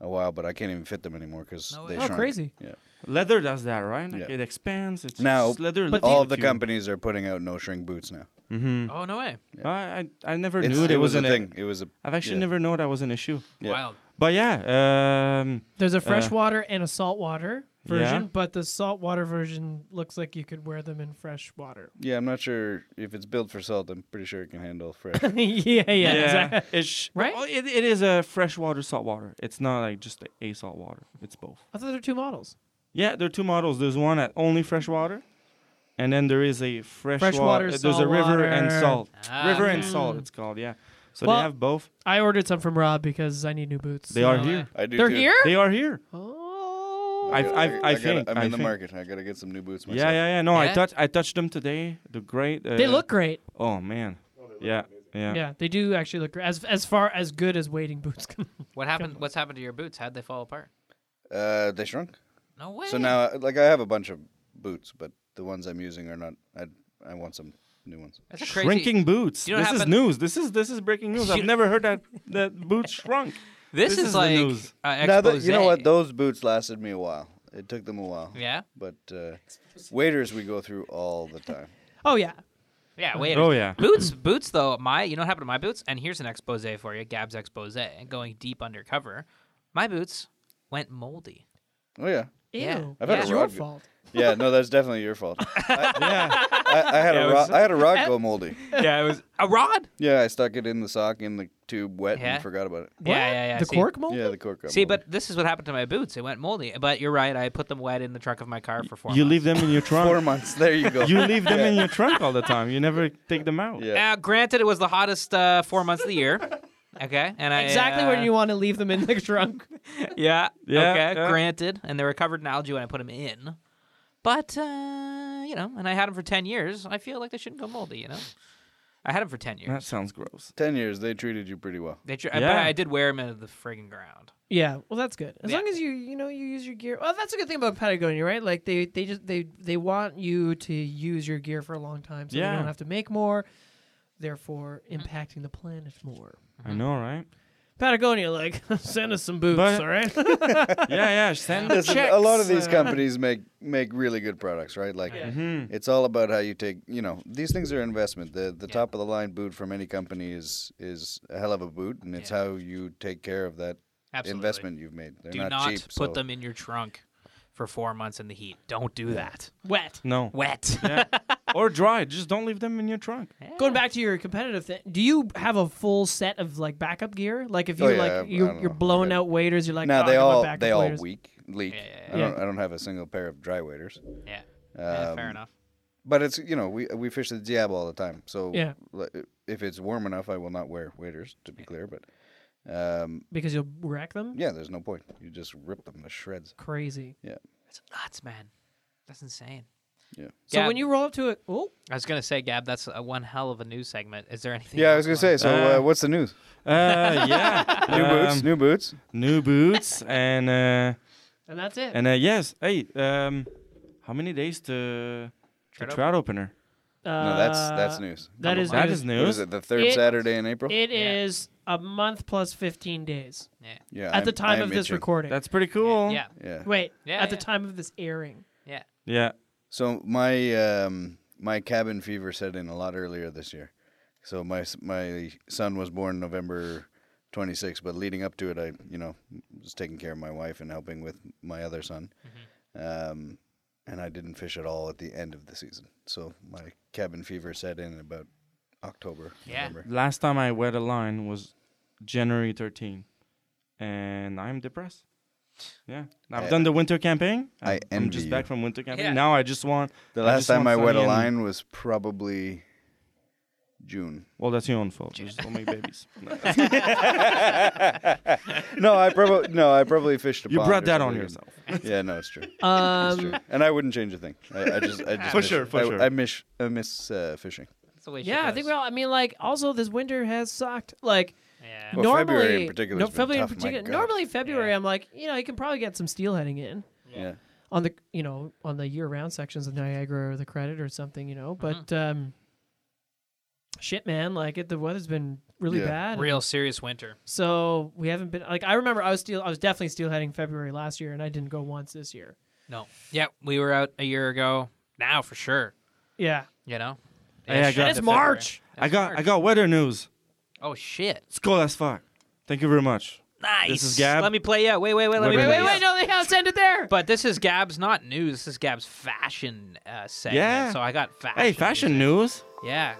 a while, but I can't even fit them anymore because No way. they Oh, Oh, shrunk. crazy. Yeah. leather does that, right? Like Yeah. It expands. It's Now, just leather. but All the companies are putting out no shrink boots now. Mm. hmm Oh no way. I, I I never It's- knew it, there was, an a thing. It was a. I've actually yeah. never known that was an issue. Yeah. Wild. But yeah, um, There's a freshwater and a saltwater version, Yeah. but the saltwater version looks like you could wear them in fresh water. Yeah, I'm not sure if it's built for salt. I'm pretty sure it can handle fresh. yeah, yeah, exactly. It's, Right? well, It, it is a freshwater saltwater. It's not like just a saltwater. It's both. I thought there were two models. Yeah, there are two models. There's one at only freshwater, and then there is a fresh Freshwater, wa- There's a river and saltwater. salt. Ah, river and okay. salt. It's called. Yeah. So Well- they have both. I ordered some from Rob because I need new boots. They are No way. here. I do. They're too. here. They are here. Oh, I've- I've- I gotta- think- I'm I in the think. market. I gotta get some new boots myself. Yeah, yeah, yeah. No, Yeah? I touch I touched them today. The great. Uh, they look great. Oh man. Yeah, yeah. Yeah, they do actually look as as far as good as wading boots. can- What happened? What's happened to your boots? How'd they fall apart? Uh, they shrunk. No way. So now, like, I have a bunch of boots, but the ones I'm using are not. I I want some new ones. That's a crazy. Shrinking boots. You know what this is happened- news. This is this is breaking news. I've You- never heard that that boots shrunk. This, This is, is the like news. Uh, Now that expose. you know what, those boots lasted me a while. It took them a while. Yeah. But uh, waiters, we go through all the time. Oh yeah, Yeah. Wait. Oh yeah. Boots, boots though. My, you know what happened to my boots? And here's an expose for you, Gab's expose. Going deep undercover, my boots went moldy. Oh yeah. ew. Yeah. I've had That's a your rug- fault. Yeah. No, that's definitely your fault. yeah. I, I had Yeah, a it ro- was- I had a rod go moldy. Yeah, it was a rod. Yeah, I stuck it in the sock in the tube, wet, Yeah. and forgot about it. Yeah, yeah, yeah, The see. cork mold. Yeah, the cork. Got See, moldy. but this is what happened to my boots. It went moldy. But you're right. I put them wet in the trunk of my car for four. You months. leave them in your trunk. four months. There you go. You leave them in your trunk all the time. You never take them out. Yeah. Now, granted, it was the hottest uh, four months of the year. Okay, and I Exactly uh, when you want to leave them in the trunk. Yeah. Yeah, Okay. yeah. Granted, and they were covered in algae when I put them in, but uh, you know, and I had them for ten years. I feel like they shouldn't go moldy. You know, I had them for ten years. That sounds gross. Ten years, they treated you pretty well. They tr- I- Yeah. But I did wear them into the friggin' ground. Yeah, well that's good. As Yeah. long as you you know you use your gear. Well, that's a good thing about Patagonia, right? Like they they just they they want you to use your gear for a long time, so Yeah. Mm-hmm. you don't have to make more, therefore impacting the planet more. I know, right? Patagonia, like send us some boots, But- all right? Yeah, yeah. Send the Listen, checks. a lot of these uh, companies make make really good products, right? Like it's all about how you take, you know, these things are investment. The the top of the line boot from any company is is a hell of a boot, and it's how you take care of that Absolutely. investment you've made. They're Do not, not, cheap. put so- them in your trunk for four months in the heat. Don't do that. Wet. No. Wet. Yeah. or dry. Just don't leave them in your trunk. Going back to your competitive thing, do you have a full set of like backup gear? Like if Oh, you yeah, I- I like you're, don't you're know. blowing Yeah. out waders, you're like, now oh, they I got my all backup they all waders. weak leak. Yeah, yeah, I yeah. don't I don't have a single pair of dry waders. yeah. Yeah, fair Um, enough. But it's you know we we fish the Diablo all the time, so Yeah. li- if it's warm enough, I will not wear waders to be clear. But um, because you'll wreck them. yeah, there's no point. You just rip them to shreds. Crazy. Yeah. That's nuts, man. That's insane. Yeah. So Gab- when you roll up to it, oh, I was gonna say, Gab, that's a one hell of a news segment. Is there anything? Yeah, I else was gonna you say. wanna- So, Uh, uh, what's the news? Uh, yeah. New boots, Um, new boots. new boots, and uh, and that's it. and uh, yes. Hey, um, how many days to Trout to trout opener? No, that's that's news. uh, That is That news. is What news. is it? The third It- Saturday in April. It Yeah. is a month plus 15 days Yeah. yeah. at the I'm- time I'm of this itching. recording. That's pretty cool. Yeah. Yeah. Wait, Yeah, at the yeah. time of this airing. Yeah. Yeah. So my um, my cabin fever set in a lot earlier this year. So my s- my son was born November 26, but leading up to it, I you know was taking care of my wife and helping with my other son. Um, and I didn't fish at all at the end of the season. So my cabin fever set in about October. Yeah. November. Last time I wet a line was January 13, and I'm depressed. Yeah, I've I- done the winter campaign. I I'm- I'm envy just you. back from winter campaign. Yeah. Now I just want. The I last just time want I wet sunny a and- line was probably June. Well, that's your own fault. Just don't make babies. No. No, I probably no, I probably fished a you pond brought or that on something. yourself. Yeah, no, it's true. It's Um, true. And I wouldn't change a thing. I, I just, I just For miss- sure, for I, sure. I miss, I miss uh, fishing. That's the way. yeah, I think we all. I mean, like, also this winter has sucked. Like, Yeah. Well, normally, February in particular has been February in tough, my particular- God. normally February, Yeah. I'm like, you know, you can probably get some steelheading in Yeah. on the, you know, on the year-round sections of Niagara or the Credit or something, you know. But Mm-hmm. um, shit, man, like it, the weather's been really Yeah. bad. Real serious winter. So we haven't been like I remember I was steel I was definitely steelheading February last year and I didn't go once this year. No. Yeah, we were out a year ago. Now for sure. Yeah. You know. Hey, I shit, got- It's February. March. I It's got, I March. got weather news. Oh shit. It's cold as fuck. Thank you very much. Nice. This is Gab. Let me play. Yeah. Wait. Wait. Wait. Let me Wait, Wait, play wait, you wait, out. no, they have send it there. But this is Gab's not news. This is Gab's fashion uh, segment. Yeah. So I got fashion. Hey, fashion music. news. Yeah.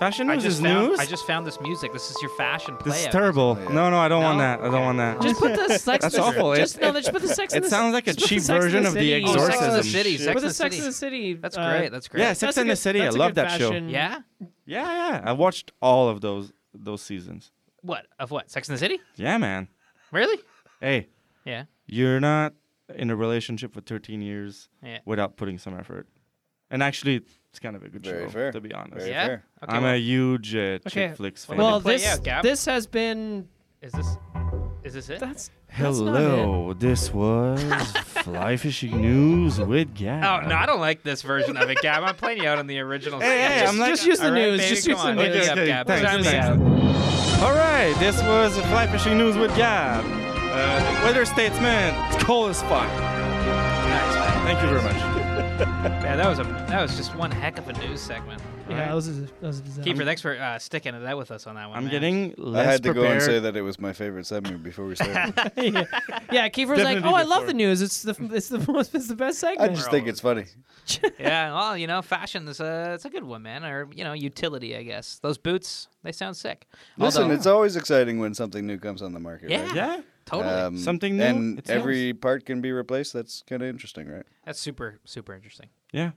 Fashion I news just is found, news. I just found this music. This is your fashion play. this is out. terrible. Yeah. No, no, I don't want No? that. I don't want that. just put the sex That's in the- awful. Just, It- no, just put the sex in it the sounds like a just put cheap the Sex in the version of The City. Oh, Sex in the Exorcism. City. Shit. Sex Put in the the Sex City. in the City. That's uh, great. That's great. yeah, Sex a and the good- City. I that's a love good that show. fashion- Yeah. Yeah, yeah. I watched all of those those seasons. What of what? Sex in the City? Yeah, man. Really? Hey, Yeah. you're not in a relationship for 13 years Yeah. without putting some effort. And actually, it's kind of a good Very show, fair. to be honest. Very yeah. fair. Okay. I'm well, a huge uh, Okay. chick flicks fan. Well, Well, play this out, Gab. this has been is this is this it? that's that's not Hello, this was Fly Fishing News with Oh Gab. no, I don't like this version of it, Gab. I'm playing you out on the original. Hey, hey, just, I'm like- just use the All right, news. baby, just come use the on. news. Okay, Okay, Yap, okay, yap. thanks, Sound thanks. yap. All right, this was Fly Fishing News with Gab. Uh, weather statement, it's cold as fuck. Nice, man. Thank you very much. Yeah, that was a that was just one heck of a news segment. Yeah, that was a, that was a disaster. Keeper, thanks for uh, sticking it out with us on that one. I'm man. getting I less had to go prepared. and say that it was my favorite segment before we started. yeah, Kiefer was like, Definitely "Oh, I love before. the news. It's the it's the most it's the best I segment." just think it's funny. Yeah, well, you know, fashion is a it's a good one, man, or you know, utility, I guess. Those boots, they sound sick. Listen, Although- it's always exciting when something new comes on the market. Yeah. right? Yeah? totally. Um, Something new, and it's every part can be replaced. That's kind of interesting, right? That's super super interesting. Yeah.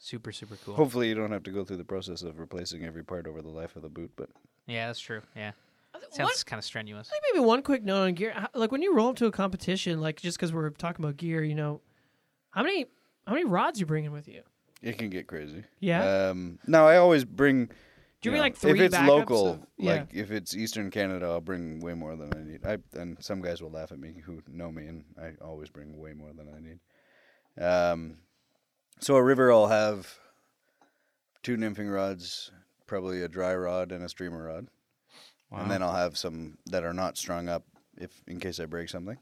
Super super cool. Hopefully, you don't have to go through the process of replacing every part over the life of the boot. But Yeah, that's true. Yeah, One- sounds kind of strenuous. I think maybe one quick note on gear. How- Like when you roll up to a competition, like just because we're talking about gear, you know, how many how many rods you bringing with you? it can get crazy. Yeah? Um, now I always bring. Do you know, mean, like, three If it's backups local, of- yeah. like if it's Eastern Canada, I'll bring way more than I need. I and some guys will laugh at me who know me, and I always bring way more than I need. Um, so a river, I'll have two nymphing rods, probably a dry rod and a streamer rod. And then I'll have some that are not strung up if in case I break something.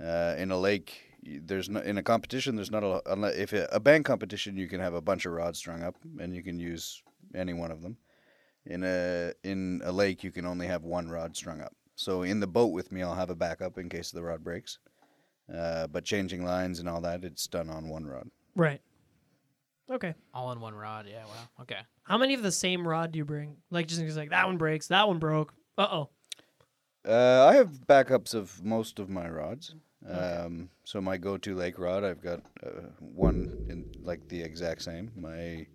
Uh, in a lake, y- there's no, in a competition. There's not a lo- unle- if a, a band competition, you can have a bunch of rods strung up and you can use any one of them. In a in a lake, you can only have one rod strung up. So in the boat with me, I'll have a backup in case the rod breaks. Uh, but changing lines and all that, it's done on one rod. Right. Okay. All in one rod. Yeah. Wow. Okay. How many of the same rod do you bring? Like just in case, like that one breaks, that one broke. Uh oh. Uh, I have backups of most of my rods. Um, so my go-to lake rod, I've got uh, one in like the exact same. My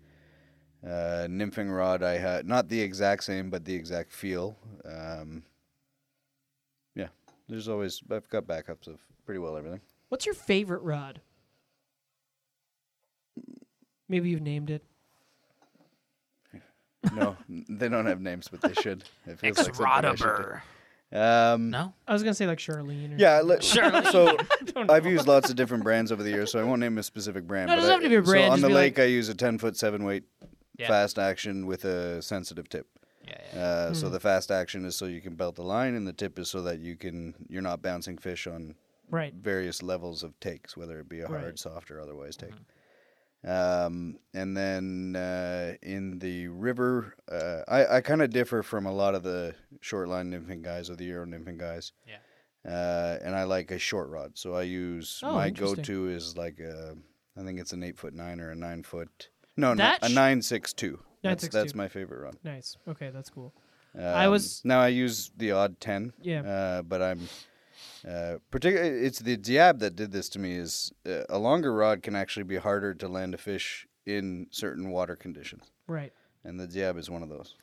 uh, nymphing rod, I had not the exact same, but the exact feel. Um, yeah, there's always I've got backups of pretty well everything. What's your favorite rod? Maybe you've named it. No, n- they don't have names, but they should. It feels Ex like something I should do. rodaber. Um, No. I was gonna say like Charlene. Or Yeah, li- so I've used lots of different brands over the years, so I won't name a specific brand. No, it but doesn't I- have to be a brand, So on just the be lake, like- I use a ten foot seven weight Yeah. fast action with a sensitive tip. Yeah. yeah. Uh, So Hmm. the fast action is so you can belt the line, and the tip is so that you can you're not bouncing fish on Right. various levels of takes, whether it be a hard, Right. Mm-hmm. soft, or otherwise take. Um, and then uh, in the river, uh, I, I kind of differ from a lot of the short line nymphing guys or the Euro nymphing guys. Yeah. Uh, and I like a short rod, so I use Oh, my interesting. go-to is like a I think it's an eight foot nine or a nine foot. No, no, That a sh- nine six two. That's, 9.62. that's my favorite run. Nice. Okay, that's cool. I Um, was- now I use the odd ten. Yeah. Uh, but I'm uh, particularly it's the diab that did this to me. Is uh, a longer rod can actually be harder to land a fish in certain water conditions, Right. and the diab is one of those.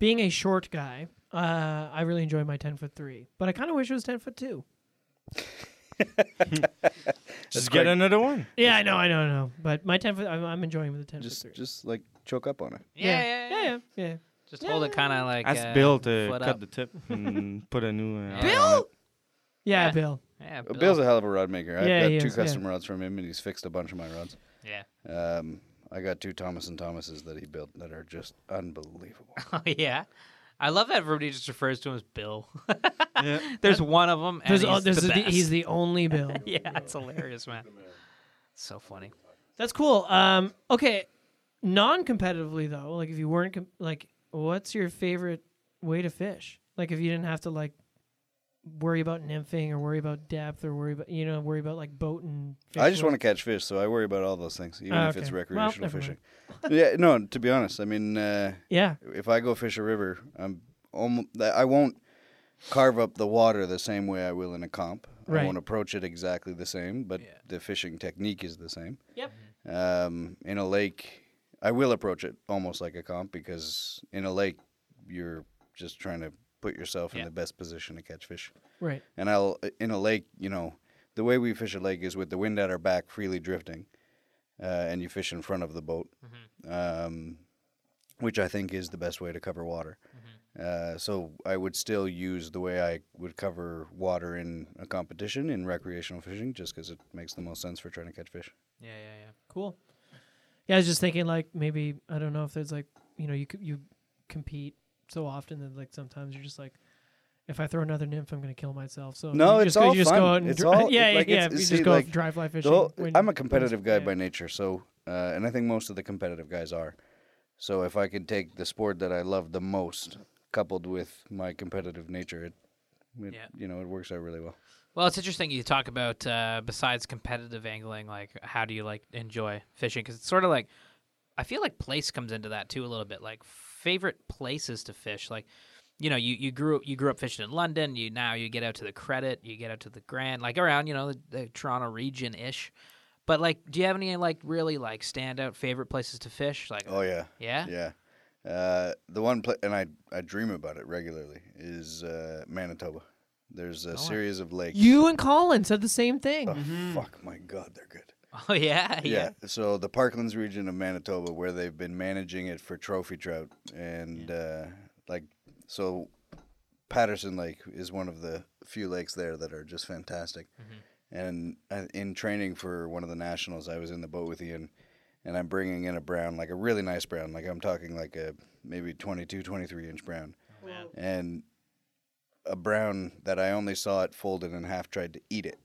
Being a short guy, uh, I really enjoy my ten foot three, but I kind of wish it was ten foot two. Just get another one. Yeah, I know, I know, I know. But my ten foot, I'm, I'm enjoying the ten Just foot three. just like choke up on it. Yeah, yeah, yeah, yeah. yeah, yeah. Just hold it kind of like. Ask uh, Bill to foot cut up. the tip and put a new. Uh, Bill? Yeah, Yeah. Bill. Yeah, Uh, Bill. Bill's a hell of a rod maker. I've Yeah, got he two is, yeah. custom rods from him, and he's fixed a bunch of my rods. yeah. Um, I got two Thomas and Thomases that he built that are just unbelievable. Oh yeah. I love that everybody just refers to him as Bill. Yeah. There's one of them, and There's, he's, oh, there's the the best. he's the only Bill. yeah, it's hilarious, man. So funny. That's cool. Um, okay, non-competitively though, like if you weren't com- like, what's your favorite way to fish? Like if you didn't have to like worry about nymphing or worry about depth or worry about you know worry about like boat and. Fish I just want work. to catch fish, so I worry about all those things, even Ah, if it's okay. Well, recreational never fishing. mind. yeah, no, to be honest, I mean, uh, Yeah, if I go fish a river, I'm almost, I won't carve up the water the same way I will in a comp. I Right. won't approach it exactly the same, but the fishing technique is the same. Yep. Um, in a lake, I will approach it almost like a comp because in a lake, you're just trying to put yourself in Yeah. the best position to catch fish. right. and I'll uh, in a lake, you know, the way we fish a lake is with the wind at our back, freely drifting, uh, and you fish in front of the boat, um, which I think is the best way to cover water. Uh, so I would still use the way I would cover water in a competition in recreational fishing, just because it makes the most sense for trying to catch fish. Yeah, yeah, Cool. Yeah, I was just thinking like maybe I don't know if there's like you know you c- you compete so often that like sometimes you're just like. If I throw another nymph, I'm gonna kill myself. So No, you it's just go, all you just fun. Go out and It's dri- all- yeah, it- like, yeah. it's- yeah, you you see, just go like, out dry fly The fishing. whole- when- I'm a competitive guy yeah. by nature, so uh, and I think most of the competitive guys are. So if I could take the sport that I love the most, coupled with my competitive nature, it, it Yeah. you know it works out really well. Well, it's interesting you talk about uh, besides competitive angling, like how do you like enjoy fishing? Because it's sort of like I feel like place comes into that too a little bit. Like favorite places to fish, like you know, you, you grew you grew up fishing in London. You now you get out to the Credit, you get out to the Grand, like around you know the, the Toronto region ish. But like, do you have any like really like standout favorite places to fish? Like, Oh yeah, yeah, yeah. Uh, the one pla and I I dream about it regularly is uh, Manitoba. There's a series of lakes. You and Colin said the same thing. Oh, Fuck my god, they're good. oh yeah, yeah, yeah. So the Parklands region of Manitoba, where they've been managing it for trophy trout, and uh, like so, Patterson Lake is one of the few lakes there that are just fantastic. And uh, in training for one of the nationals, I was in the boat with Ian, and I'm bringing in a brown, like a really nice brown, like I'm talking like a maybe 22, 23 inch brown, and a brown that I only saw it folded in half tried to eat it.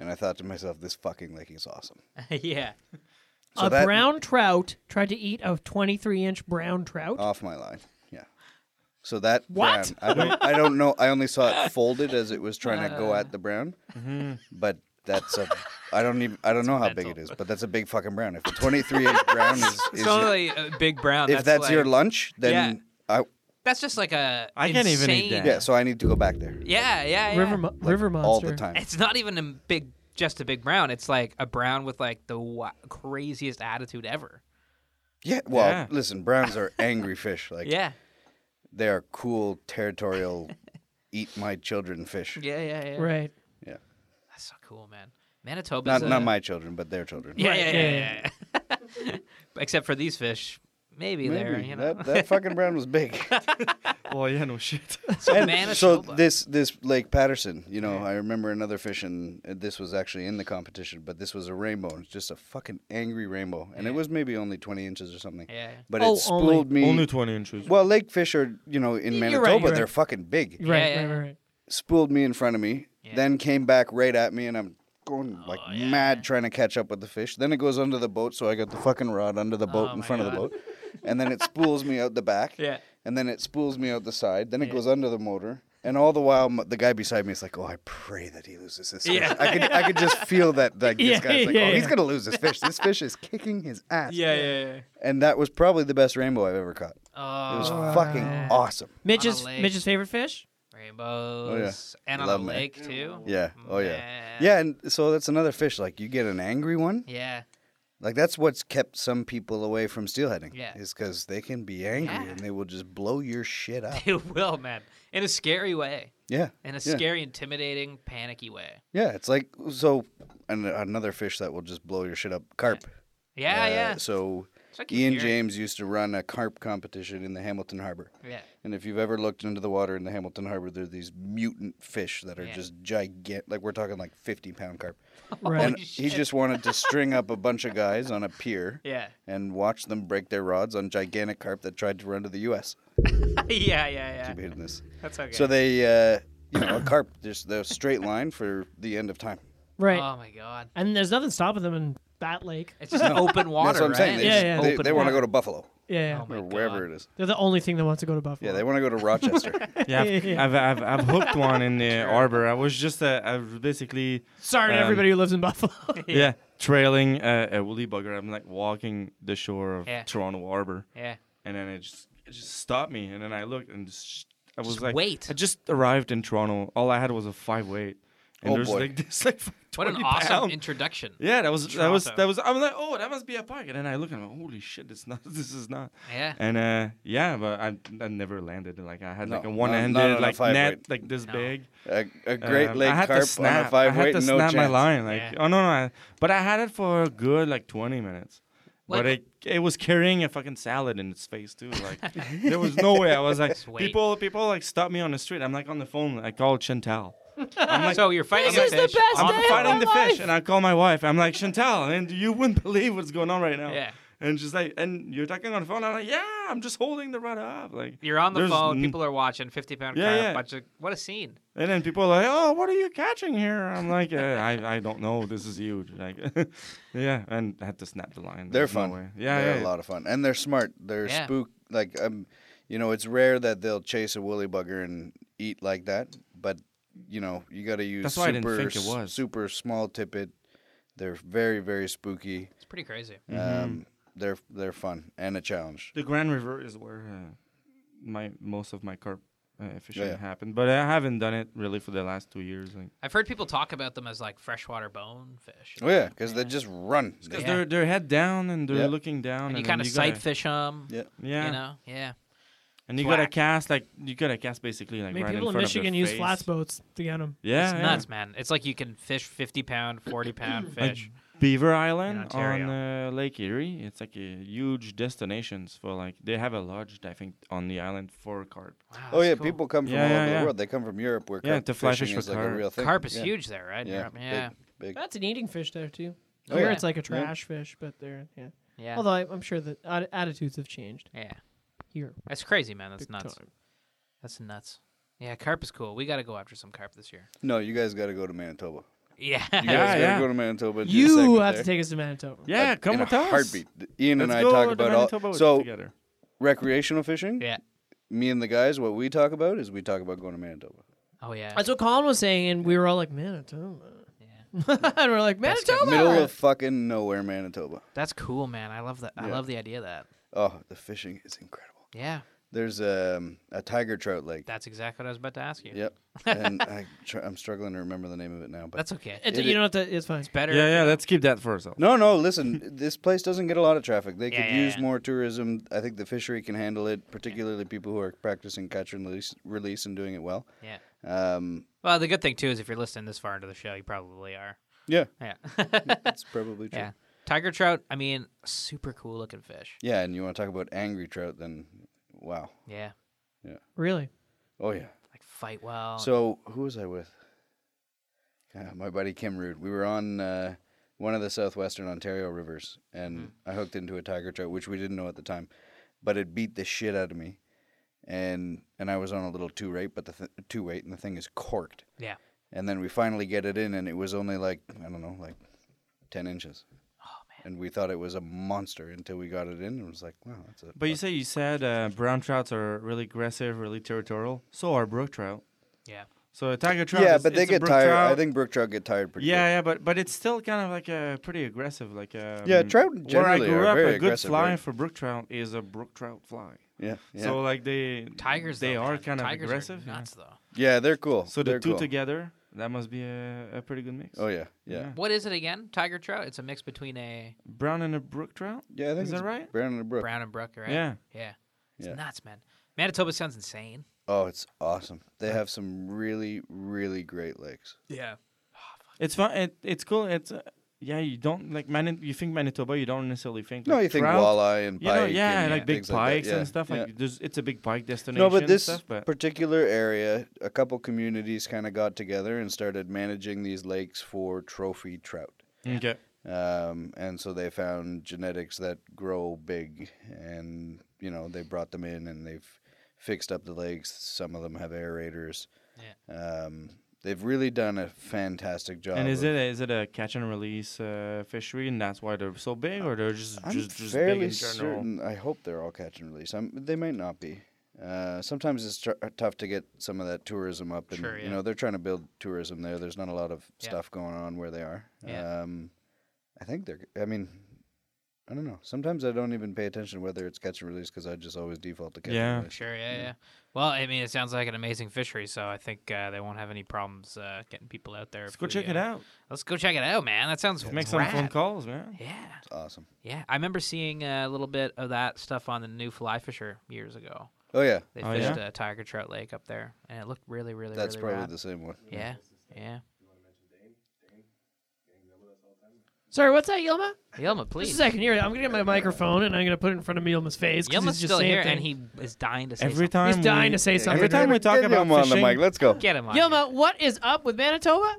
And I thought to myself, this fucking lake is awesome. yeah. So a that- brown trout tried to eat a 23 inch brown trout. off my line. Yeah. So that What? brown, I don't, I don't know. I only saw it folded as it was trying to go at the brown. Mm-hmm. But that's a. I don't even. I don't know how big it is, but that's a big fucking brown. If a 23 inch brown is, is It's only a uh, big brown. if that's your like- lunch, then I. That's just like a. I can't even eat insane- that. Yeah. So I need to go back there Yeah, yeah, yeah. river, mo- river monster. all the time. It's not even a big, just a big brown. It's like a brown with like the wa- craziest attitude ever. Yeah. Well, Yeah. listen. Browns are angry fish. Like Yeah, they are cool, territorial, eat my children fish. yeah, yeah, yeah. Right. Yeah. That's so cool, man. Manitoba. Not not my children, but their children. Yeah, yeah, Right, yeah. yeah, yeah, yeah. Except for these fish, maybe, they're Maybe you know. that, that fucking brown was big. Well, Oh, yeah, no shit. so And so Manitoba. this this Lake Patterson, you know, I remember another fish, and uh, this was actually in the competition, but this was a rainbow, and it's just a fucking angry rainbow, and it was maybe only twenty inches or something. yeah. But Oh, it only- spooled me. Only 20 inches. well, lake fish are you know in Y- Manitoba you're right, you're they're right. fucking big. Right, yeah, right, yeah. right, right. Spooled me in front of me, Yeah. then came back right at me, and I'm going like Oh, yeah. mad trying to catch up with the fish. Then it goes under the boat, so I got the fucking rod under the boat Oh, in my front of the God. boat, and then it spools me out the back Yeah. and then it spools me out the side. Then it goes under the motor, And all the while, m- the guy beside me is like, "Oh, I pray that he loses this." Fish. Yeah. I could, I could just feel that. Like Yeah, this guy's like, yeah, "Oh, he's yeah. gonna lose this fish. This fish is kicking his ass." yeah, yeah. And that was probably the best rainbow I've ever caught. It was Oh, fucking Wow. awesome. Mitch's lake. Mitch's favorite fish. rainbows and on Oh, Love a 'em, eh? lake too. Yeah. Oh yeah. Man. Yeah, and so that's another fish. Like you get an angry one. Yeah. Like that's what's kept some people away from steelheading. Yeah. Is because they can be angry Yeah. and they will just blow your shit up. It will, man. In a scary way. yeah. In a Yeah. scary, intimidating, panicky way. Yeah. It's like so. And another fish that will just blow your shit up. Carp. Yeah, Uh, yeah. So It's like you Ian hear it. James used to run a carp competition in the Hamilton Harbor. Yeah. And if you've ever looked into the water in the Hamilton Harbor, there are these mutant fish that are Yeah. just gigantic. Like we're talking like 50 pound carp. Right. and he just wanted to string up a bunch of guys on a pier Yeah. and watch them break their rods on gigantic carp that tried to run to the U.S. yeah, yeah, yeah. Keep hitting this. That's okay. So they, uh, you know, a carp, there's the straight line for the end of time. Right. Oh my god. and there's nothing stopping them in Bat Lake. It's just open water, That's what I'm right? saying. They, Yeah, just- yeah. they, Open want to water. go to Buffalo Yeah. Oh my or wherever God. it is. They're the only thing that wants to go to Buffalo. Yeah, they want to go to Rochester. Yeah, I've, I've, I've, I've hooked one in the arbor. I was just uh, I was basically Sorry to Um, everybody who lives in Buffalo. yeah, trailing uh, a woolly bugger. I'm like walking the shore of Yeah. Toronto Harbor, Yeah. and then it just it just stopped me. And then I looked and just, I was Just like, wait. I just arrived in Toronto. All I had was a five weight, and Oh, there's boy. like this like What an 20 awesome pound- introduction. yeah, that was that was Toronto. that was. I'm like, oh, that must be a park. And then I look and I'm like, holy shit, it's not. This is not. Yeah. And uh, yeah, but I, I never landed. Like I had like No, a not- one-handed not on a like five net weight. like this No. big. a, a Great Um, Lake I had carp to snap. on a five I had weight, to no snap chance. my line. Like, Yeah. oh no, no, I- but I had it for a good like 20 minutes. Like- but it it was carrying a fucking salad in its face too. Like there was no way. I was like, Just wait. people people like stopped me on the street. I'm like on the phone. I called Chantal. I'm like, so you're fighting This is the the fish. best on day I'm of fighting my the life. fish, and I call my wife. I'm like Chantal, and you wouldn't believe what's going on right now. Yeah. And she's like, and you're talking on the phone. I'm like, yeah, I'm just holding the rod up. Like You're on the there's phone. n- People are watching. Fifty pound Yeah, carp. yeah. Bunch of, what a scene. and then people are like, "Oh, what are you catching here?" I'm like, uh, "I I don't know. This is huge." Like, yeah, and I had to snap the line. They're There's no fun. way. Yeah, they're yeah. a lot of fun, and they're smart. They're Yeah. spook. Like um, you know, it's rare that they'll chase a woolly bugger and eat like that. But you know, you got to use That's why I super didn't think it s- was. super small tippet. They're very very spooky. It's pretty crazy. Mm-hmm. Um, they're they're fun and a challenge. The Grand River is where uh, my most of my carp uh, fishing Yeah. happened, but I haven't done it really for the last two years. Like, I've heard people talk about them as like freshwater bone fish. Oh yeah, because they just run. They- because Yeah. they're they're head down and they're Yeah. looking down, And you then kind of gotta- sight fish them. Yeah. Yeah, You know. Yeah. and you gotta Thwack. cast like you gotta cast basically I like mean, right people in in front of Michigan their use face. flats boats to get them. Yeah, It's yeah. nuts, man. It's like you can fish 50 pound, 40 pound Like fish. Beaver Island on Ontario. uh, Lake Erie. It's like a huge destinations for like they have a lodge I think on the island for carp. Wow, Oh that's yeah, cool. people come from Yeah, all yeah, over yeah. the world. They come from Europe where Yeah, carp to fly fishing fish is for like a carp. real thing. Carp is Yeah. huge there, right? in Yeah, Europe? Yeah. Big, big. That's an eating fish there too. Oh, Here yeah. it's like a Yeah. trash fish, but they're yeah. Yeah. Although I, I'm sure that atti- attitudes have changed yeah. here. That's crazy, man. That's big nuts. time. That's nuts. Yeah, carp is cool. We got to go after some carp this year. No, you guys got to go to Manitoba. Yeah. You guys got to yeah. go to Manitoba. and do a You segment have to there. take us to Manitoba. Yeah, Like, come in with a us. Heartbeat. Ian Let's and I go talk to about Manitoba all. with- So together. recreational fishing. yeah. Me and the guys, what we talk about is we talk about going to Manitoba. Oh, yeah. That's what Colin was saying, and we were all like Manitoba, yeah. and we're like Best guy. Manitoba. Middle of fucking nowhere, Manitoba. That's cool, man. I love that. I Yeah. love the idea of that. Oh, the fishing is incredible. Yeah. There's um, a tiger trout lake. That's exactly what I was about to ask you. Yep. and I tr- I'm struggling to remember the name of it now, but That's okay. It- It you is- don't have to. It's fine. Better. Yeah, yeah. Let's keep that for ourselves. No, no. Listen, this place doesn't get a lot of traffic. They Yeah, could yeah, use yeah. more tourism. I think the fishery can handle it, particularly people who are practicing catch and release, release and doing it well. Yeah. Um, Well, the good thing, too, is if you're listening this far into the show, you probably are. yeah, Yeah. that's probably true. yeah. Yeah. Tiger trout, I mean, super cool looking fish. and you want to talk about angry trout? Then, wow. Yeah. Really, Oh yeah. Like fight well. So who was I with? Ah, my buddy Kim Rude. We were on uh, one of the southwestern Ontario rivers, and I hooked into a tiger trout, which we didn't know at the time, but it beat the shit out of me, and and I was on a little two weight, but the th- two weight, and the thing is corked. yeah. And then we finally get it in, and it was only like I don't know, like ten inches. And we thought it was a monster until we got it in, and it was like, wow, that's a. But you say you said uh, brown trouts are really aggressive, really territorial. So are brook trout. Yeah. So a tiger trout. yeah, is- but they it's a get brook tired. I trout. think brook trout get tired pretty. Yeah, yeah, but but it's still kind of like uh, pretty aggressive. Like um, Yeah, trout Where I generally grew are up, very a good aggressive, fly right? for brook trout is a brook trout fly. quick. Yeah, yeah. So like they Tigers. they though, are man. kind of Tigers are aggressive. yeah. nuts though. yeah, they're cool. So the They're two cool. together, that must be a, a pretty good mix. Oh yeah, yeah, Yeah. What is it again? Tiger trout. It's a mix between a Brown and a brook trout. yeah. I think Is it's that right? Brown and the brook. brown and brook, right? Yeah. Yeah. It's Yeah. nuts, man. Manitoba sounds insane. Oh, it's awesome. They have some really, really great lakes. Yeah. It's fun. It, it's cool. It's uh, yeah. You don't like Mani- You think Manitoba, you don't necessarily think. No, like, you think trout. walleye and You know, pike. yeah, and like big things like that. pikes Yeah, and stuff. yeah. Like there's, it's a big pike destination. No, but and this stuff, but particular area, a couple communities kind of got together and started managing these lakes for trophy trout. okay. Um, and so they found genetics that grow big, and you know they brought them in and they've fixed up the lakes. Some of them have aerators. Yeah. Um, they've really done a fantastic job. And is of- it is it a catch and release uh, fishery, and that's why they're so big, or they're just I'm just, just big fairly in general? certain. I hope they're all catch and release. I'm, they might not be. Uh, sometimes it's tr- tough to get some of that tourism up, and Sure, yeah. you know they're trying to build tourism there. There's not a lot of Yeah. stuff going on where they are. Yeah. Um, I think they're. I mean, I don't know. Sometimes I don't even pay attention whether it's catch and release because I just always default to catch Yeah. and release. Sure, yeah, yeah. Well, I mean, it sounds like an amazing fishery, so I think uh, they won't have any problems uh, getting people out there. Let's if go we, check it uh, out. Let's go check it out, man. That sounds Make some phone rad. calls, man. Yeah, It's awesome. yeah. I remember seeing uh, a little bit of that stuff on the new Fly Fisher years ago. Oh yeah, They Oh, fished yeah? uh, tiger trout lake up there, and it looked really, really, that's really probably rad. the same one. yeah, yeah. Sorry, what's that, Yelma? Yelma, This please. is I can hear it. I'm gonna get my microphone and I'm gonna put it in front of Yelma's face. 'cause Yelma's he's just still saying here, thing. and he is dying to say Every something. time He's dying we- to say something. Every time we talk Get about him on the fishing, mic. Let's go. Get him on. here. Yelma, what is up with Manitoba?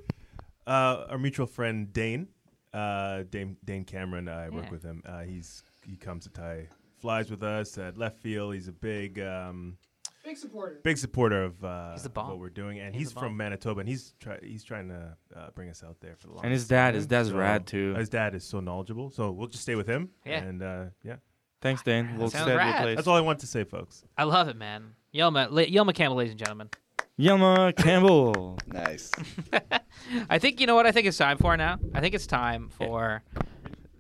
Uh, our mutual friend Dane, uh, Dane Dane Cameron. I Yeah. work with him. Uh, he's he comes to Thai, flies with us at left field. He's a big um, Big supporter. big supporter of uh, He's the bomb. what we're doing, and He's he's, the bomb. from Manitoba, and he's try- he's trying to uh, bring us out there for the long. and his dad, his dad's rad too. His dad is so knowledgeable, so we'll just stay with him. Yeah. and uh, yeah, Thanks, Dan. We'll sounds stay at your rad. place. that's all I want to say, folks. I love it, man. Yelma, la- Yelma Campbell, ladies and gentlemen. Yelma Campbell. Nice. I think you know what I think it's time for now. I think it's time for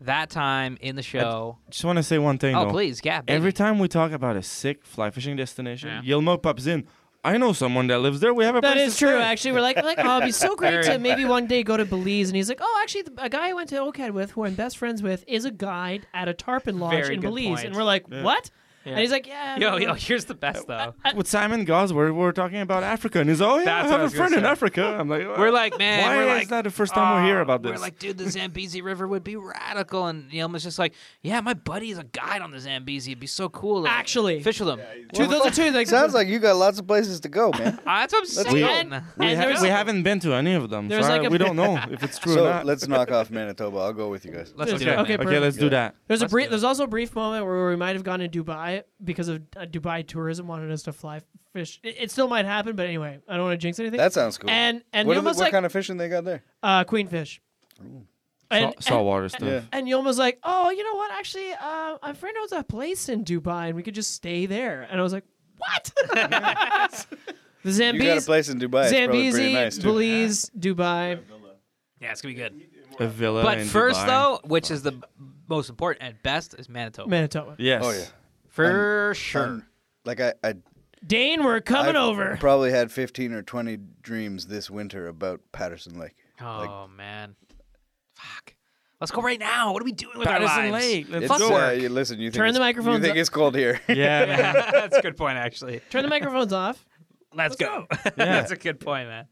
that time in the show. Just want to say one thing. oh, though. please, yeah. Baby. Every time we talk about a sick fly fishing destination, Yeah. Yelmo pops in. I know someone that lives there. We have a That place is to true. stay." Actually, we're like, like, oh, it'd be so great Very- to maybe one day go to Belize. And he's like, oh, actually, the, a guy I went to OCAD with, who I'm best friends with, is a guide at a tarpon lodge Very in good Belize. point. And we're like, what? Yeah. And he's like, yeah. yo, no, yo, no." here's the best though. With Simon Gosworth, we were talking about Africa, and he's oh yeah, That's what I I have a was gonna friend in say. Africa. I'm like, We're like, man, why we're is like, that the first time we hear "Oh," about this? We're like, dude, the Zambezi River would be radical, and Yelma's just like, yeah, my buddy is a guide on the Zambezi. It'd be so cool. to Actually. fish with him. Two, those are two. Like, Sounds like you got lots of places to go, man. Ah, that's what I'm go. saying. and we, ha- there's- we haven't been to any of them. there's Sorry, like a- we don't know if it's true so or not. let's knock off Manitoba. I'll go with you guys. Let's Okay. do it. Okay, man. okay, let's do that. There's a Let's do brief. it. There's also a brief moment where we might have gone to Dubai because of uh, Dubai tourism wanted us to fly fish. It, it still might happen, but anyway, I don't want to jinx anything. That sounds cool. And and what, are the- Yilma's what like kind of fishing they got there? uh, queenfish. Salt- saltwater stuff. Yeah. And Yilma's like, oh, you know what? Actually, uh, my friend owns a place in Dubai, and we could just stay there. And I was like, what? the You got a Zambezi, place in Dubai. It's probably Zambezi, pretty nice too. Belize, Dubai. Yeah, it's gonna be good. A villa. But in first, Dubai. though, which is the b- most important and best, is Manitoba Manitoba. yes. Oh yeah. for sure. Like I, I Dane, we're coming I've over. Probably had fifteen or twenty dreams this winter about Patterson Lake. Oh man, fuck! Let's go right now. What are we doing with our Patterson lives? Lake. Let's Fuck It's, go. uh, work. you, listen, you think Turn it's- the microphones You think up. it's cold here? Yeah, man. That's a good point, actually. Turn the microphones off. Let's, go. That's a good point, man.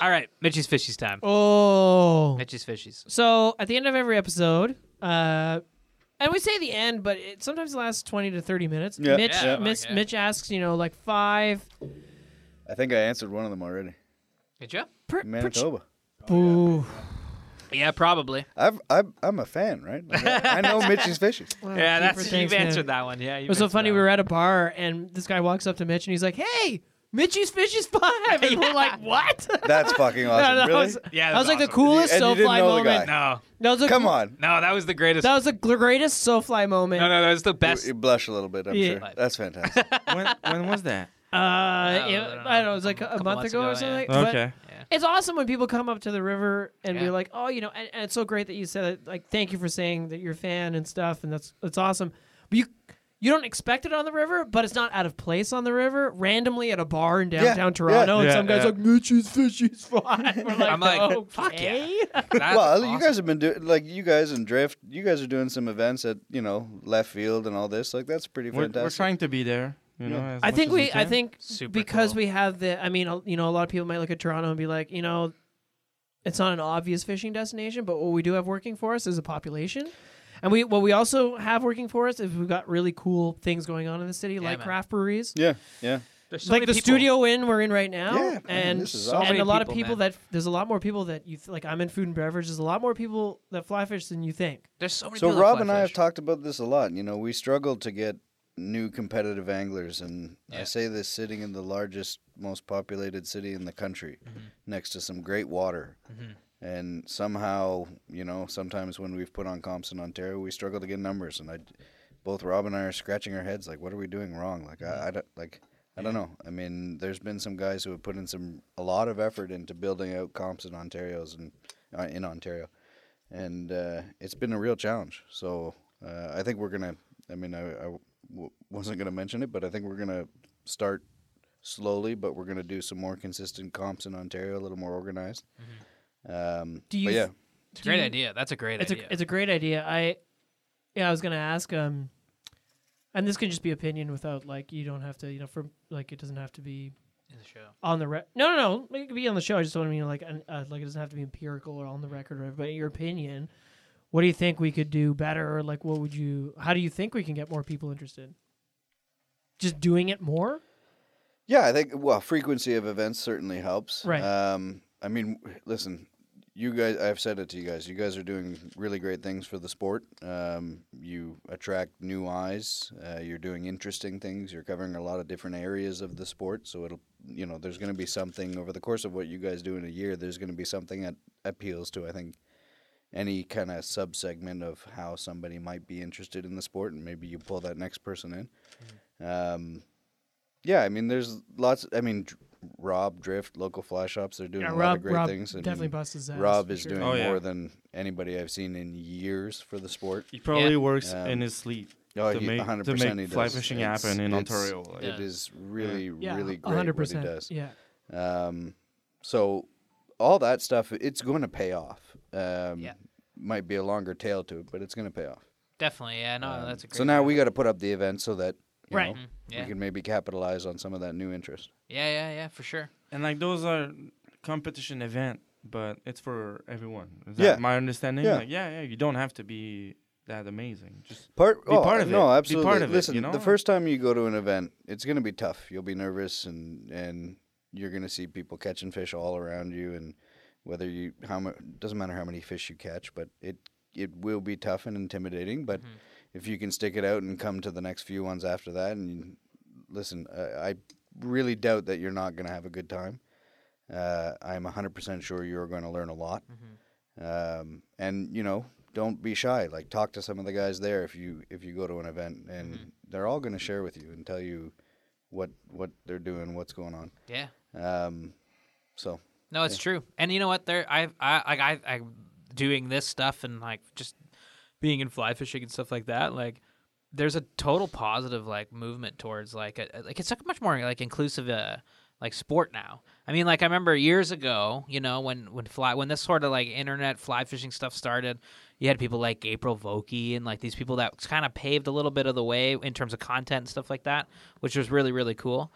All right, Mitchy's fishies time. Oh. Mitchy's fishies. So at the end of every episode, uh, and we say the end, but it sometimes lasts twenty to thirty minutes. Yeah. Mitch, Oh, Yeah, Miss, okay. Mitch asks, you know, like five. I think I answered one of them already. Did you? Per, Manitoba. Per, boo. Yeah, probably. I've, I've, I'm a fan, right? Like, I, I know Mitchy's fishing. Wow, Yeah, keeper, that's Oh, thanks, you've man. answered that one. Yeah, It was so funny. We were at a bar, and this guy walks up to Mitch, and he's like, "Hey, Mitchy's Fish is five. and we're like, "What?" That's fucking awesome. that really? was, Yeah, that that's was like the awesome. coolest And you didn't SoFly know the moment. guy. No, That was the Come cool- on. no, that was the greatest. That was the gl- greatest SoFly moment. no, no, that was the You, best. you blush a little bit, I'm Yeah. sure. That's fantastic. when, when was that? Uh, I, I don't know. I don't know. It was like A a, couple month months ago, ago, or yeah. something. but Okay. It's awesome when people come up to the river and Yeah. we're like, oh, you know, and, and it's so great that you said it. Like, thank you for saying that you're a fan and stuff, and that's that's awesome. But you you don't expect it on the river, but it's not out of place on the river. Randomly at a bar in downtown yeah. Toronto, oh, and Yeah, some guy's yeah. like, Mitch's fishies fly. We're like, I'm like, fuck okay. That's well, awesome. you guys have been doing like you guys and Drift. You guys are doing some events at you know left field and all this. Like that's pretty We're, fantastic. we're trying to be there. You know, Yeah. as I much think as we we, I can. think Super because cool. we have the, I mean, a- you know, a lot of people might look at Toronto and be like, you know, it's not an obvious fishing destination, but what we do have working for us is a population. And we, what we also have working for us is we've got really cool things going on in the city, like man. craft breweries, Yeah, yeah. There's so like many the people. studio in we're in right now, Yeah, man, and this is So awesome. and many a lot of people, people man. that there's a lot more people that you th- like. I'm in food and beverage. There's a lot more people that fly fish than you think. There's so many. So people that Rob fly and I fish. have talked about this a lot. You know, we struggle to get new competitive anglers, and Yeah. I say this sitting in the largest, most populated city in the country, Mm-hmm. next to some great water. And somehow, you know, sometimes when we've put on comps in Ontario, we struggle to get numbers. And I, both Rob and I are scratching our heads, like, what are we doing wrong? Like, Mm-hmm. I, I don't like. I don't know. I mean, there's been some guys who have put in some a lot of effort into building out comps in Ontario's and uh, in Ontario, and uh, it's been a real challenge. So uh, I think we're gonna. I mean, I, I w- wasn't gonna mention it, but I think we're gonna start slowly, but we're gonna do some more consistent comps in Ontario, a little more organized. Um, Mm-hmm. Do you but yeah, th- It's a great Do- idea. That's a great it's idea. a it's a great idea. I yeah, I was gonna ask um, and this can just be opinion without like you don't have to you know for like it doesn't have to be It's a show. on the re- no no no it could be on the show. I just don't mean like an- uh, like it doesn't have to be empirical or on the record or but your opinion. What do you think we could do better? Or like what would you? How do you think we can get more people interested? Just doing it more. Yeah, I think well, frequency of events certainly helps. Right. Um, I mean, listen, you guys. I've said it to you guys. You guys are doing really great things for the sport. Um, you attract new eyes. Uh, you're doing interesting things. You're covering a lot of different areas of the sport. So it'll, you know, there's going to be something over the course of what you guys do in a year. There's going to be something that appeals to. I think any kind of subsegment of how somebody might be interested in the sport, and maybe you pull that next person in. Mm-hmm. Um, yeah, I mean, there's lots. I mean, Dr- Rob Drift, local fly shops, they're doing Yeah, a lot of Rob great Rob things. I mean, definitely busts his ass. Rob for is sure. doing Oh, yeah. more than anybody I've seen in years for the sport. He probably Yeah. works Um, in his sleep Oh, to, he, make, 100% to he make fly does. fishing It's- happen in it's- Ontario. Like, Yeah. It is really, Yeah, really a great hundred what he percent. does. Yeah. Um, so all that stuff, it's going to pay off. Um, Yeah. Might be a longer tail to it, but it's going to pay off. Definitely. Yeah. No, Um, Oh, that's a great. so now idea. we got to put up the event so that you Right. know, Mhm. Yeah. we can maybe capitalize on some of that new interest. Yeah. Yeah. Yeah. For sure. And like those are competition event, but it's for everyone. Is Yeah. that my understanding? Yeah. Like, yeah, yeah. You don't have to be that amazing. Just Part, Be oh, part of No, it. Be absolutely. part of it, Listen, you know? the first time you go to an event, it's going to be tough. You'll be nervous, and and you're going to see people catching fish all around you, and whether you how much doesn't matter how many fish you catch, but it it will be tough and intimidating. But Mm-hmm. if you can stick it out and come to the next few ones after that, and you, listen, I, I really doubt that you're not going to have a good time. Uh, I'm 100% sure you're going to learn a lot. Um, and you know, don't be shy. Like talk to some of the guys there if you if you go to an event, and they're all going to share with you and tell you what what they're doing, what's going on. Yeah. Um, so No, it's true. And you know what? There, I, I, like, I, I, doing this stuff and like just being in fly fishing and stuff like that. Like, there's a total positive like movement towards like, a, like it's like much more like inclusive, uh, like sport now. I mean, like I remember years ago, you know, when when fly when this sort of like internet fly fishing stuff started, you had people like April Vokey and like these people that kind of paved a little bit of the way in terms of content and stuff like that, which was really really cool.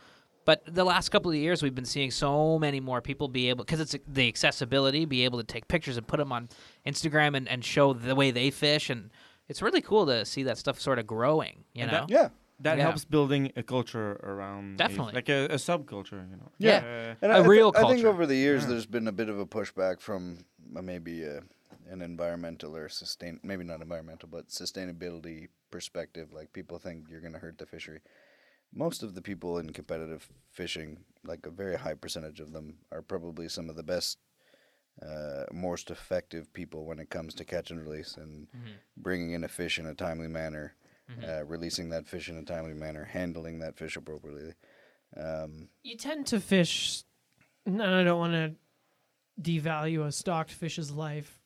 But the last couple of years, we've been seeing so many more people be able, because it's the accessibility, be able to take pictures and put them on Instagram and, and show the way they fish. And it's really cool to see that stuff sort of growing, you And know? that- yeah, that Yeah. helps building a culture around a- Definitely. like a, a subculture, you know. Yeah. Uh, and A I thi- real I think culture. over the years, there's been a bit of a pushback from uh, maybe uh an environmental or sustain, maybe not environmental, but sustainability perspective. Like people think you're going to hurt the fishery. most of the people in competitive fishing, like a very high percentage of them, are probably some of the best, uh, most effective people when it comes to catch and release and Mm-hmm. bringing in a fish in a timely manner, uh, releasing that fish in a timely manner, handling that fish appropriately. Um, You tend to fish, and I don't want to devalue a stocked fish's life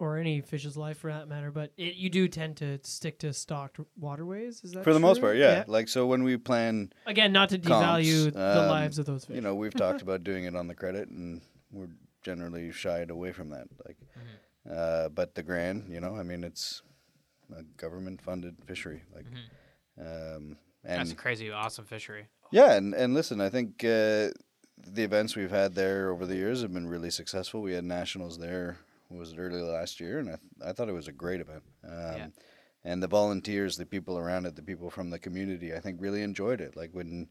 or any fish's life for that matter, but it, you do tend to stick to stocked waterways. Is that for the most true? part, yeah. Like so, when we plan, Again, not to Comps, devalue the um, lives of those fish. you know, we've talked about doing it on the credit, and we're generally shied away from that. Like, uh, but the Grand, you know, I mean, it's a government-funded fishery. Like, um, and That's a crazy, awesome fishery. Yeah, and, and listen, I think uh, the events we've had there over the years have been really successful. We had nationals there what was it early last year, and I, th- I thought it was a great event. Um, Yeah. And the volunteers, the people around it, the people from the community, I think really enjoyed it. Like when,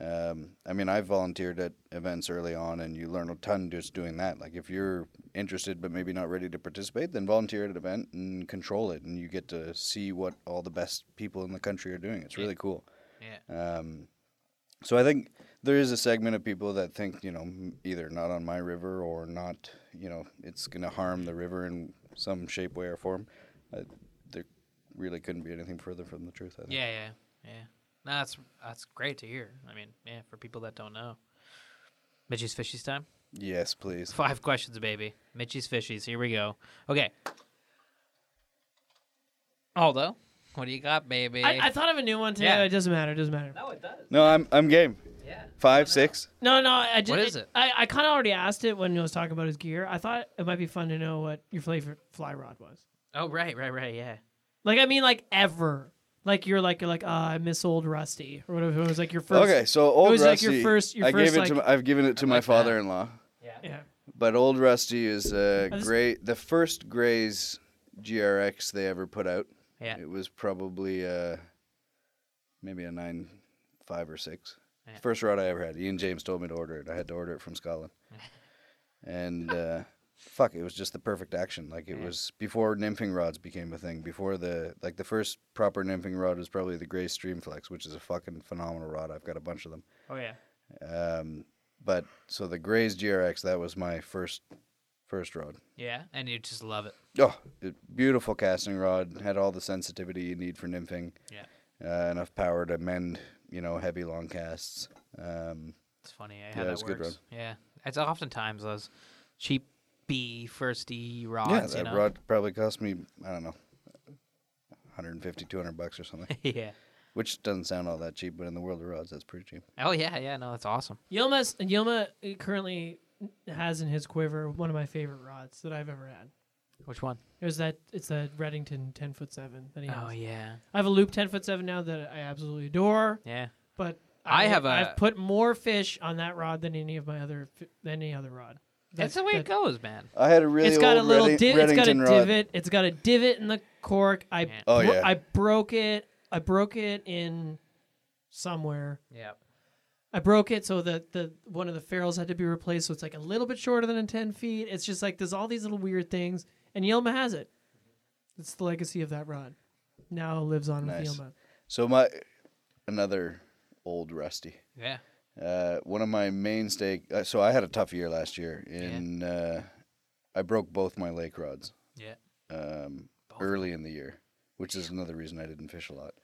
um, I mean, I volunteered at events early on, and you learn a ton just doing that. Like if you're interested but maybe not ready to participate, then volunteer at an event and control it, and you get to see what all the best people in the country are doing. It's really cool. Yeah. Um, so I think there is a segment of people that think, you know, m- either not on my river or not, you know, it's going to harm the river in some shape, way, or form. Uh, there really couldn't be anything further from the truth. I think. Yeah, yeah, yeah. No, that's that's great to hear. I mean, yeah, for people that don't know, Mitchie's Fishies time. Yes, please. Five questions, baby. Mitchie's Fishies. Here we go. Okay. Aldo, what do you got, baby? I, I thought of a new one today. Yeah. It doesn't matter. It doesn't matter. no, it does. No, I'm I'm game. Yeah. Five, six. No, no. I just, What is it? I, I kind of already asked it when he was talking about his gear. I thought it might be fun to know what your favorite fly rod was. Oh, right, right, right. Yeah. Like I mean, like ever. Like you're like you're like ah, I miss old Rusty or whatever. It was like your first. okay, so old it was Rusty. like your first. Your I first gave it like, to. My, I've given it to my like that. father-in-law. yeah. But old Rusty is uh, I just- gray. The first Gray's GRX they ever put out. Yeah. It was probably uh, maybe a nine, five or six. Yeah. First rod I ever had. Ian James told me to order it. I had to order it from Scotland. and uh, fuck, it was just the perfect action. Like it was before nymphing rods became a thing. Before the like the first proper nymphing rod was probably the Gray Streamflex, which is a fucking phenomenal rod. I've got a bunch of them. Oh, yeah. Um, but so the Gray's GRX that was my first first rod. Yeah, and you just love it. Oh, it- beautiful casting rod. Had all the sensitivity you need for nymphing. Yeah. Uh, enough power to mend, you know, heavy long casts. Um, It's funny eh, how Yeah, that it's a works. good Yeah, it's oftentimes those cheap B firsty yeah, rods. that you know? rod probably cost me, I don't know, 150, 200 bucks or something, yeah. which doesn't sound all that cheap, but in the world of rods, that's pretty cheap. Oh yeah, yeah. No, that's awesome. Yilma's Yilma uh, currently has in his quiver one of my favorite rods that I've ever had. Which one? It was that it's that Reddington ten foot seven that he has. Oh yeah, I have a loop ten foot seven now that I absolutely adore. yeah. But I have a- I've put more fish on that rod than any of my other fi- than any other rod. That's, That- the way it that- goes, man. I had a really it's got a old little Redding- div- it's got a Reddington rod. divot it's got a divot in the cork i Yeah. Oh, bro- yeah. i broke it i broke it in somewhere Yeah. i broke it so that the one of the ferrules had to be replaced so it's like a little bit shorter than 10 feet it's just like there's all these little weird things and yelma has it it's the legacy of that rod now lives on Nice. with yelma So my, another old rusty. Yeah. Uh, one of my mainstay. Uh, so I had a tough year last year. In uh, I broke both my lake rods. Yeah. um, early in the year, which is another reason I didn't fish a lot.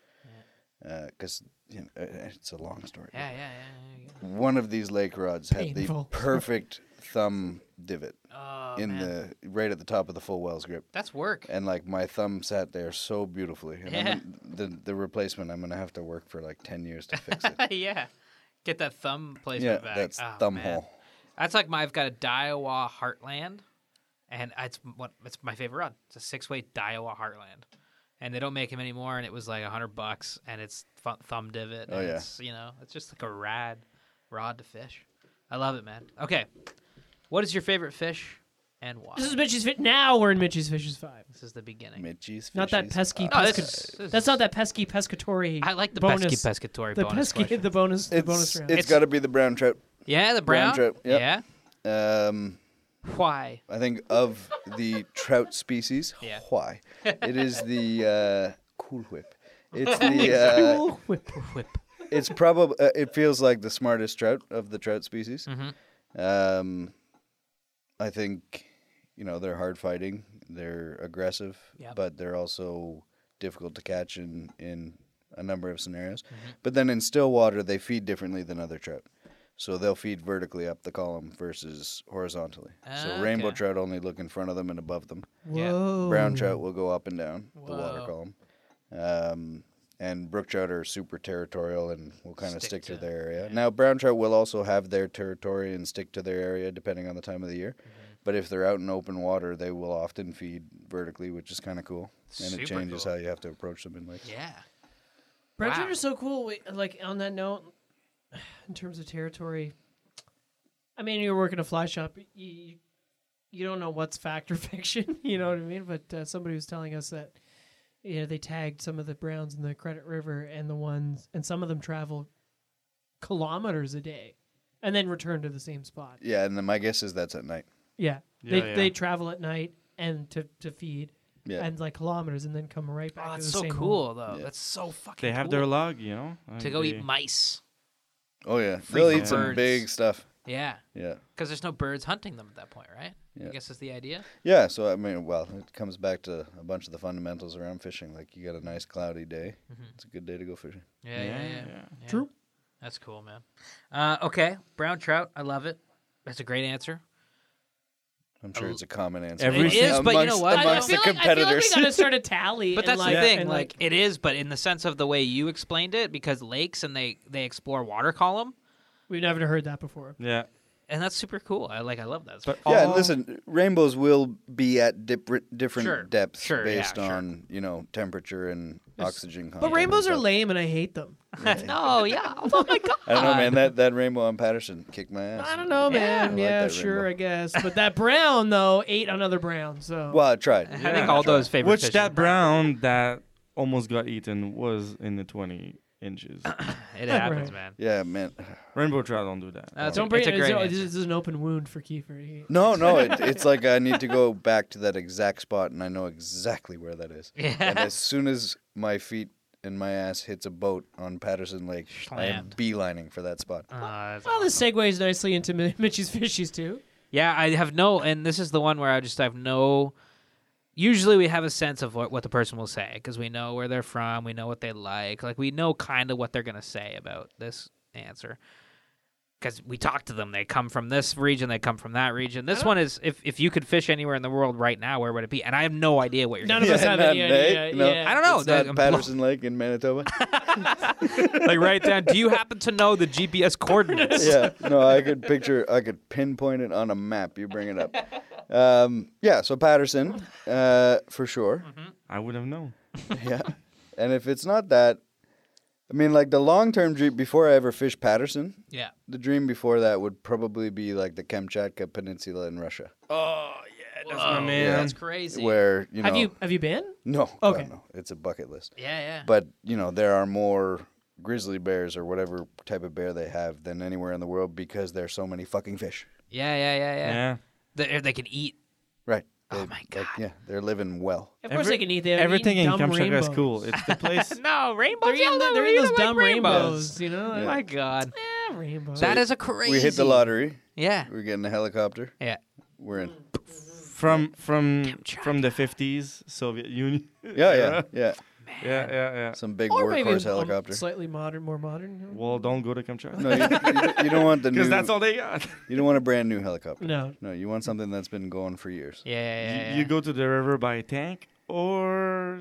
Because you know, uh, it's a long story. Yeah. Yeah. Yeah. yeah. One of these lake rods had Painful. the perfect thumb divot Oh in man, the right at the top of the full wells grip, that's work. and like my thumb sat there so beautifully. And I'm Yeah. gonna- the the replacement, I'm gonna have to work for like ten years to fix it. yeah. Get that thumb yeah, placement back. that's Oh, thumb man. hole. That's like my. I've got a Daiwa Heartland, and it's what it's my favorite rod. It's a six way Daiwa Heartland, and they don't make them anymore. And it was like a hundred bucks, and it's fu- thumb divot. Oh, and yeah. it's, you know, it's just like a rad rod to fish. I love it, man. Okay, what is your favorite fish, and why? this is mitchie's fit now we're in mitchie's fishes five This is the beginning. Mitchie's not that fishies. pesky Oh, this pesca- is- this that's is- not that pesky pescatory I like the bonus pesky pescatory the bonus pesky question. the bonus the It's, bonus round it's got to be the brown trout. yeah, the brown. brown trout, yep. Yeah. Um, Why? I think of the trout species. Yeah. Why? It is the uh, cool whip. It's the. Uh, Ooh, whip. Whip. it's probably. Uh, it feels like the smartest trout of the trout species. Mm-hmm. Um, I think, you know, they're hard fighting. They're aggressive, Yeah. but they're also difficult to catch in in a number of scenarios. Mm-hmm. But then in still water, they feed differently than other trout. So they'll feed vertically up the column versus horizontally. Ah, so rainbow okay. trout only look in front of them and above them. Yeah. Whoa. Brown trout will go up and down the water Whoa. column. Um, and brook trout are super territorial and will kind of Stick stick, to, to- their area. Now, brown trout will also have their territory and stick to their area depending on the time of the year. Mm-hmm. But if they're out in open water, they will often feed vertically, which is kind of cool. And Super it changes cool. how you have to approach them in lakes. Yeah. Brown Wow. trout are so cool. Wait, like on that note, in terms of territory, I mean, you're working a fly shop. y- You, you don't know what's fact or fiction. You know what I mean? But uh, somebody was telling us that yeah, they tagged some of the browns in the Credit River, and the ones, and some of them travel kilometers a day, and then return to the same spot. Yeah, and then my guess is that's at night. Yeah, Yeah, they yeah. they travel at night and to to feed. Yeah. And like kilometers, and then come right back. Oh, to that's the so same home. cool though. That's so fucking. They have cool their log, you know. to like go they- eat mice. Oh yeah, Free they'll for eat some birds. big stuff. Yeah, Yeah, because there's no birds hunting them at that point, right? I Yeah. guess that's the idea. yeah. So I mean, well, it comes back to a bunch of the fundamentals around fishing. Like you got a nice cloudy day, Mm-hmm. it's a good day to go fishing. Yeah, yeah, yeah. yeah. True. That's cool, man. Uh, okay, brown trout. I love it. That's a great answer. I'm Oh. sure it's a common answer. Every amongst- It is, but you know amongst- what? I Amongst the feel competitors. I feel like we gotta start a tally. But and, that's like, the thing, and, like it is, but in the sense of the way you explained it, because lakes and they they explore water column, we've never heard that before. Yeah. and that's super cool. I like, I love that. But yeah, and all- listen, rainbows will be at different different Sure, depths sure, yeah, based sure. on you know temperature and oxygen content. But and rainbows are stuff. lame, and I hate them. no, yeah. Oh my god. I don't know, man. That that rainbow on Patterson kicked my ass. I don't know, I man. like Yeah, that sure, rainbow. I guess. But that brown though ate another brown. So Well, I tried. I think all those favorite. Which fish that are- brown that almost got eaten was in the 20 inches. It happens, Right. man. Yeah, man. Rainbow trout don't do that. That's don't a- bring it's it. a great this answer. is an open wound for Kiefer. He- No, no, it, it's like I need to go back to that exact spot, and I know exactly where that is. And Yeah. as soon as my feet and my ass hits a boat on Patterson Lake, I am Slammed. beelining for that spot. Aw, that's Well, this segues nicely into Mi- Mitchie's fishies too. Yeah, I have no, and this is the one where I just have no. Usually, we have a sense of what, what the person will say because we know where they're from, we know what they like, like we know kind of what they're gonna say about this answer. Because we talk to them, they come from this region, they come from that region. This one is if if you could fish anywhere in the world right now, where would it be? And I have no idea what you're. None gonna of us Yeah, have not any idea. Nate, no. yeah. I don't know. It's that- not Patterson Lake in Manitoba. like write down. Do you happen to know the GPS coordinates? yeah, no, I could picture, I could pinpoint it on a map. You bring it up. Um, yeah, so Patterson, uh, for sure. Mm-hmm. I would have known. Yeah, and if it's not that, I mean, like the long-term dream before I ever fished Patterson, Yeah. the dream before that would probably be like the Kamchatka Peninsula in Russia, That's my man. Yeah. That's crazy. where you know. Have you have you been? No, God, Okay. no, it's a bucket list. Yeah, yeah. But you know, there are more grizzly bears or whatever type of bear they have than anywhere in the world because there's so many fucking fish. yeah, yeah, yeah, yeah. Yeah. They, they can eat. Right. Oh They- my like, God. yeah, they're living well. Of course, Every- they can eat. They have Everything eaten in dumb Kamchatka rainbows. is cool. It's the place. No rainbows. They're in, yeah, they're in you those like dumb rainbows. rainbows. You know, Oh like my god. eh, rainbows. That is a crazy. We hit the lottery. Yeah. We're getting a helicopter. Yeah. We're in. From from Kamchatka. from the 50s Soviet Union. Yeah, yeah, yeah. Yeah, yeah, yeah. Some big or maybe workhorse um, helicopter. slightly modern, more modern. you know? Well, don't go to Kamchatka. No, you, you- you don't want the new. Because that's all they got. You don't want a brand new helicopter. No, No, you want something that's been going for years. Yeah. yeah, yeah, You- yeah. You go to the river by tank or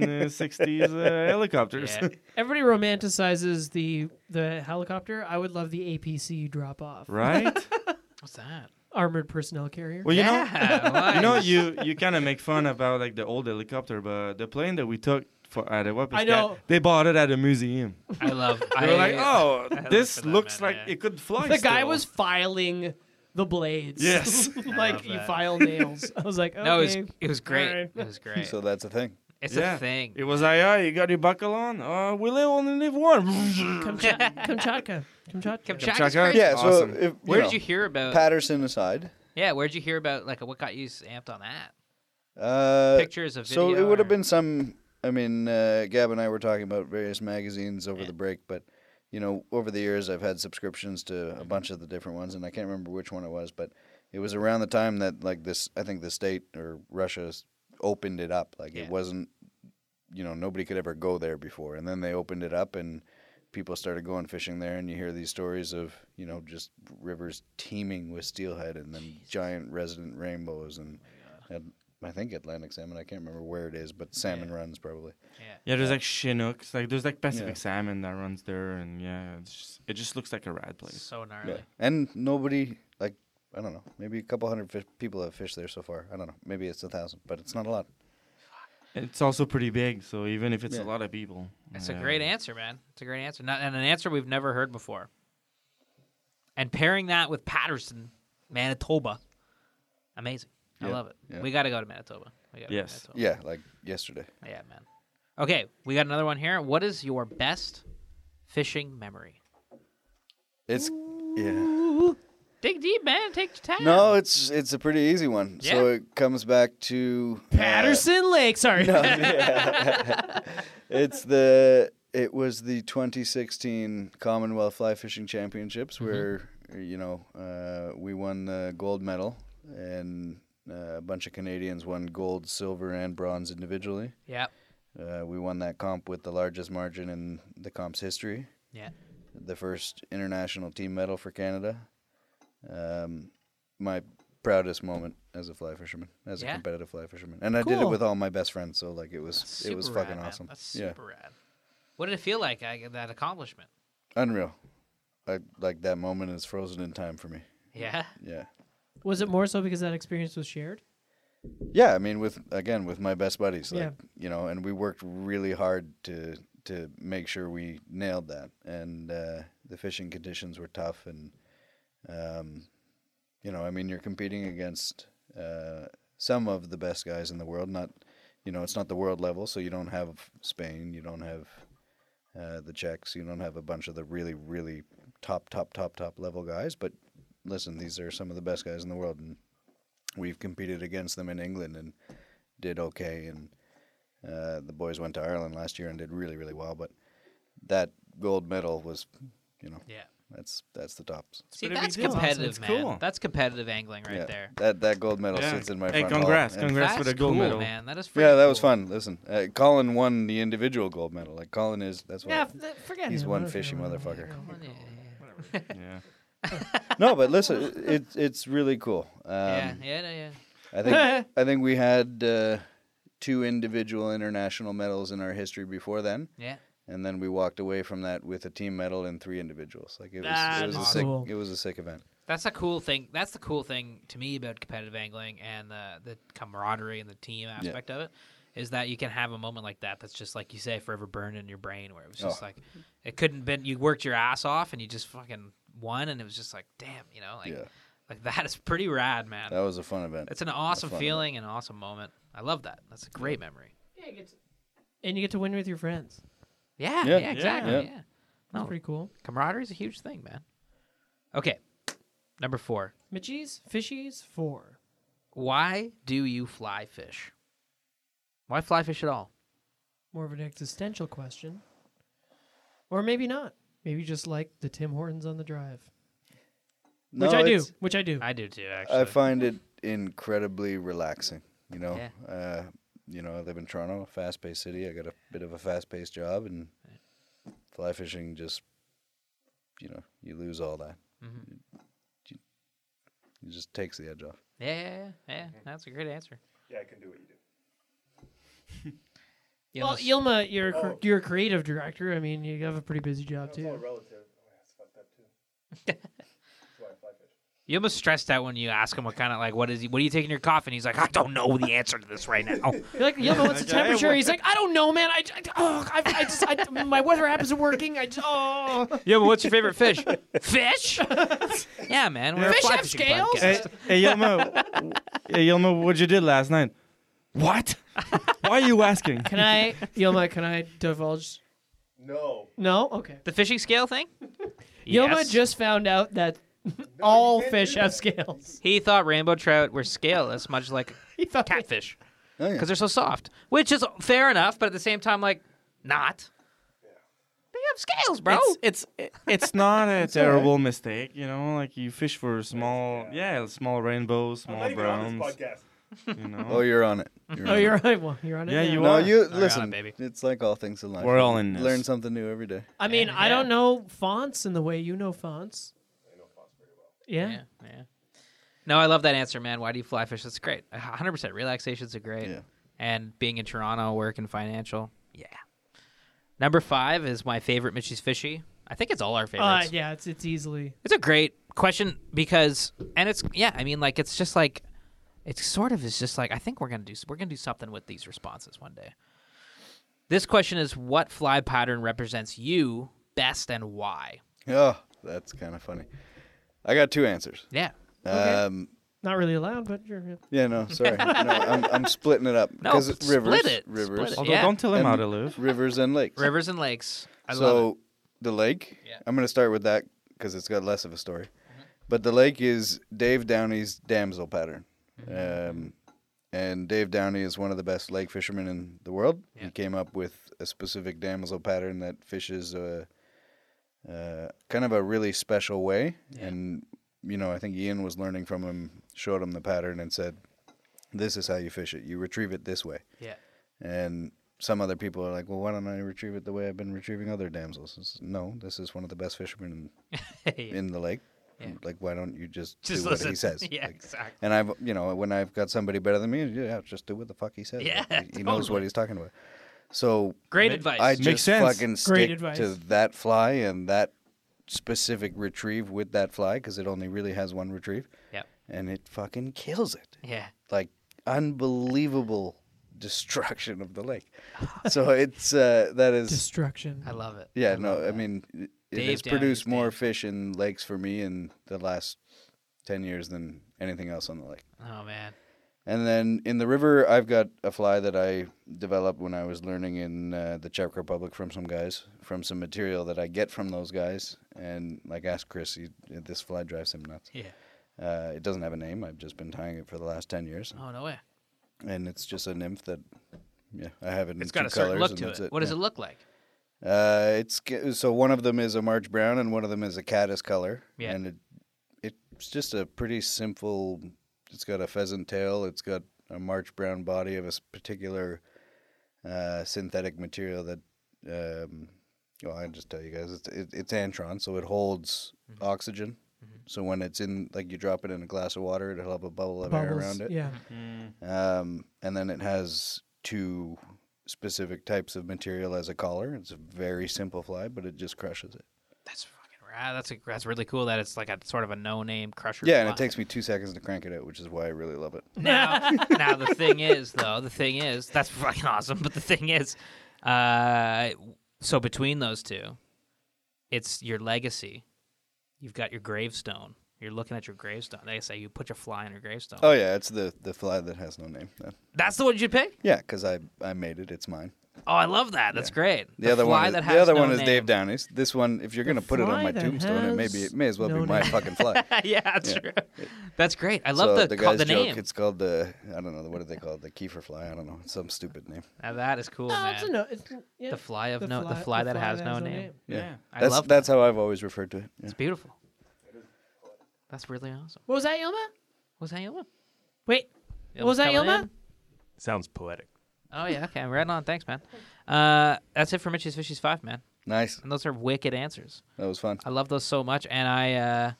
1960s uh, helicopters. Yeah. Everybody romanticizes the the helicopter. I would love the APC drop off. right? What's that? Armored personnel carrier. Well, you know, yeah, you know, nice. you you kind of make fun about like the old helicopter, but the plane that we took for at the weapons I guy, know. they bought it at a museum. I love. They I were like, "Oh, for this that, looks man, like yeah. it could fly." the guy still." was filing the blades. Yes. love like you that. file nails. I was like, okay. No, it was, it was great. Alright. It was great. So that's a thing. it's yeah. a thing. It was like, "Oh, you got your buckle on? Uh, we live only live one." Kamcha- Kamchatka. Kamchatka. Kamchatka. Check out- crazy. Yeah. Awesome. So if, you Where know, did you hear about? Patterson aside? yeah. Where did you hear about? Like, what got you amped on that? Uh, Pictures of So it video would have or- been some. I mean, uh, Gab and I were talking about various magazines over the break, but you know, over the years I've had subscriptions to Mm-hmm. a bunch of the different ones, and I can't remember which one it was, but it was around the time that like this. I think the state or Russia s- opened it up. Like Yeah. it wasn't you know nobody could ever go there before, and then they opened it up and people started going fishing there, and you hear these stories of you know just rivers teeming with steelhead and then giant resident rainbows and. and I think Atlantic salmon. I can't remember where it is, but salmon runs probably. Yeah, there's like Chinooks, like there's like Pacific Yeah. salmon that runs there, and yeah, it's just, it just looks like a rad place. So gnarly. And nobody, like, I don't know, maybe a couple hundred fish, people have fished there so far. I don't know. Maybe it's a thousand, but it's not a lot. It's also pretty big, so even if it's Yeah. a lot of people, That's yeah. a great answer, man. It's a great answer, Not, and an answer we've never heard before. And pairing that with Patterson, Manitoba, amazing. I Yeah, love it. yeah. We got to go to Manitoba. We gotta go to Yes. Manitoba. Yeah, like yesterday. Yeah, man. Okay, we got another one here. What is your best fishing memory? It's, yeah. Dig deep, man. Take your time. No, it's it's a pretty easy one. So Yeah. it comes back to uh, Patterson Lake. Sorry. it's the it was the 2016 Commonwealth Fly Fishing Championships Mm-hmm. where you know uh, we won the gold medal and uh, a bunch of Canadians won gold, silver, and bronze individually. Yeah. Uh, we won that comp with the largest margin in the comp's history, Yeah. the first international team medal for Canada. Um, my proudest moment as a fly fisherman, as Yeah. a competitive fly fisherman, and I did it Cool. with all my best friends. So like it was, Super it was rad, fucking man. awesome. That's yeah, super rad. What did it feel like? I, that accomplishment. unreal. I like that moment is frozen in time for me. Yeah. Yeah, Was it more so because that experience was shared? yeah. I mean, with again with my best buddies, like Yeah. you know, and we worked really hard to to make sure we nailed that. And uh, the fishing conditions were tough, and um, you know, I mean, you're competing against uh, some of the best guys in the world. Not, you know, it's not the world level, so you don't have Spain, you don't have uh, the Czechs, you don't have a bunch of the really, really top, top, top, top level guys. But listen, these are some of the best guys in the world, and we've competed against them in England and did okay. And uh, the boys went to Ireland last year and did really, really well. But that gold medal was, you know, Yeah. that's that's the tops. See, pretty big that's deal. Awesome. competitive, It's man. cool. That's competitive angling right Yeah, there. That that gold medal Yeah. sits in my Hey, front hall. congrats, And- congrats. That's with a gold cool, medal. man. That is freaking Yeah, that was cool. fun. Listen, uh, Colin won the individual gold medal. Like Colin is that's Yeah, why f- forget he's him. one Okay, fishy whatever. motherfucker. Yeah, yeah, yeah. Yeah, No, but listen, it, it's really cool. Um, Yeah, yeah, no, yeah. I think I think we had uh, two individual international medals in our history before then, Yeah. and then we walked away from that with a team medal and three individuals. Like it was it was a That's sick cool. it was a sick event. That's a cool thing. That's the cool thing to me about competitive angling and the the camaraderie and the team aspect of it is that you can have a moment like that that's just like you say forever burned in your brain where it was just Oh. like it couldn't been you worked your ass off and you just fucking won and it was just like damn, you know, like Yeah. like that is pretty rad, man. That was a fun event. It's an awesome fun event. feeling and awesome moment. I love that. That's a great memory. And you get to win with your friends. Yeah, yeah, Yeah. exactly. Yeah. Yeah. That's No. pretty cool. Camaraderie is a huge thing, man. Okay. Number 4. Mitchies, fishies, four. Why do you fly fish? Why fly fish at all? More of an existential question. Or maybe not. Maybe just like the Tim Hortons on the drive. No, which I do. it's- Which I do. I do too, actually. I find it incredibly relaxing. You know, Yeah. uh, you know, I live in Toronto, fast-paced city. I got a bit of a fast-paced job, and fly fishing just, you know, you lose all that. Mm-hmm. You- it just takes the edge off. yeah, yeah, yeah, yeah. That's a great answer. Yeah, I can do what you do. well, Yilma, you're a cr- you're a creative director. I mean, you have a pretty busy job It's all too. relative. Oh, that's fucked up too. That's why I fly fish. You almost stressed out when you ask him what kind of like what is he, what are you taking in your coffin? He's like, I don't know the answer to this right now. You're like, Yilma, what's the Okay, temperature? well- He's like, I don't know, man. I, I oh, I, I just I, my weather app isn't working. I just oh. yeah, but what's your favorite fish? fish? yeah, man. We're Fish a fly have fishing scales? podcast. hey, hey Yelmo, w- hey Yelmo, what you did last night? What? Why are you asking? Can I, Yilma? Can I divulge? No. No. Okay. The fishing scale thing? Yilma Yes. just found out that all can't fish do have that. scales. He thought rainbow trout were scaleless, much like He thought catfish, Oh, yeah. because they're so soft. Which is fair enough, but at the same time, like, not. They have scales, bro. It's it's it's not a terrible mistake, you know. Like you fish for small, yeah, small rainbows, I'm small not even on browns. this podcast. You know? Oh, you're on it. You're Oh, on it. you're right. Well, you're on it. Yeah, now. you No, are. you Oh, on it, listen. baby. It's like all things in life. We're all in this. Learn something new every day. I mean, And, I don't yeah. know fonts in the way you know fonts. I know fonts very well. Yeah. Yeah, yeah. No, I love that answer, man. Why do you fly fish? That's great. 100% relaxations are great. Yeah. And being in Toronto, work and financial. Yeah. Number five is my favorite Mitchie's Fishy. I think it's all our Uh, favorites. yeah, it's it's easily. It's a great question because, and it's yeah. I mean, like it's just like, it's sort of is just like I think we're gonna do we're gonna do something with these responses one day. This question is what fly pattern represents you best and why? Oh, that's kind of funny. I got two answers. Yeah. Um, Not really allowed, but you're. yeah, no, sorry. no, I'm, I'm splitting it up No, because split rivers, it, rivers, split it. Although Yeah. Um, don't tell him how And- to live. rivers, and lakes. Rivers and lakes. I so love the lake. Yeah. Mm-hmm. I'm gonna start with that because it's got less of a story. But the lake is Dave Downey's damsel pattern, Mm-hmm. um, and Dave Downey is one of the best lake fishermen in the world. Yeah. He came up with a specific damsel pattern that fishes uh, uh, kind of a really special way, and you know I think Ian was learning from him, showed him the pattern, and said, "This is how you fish it. You retrieve it this way." it. Yeah. And some other people are like, well, why don't I retrieve it the way I've been retrieving other damsels? It's, no, this is one of the best fishermen in, in the lake. Yeah. Like, why don't you just, Just do listen. what he says? Yeah, Like, exactly. and I've, you know, when I've got somebody better than me, yeah, just do what the fuck he says. Yeah, Like, he, he knows what totally. he's talking about. So Great Ma- advice. I Makes just sense. fucking Great stick advice. to that fly and that specific retrieve with that fly because it only really has one retrieve, Yep. and it fucking kills it Yeah. like unbelievable destruction of the lake. So it's uh, that is Destruction. I love it. yeah no I mean it it Dave has Downey's produced more Dave. fish in lakes for me in the last ten years than anything else on the lake. Oh man. And then in the river, I've got a fly that I developed when I was learning in uh, the Czech Republic from some guys, from some material that I get from those guys. And like, ask Chris, he, this fly drives him nuts. Yeah. Uh, it doesn't have a name. I've just been tying it for the last 10 years Oh no way. and it's just a nymph that yeah i have it in It's two got a certain colors look and to that's it. What does yeah. it look like? uh it's g- so one of them is a march brown and one of them is a caddis color Yeah. and it it's just a pretty simple it's got a pheasant tail it's got a march brown body of a s- particular uh synthetic material that um well i just tell you guys it's it, it's antron so it holds Mm-hmm. oxygen so when it's in like you drop it in a glass of water it'll have a bubble of air Bubbles. around it Mm-hmm. Yeah. Mm. um, and then it has two specific types of material as a collar. It's a very simple fly, but it just crushes it. That's fucking rad. That's a, that's really cool. That it's like a sort of a no name crusher. Yeah, and it fly. takes me two seconds to crank it out, which is why I really love it. now, now the thing is though, the thing is that's fucking awesome. But the thing is, uh, so between those two, it's your legacy. You've got your gravestone. You're looking at your gravestone. They say you put your fly on your gravestone. Oh yeah, it's the the fly that has no name. Uh, That's the one you pick. Yeah, because I I made it. It's mine. Oh, I love that. That's great. The, other fly one, is, that the has other no one is Dave name. Downey's. This one, if you're gonna put it on fly my that tombstone, it may be has it may as well no be my name. fucking fly. yeah, that's Yeah. true. That's great. I love so the the, the guy's the joke. name. It's called the I don't know what do they call it? The Kiefer fly. I don't know. It's some stupid name. Now that is cool, No, it's a man. no. It's, yeah. The fly of no, the fly that has no name. Yeah, I that's love that. that's how I've always referred to it. Yeah. It's beautiful. That's really awesome. What was that, Yelma? Was that Yuma? Wait, Yelma's was that coming Yelma? in? Sounds poetic. Oh yeah, okay. Right on. Thanks, man. Uh, that's it for Mitchie's Fishies Five, man. Nice. And those are wicked answers. That was fun. I love those so much, and I uh,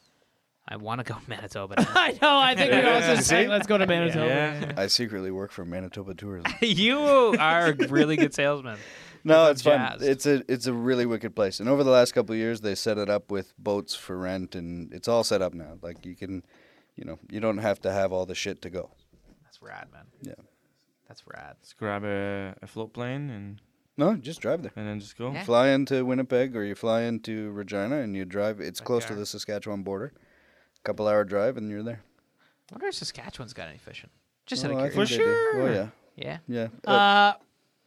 I want to go to Manitoba. now. I know. I think we all just say, let's go to Manitoba. Yeah. I secretly work for Manitoba Tourism. you are a really good salesman. no, I'm it's fun. jazzed. It's a it's a really wicked place. And over the last couple of years, they set it up with boats for rent, and it's all set up now. Like you can, you know, you don't have to have all the shit to go. That's rad, man. Yeah. That's rad. Just grab a, a float plane and No, just drive there. and then just go. Yeah. Fly into Winnipeg or you fly into Regina, and you drive. It's close to Okay. the Saskatchewan border. Couple hour drive, and you're there. I wonder if Saskatchewan's got any fishing. Just Oh, out I of think curiosity. they do. Oh sure. yeah, Yeah. yeah. Uh, Um, Uh,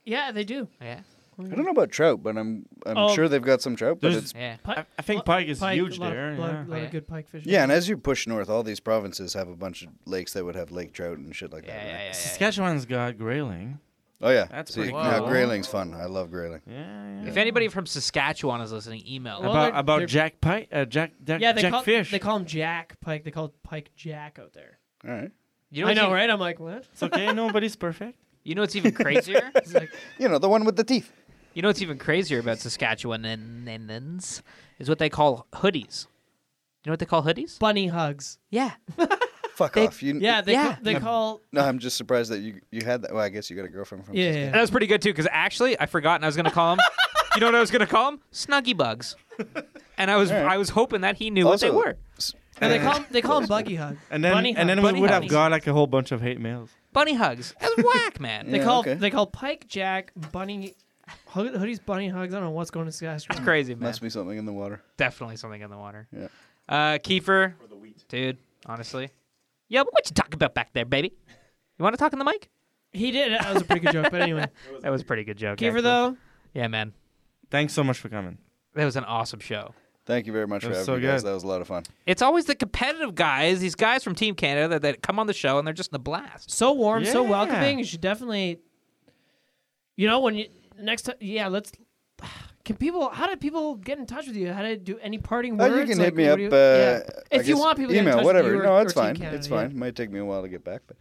yeah, they do. Yeah. I don't know about trout, but I'm I'm Oh. sure they've got some trout. But There's- it's Yeah. I, I think Lo- pike is huge a lot of- there. lot, yeah. of- lot Oh, Yeah. of good pike fishing. yeah, and as you push north, all these provinces have a bunch of lakes that would have lake trout and shit like Yeah, that. yeah, right? yeah, yeah, yeah. Saskatchewan's got grayling. Oh yeah, That's See, pretty now cool. grayling's fun. I love grayling. Yeah. yeah. If anybody from Saskatchewan is listening, email. Well, about they're- about they're- Jack Pike, uh, Jack Jack, yeah, they Jack call Fish. they call him Jack Pike. They call Pike Jack out there. All right, You know, I what's know, even- right? I'm like, what? It's okay. Nobody's perfect. You know what's even crazier? It's like, You know, the one with the teeth. you know what's even crazier about Saskatchewanans is what they call hoodies. You know what they call hoodies? bunny hugs. Yeah, Fuck They- off. You, Yeah, they Yeah. ca- they call. No, I'm just surprised that you you had that. Well, I guess you got a girlfriend from. Yeah, Saskatchewan. And that was pretty good too, because actually I forgot and I was gonna call him. you know what I was gonna call him? Snuggy bugs. And I was I was hoping that he knew Also, what they were. s- And they call 'em- they call 'em buggy hug. And then bunny and then hug. we Bunny would hugs. have got like a whole bunch of hate mails. Bunny hugs. That's whack, man. They Yeah, call okay. they call Pike Jack bunny hug, hoodies bunny hugs. I don't know what's going on. It's Saskatchewan. crazy, man. Must be something in the water. Definitely something in the water. Yeah. Uh, Kiefer, Or the wheat. dude, honestly. Yeah, but what you talking about back there, baby? You want to talk in the mic? He did. That was a pretty good joke. But anyway, That was a pretty good joke. Kiefer actually. though, Yeah, man. Thanks so much for coming. That was an awesome show. Thank you very much That for was having so me, guys. good. That was a lot of fun. It's always the competitive guys, these guys from Team Canada that, that come on the show and they're just in a blast. so warm, so Yeah. welcoming. You should definitely. You know when you next time, yeah, let's. Can people? How did people get in touch with you? How did do any parting Uh, words? you can Like, hit me what up do you- uh, yeah. I if you guess want people to get in email, touch whatever. With you or, no, it's or Team fine. Canada, it's yeah. fine. Might take me a while to get back, but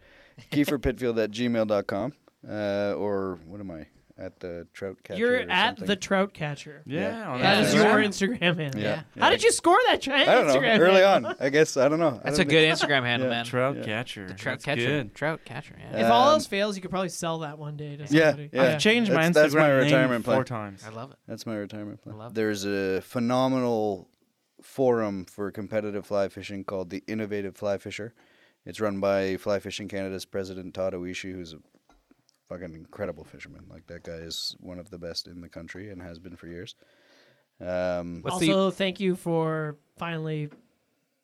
kieferpitfield at gmail.com uh, or what am I at the trout catcher? You're or at something. the trout catcher. Yeah. Yeah. on That is Yeah. your Instagram handle. Yeah. How did you score that try- I don't know. Instagram? Early handle? on, I guess I don't know. I That's a don't good Instagram handle, man. Trout Yeah. catcher. The trout That's catcher. good. Trout catcher, yeah. If all Um, else fails, you could probably sell that one day to Yeah, somebody. yeah. I've changed my Instagram That's- that's my name retirement plan. four times. I love it. That's my retirement plan. I love it. There's a phenomenal forum for competitive fly fishing called the Innovative Fly Fisher. It's run by Fly Fishing Canada's president Todd Oishi, who's a fucking incredible fisherman. Like that guy is one of the best in the country and has been for years. Um, What's the also, thank you for finally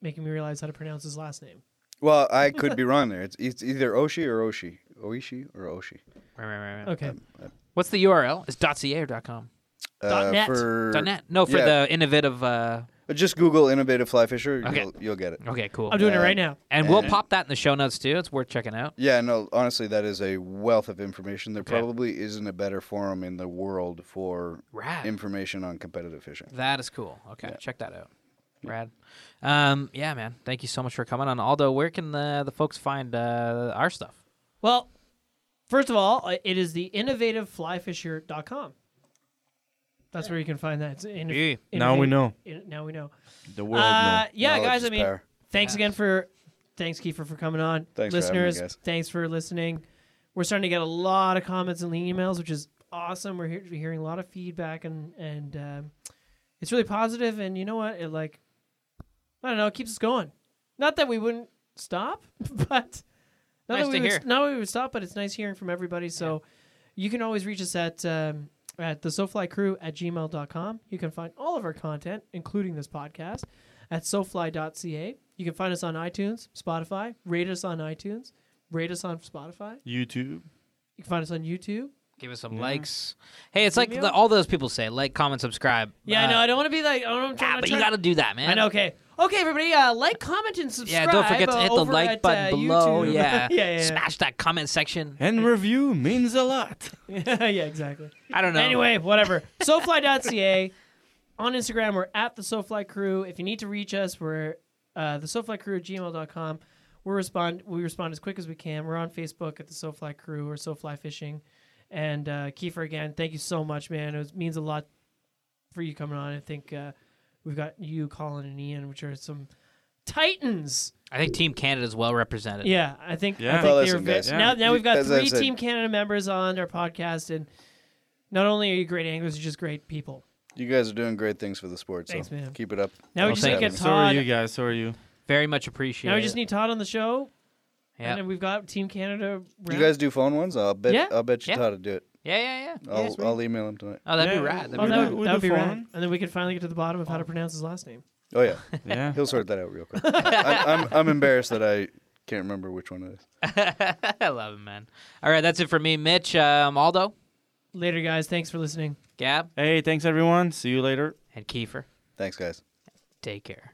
making me realize how to pronounce his last name. well, I could be wrong there. It's, it's either Oshi or Oshi, Oishi or Oshi. Right, right, right, right. Okay. Um, What's the URL? It's .ca or .com. Dot net. Uh, For, Dot .net? No, for yeah. the innovative. Uh, Just Google Innovative Fly Fisher. Okay. You'll, you'll get it. okay, cool. I'm doing it Uh, right now. and we'll pop that in the show notes too. It's worth checking out. Yeah, no, honestly, that is a wealth of information. There Okay. probably isn't a better forum in the world for Rad. information on competitive fishing. that is cool. Okay, check that out. Rad. Um, yeah, man. Thank you so much for coming on. Aldo, where can the, the folks find uh, our stuff? Well, first of all, uh, it is the innovativeflyfisher.com. That's where you can find that. It's in- Yeah. Now we know. in- now we know. The world uh, yeah, Knowledge guys. is I mean, power. thanks Yeah. again for thanks Kiefer for coming on. Thanks for having me, listeners. guys. Thanks for listening. We're starting to get a lot of comments and emails, which is awesome. We're, hear- we're hearing a lot of feedback, and and um, it's really positive. And you know what? It like I don't know, it keeps us going. Not that we wouldn't stop, but not Nice that to we would, hear. s- Not that we would stop, but it's nice hearing from everybody. So you can always reach us at um, at the SoFlyCrew at gmail.com. You can find all of our content, including this podcast, at SoFly.ca. You can find us on iTunes, Spotify. Rate us on iTunes. Rate us on Spotify. YouTube. You can find us on YouTube. Give us some likes. Hey, it's like Email? the, all those people say: like, comment, subscribe. Yeah, uh, I know. I don't want to be like. I don't, I'm Yeah, trying, but you got to do that, man. I know. Okay. Okay, everybody. Uh, like, comment, and subscribe. Yeah, don't forget to uh, hit the over like at, button uh, below. YouTube. Yeah. yeah, yeah, yeah. Smash that comment section. And review means a lot. yeah, exactly. I don't know. Anyway, whatever. SoFly.ca. On Instagram, we're at the SoFly Crew. If you need to reach us, we're uh, the SoFly Crew at gmail.com. We respond. We respond as quick as we can. We're on Facebook at the SoFly Crew or SoFly Fishing. And uh, Kiefer, again, thank you so much, man. It was, means a lot for you coming on. I think uh, we've got you, Colin, and Ian, which are some titans. I think Team Canada is well represented. Yeah, I think. Yeah. I think Well, they listen, were ve- guys. Now, Yeah. now we've got As I've three said- Team Canada members on our podcast, and not only are you great anglers, you're just great people. You guys are doing great things for the sport, so Thanks, man. keep it up. Now we Thanks just for need to get having me. Todd. So are you guys. So are you. Very much appreciated. Now we just need Todd on the show, Yeah. and then we've got Team Canada. You rep- guys do phone ones? I'll bet. Yeah. I'll bet you Yeah. Todd would do it. yeah, yeah, yeah. I'll, sweet. I'll email him tonight. Oh, that'd be Yeah. rad. That'd be Oh, We that do- would, we that would do be phone. rad. And then we could finally get to the bottom of how to pronounce his last name. Oh yeah, Yeah. he'll sort that out real quick. I'm, I'm I'm embarrassed that I can't remember which one it is. rad. I love it, man. All right, that's it for me, Mitch. Um, Aldo, Later, guys. Thanks for listening. Gab, hey, thanks everyone. See you later. and Kiefer. Thanks, guys. Take care.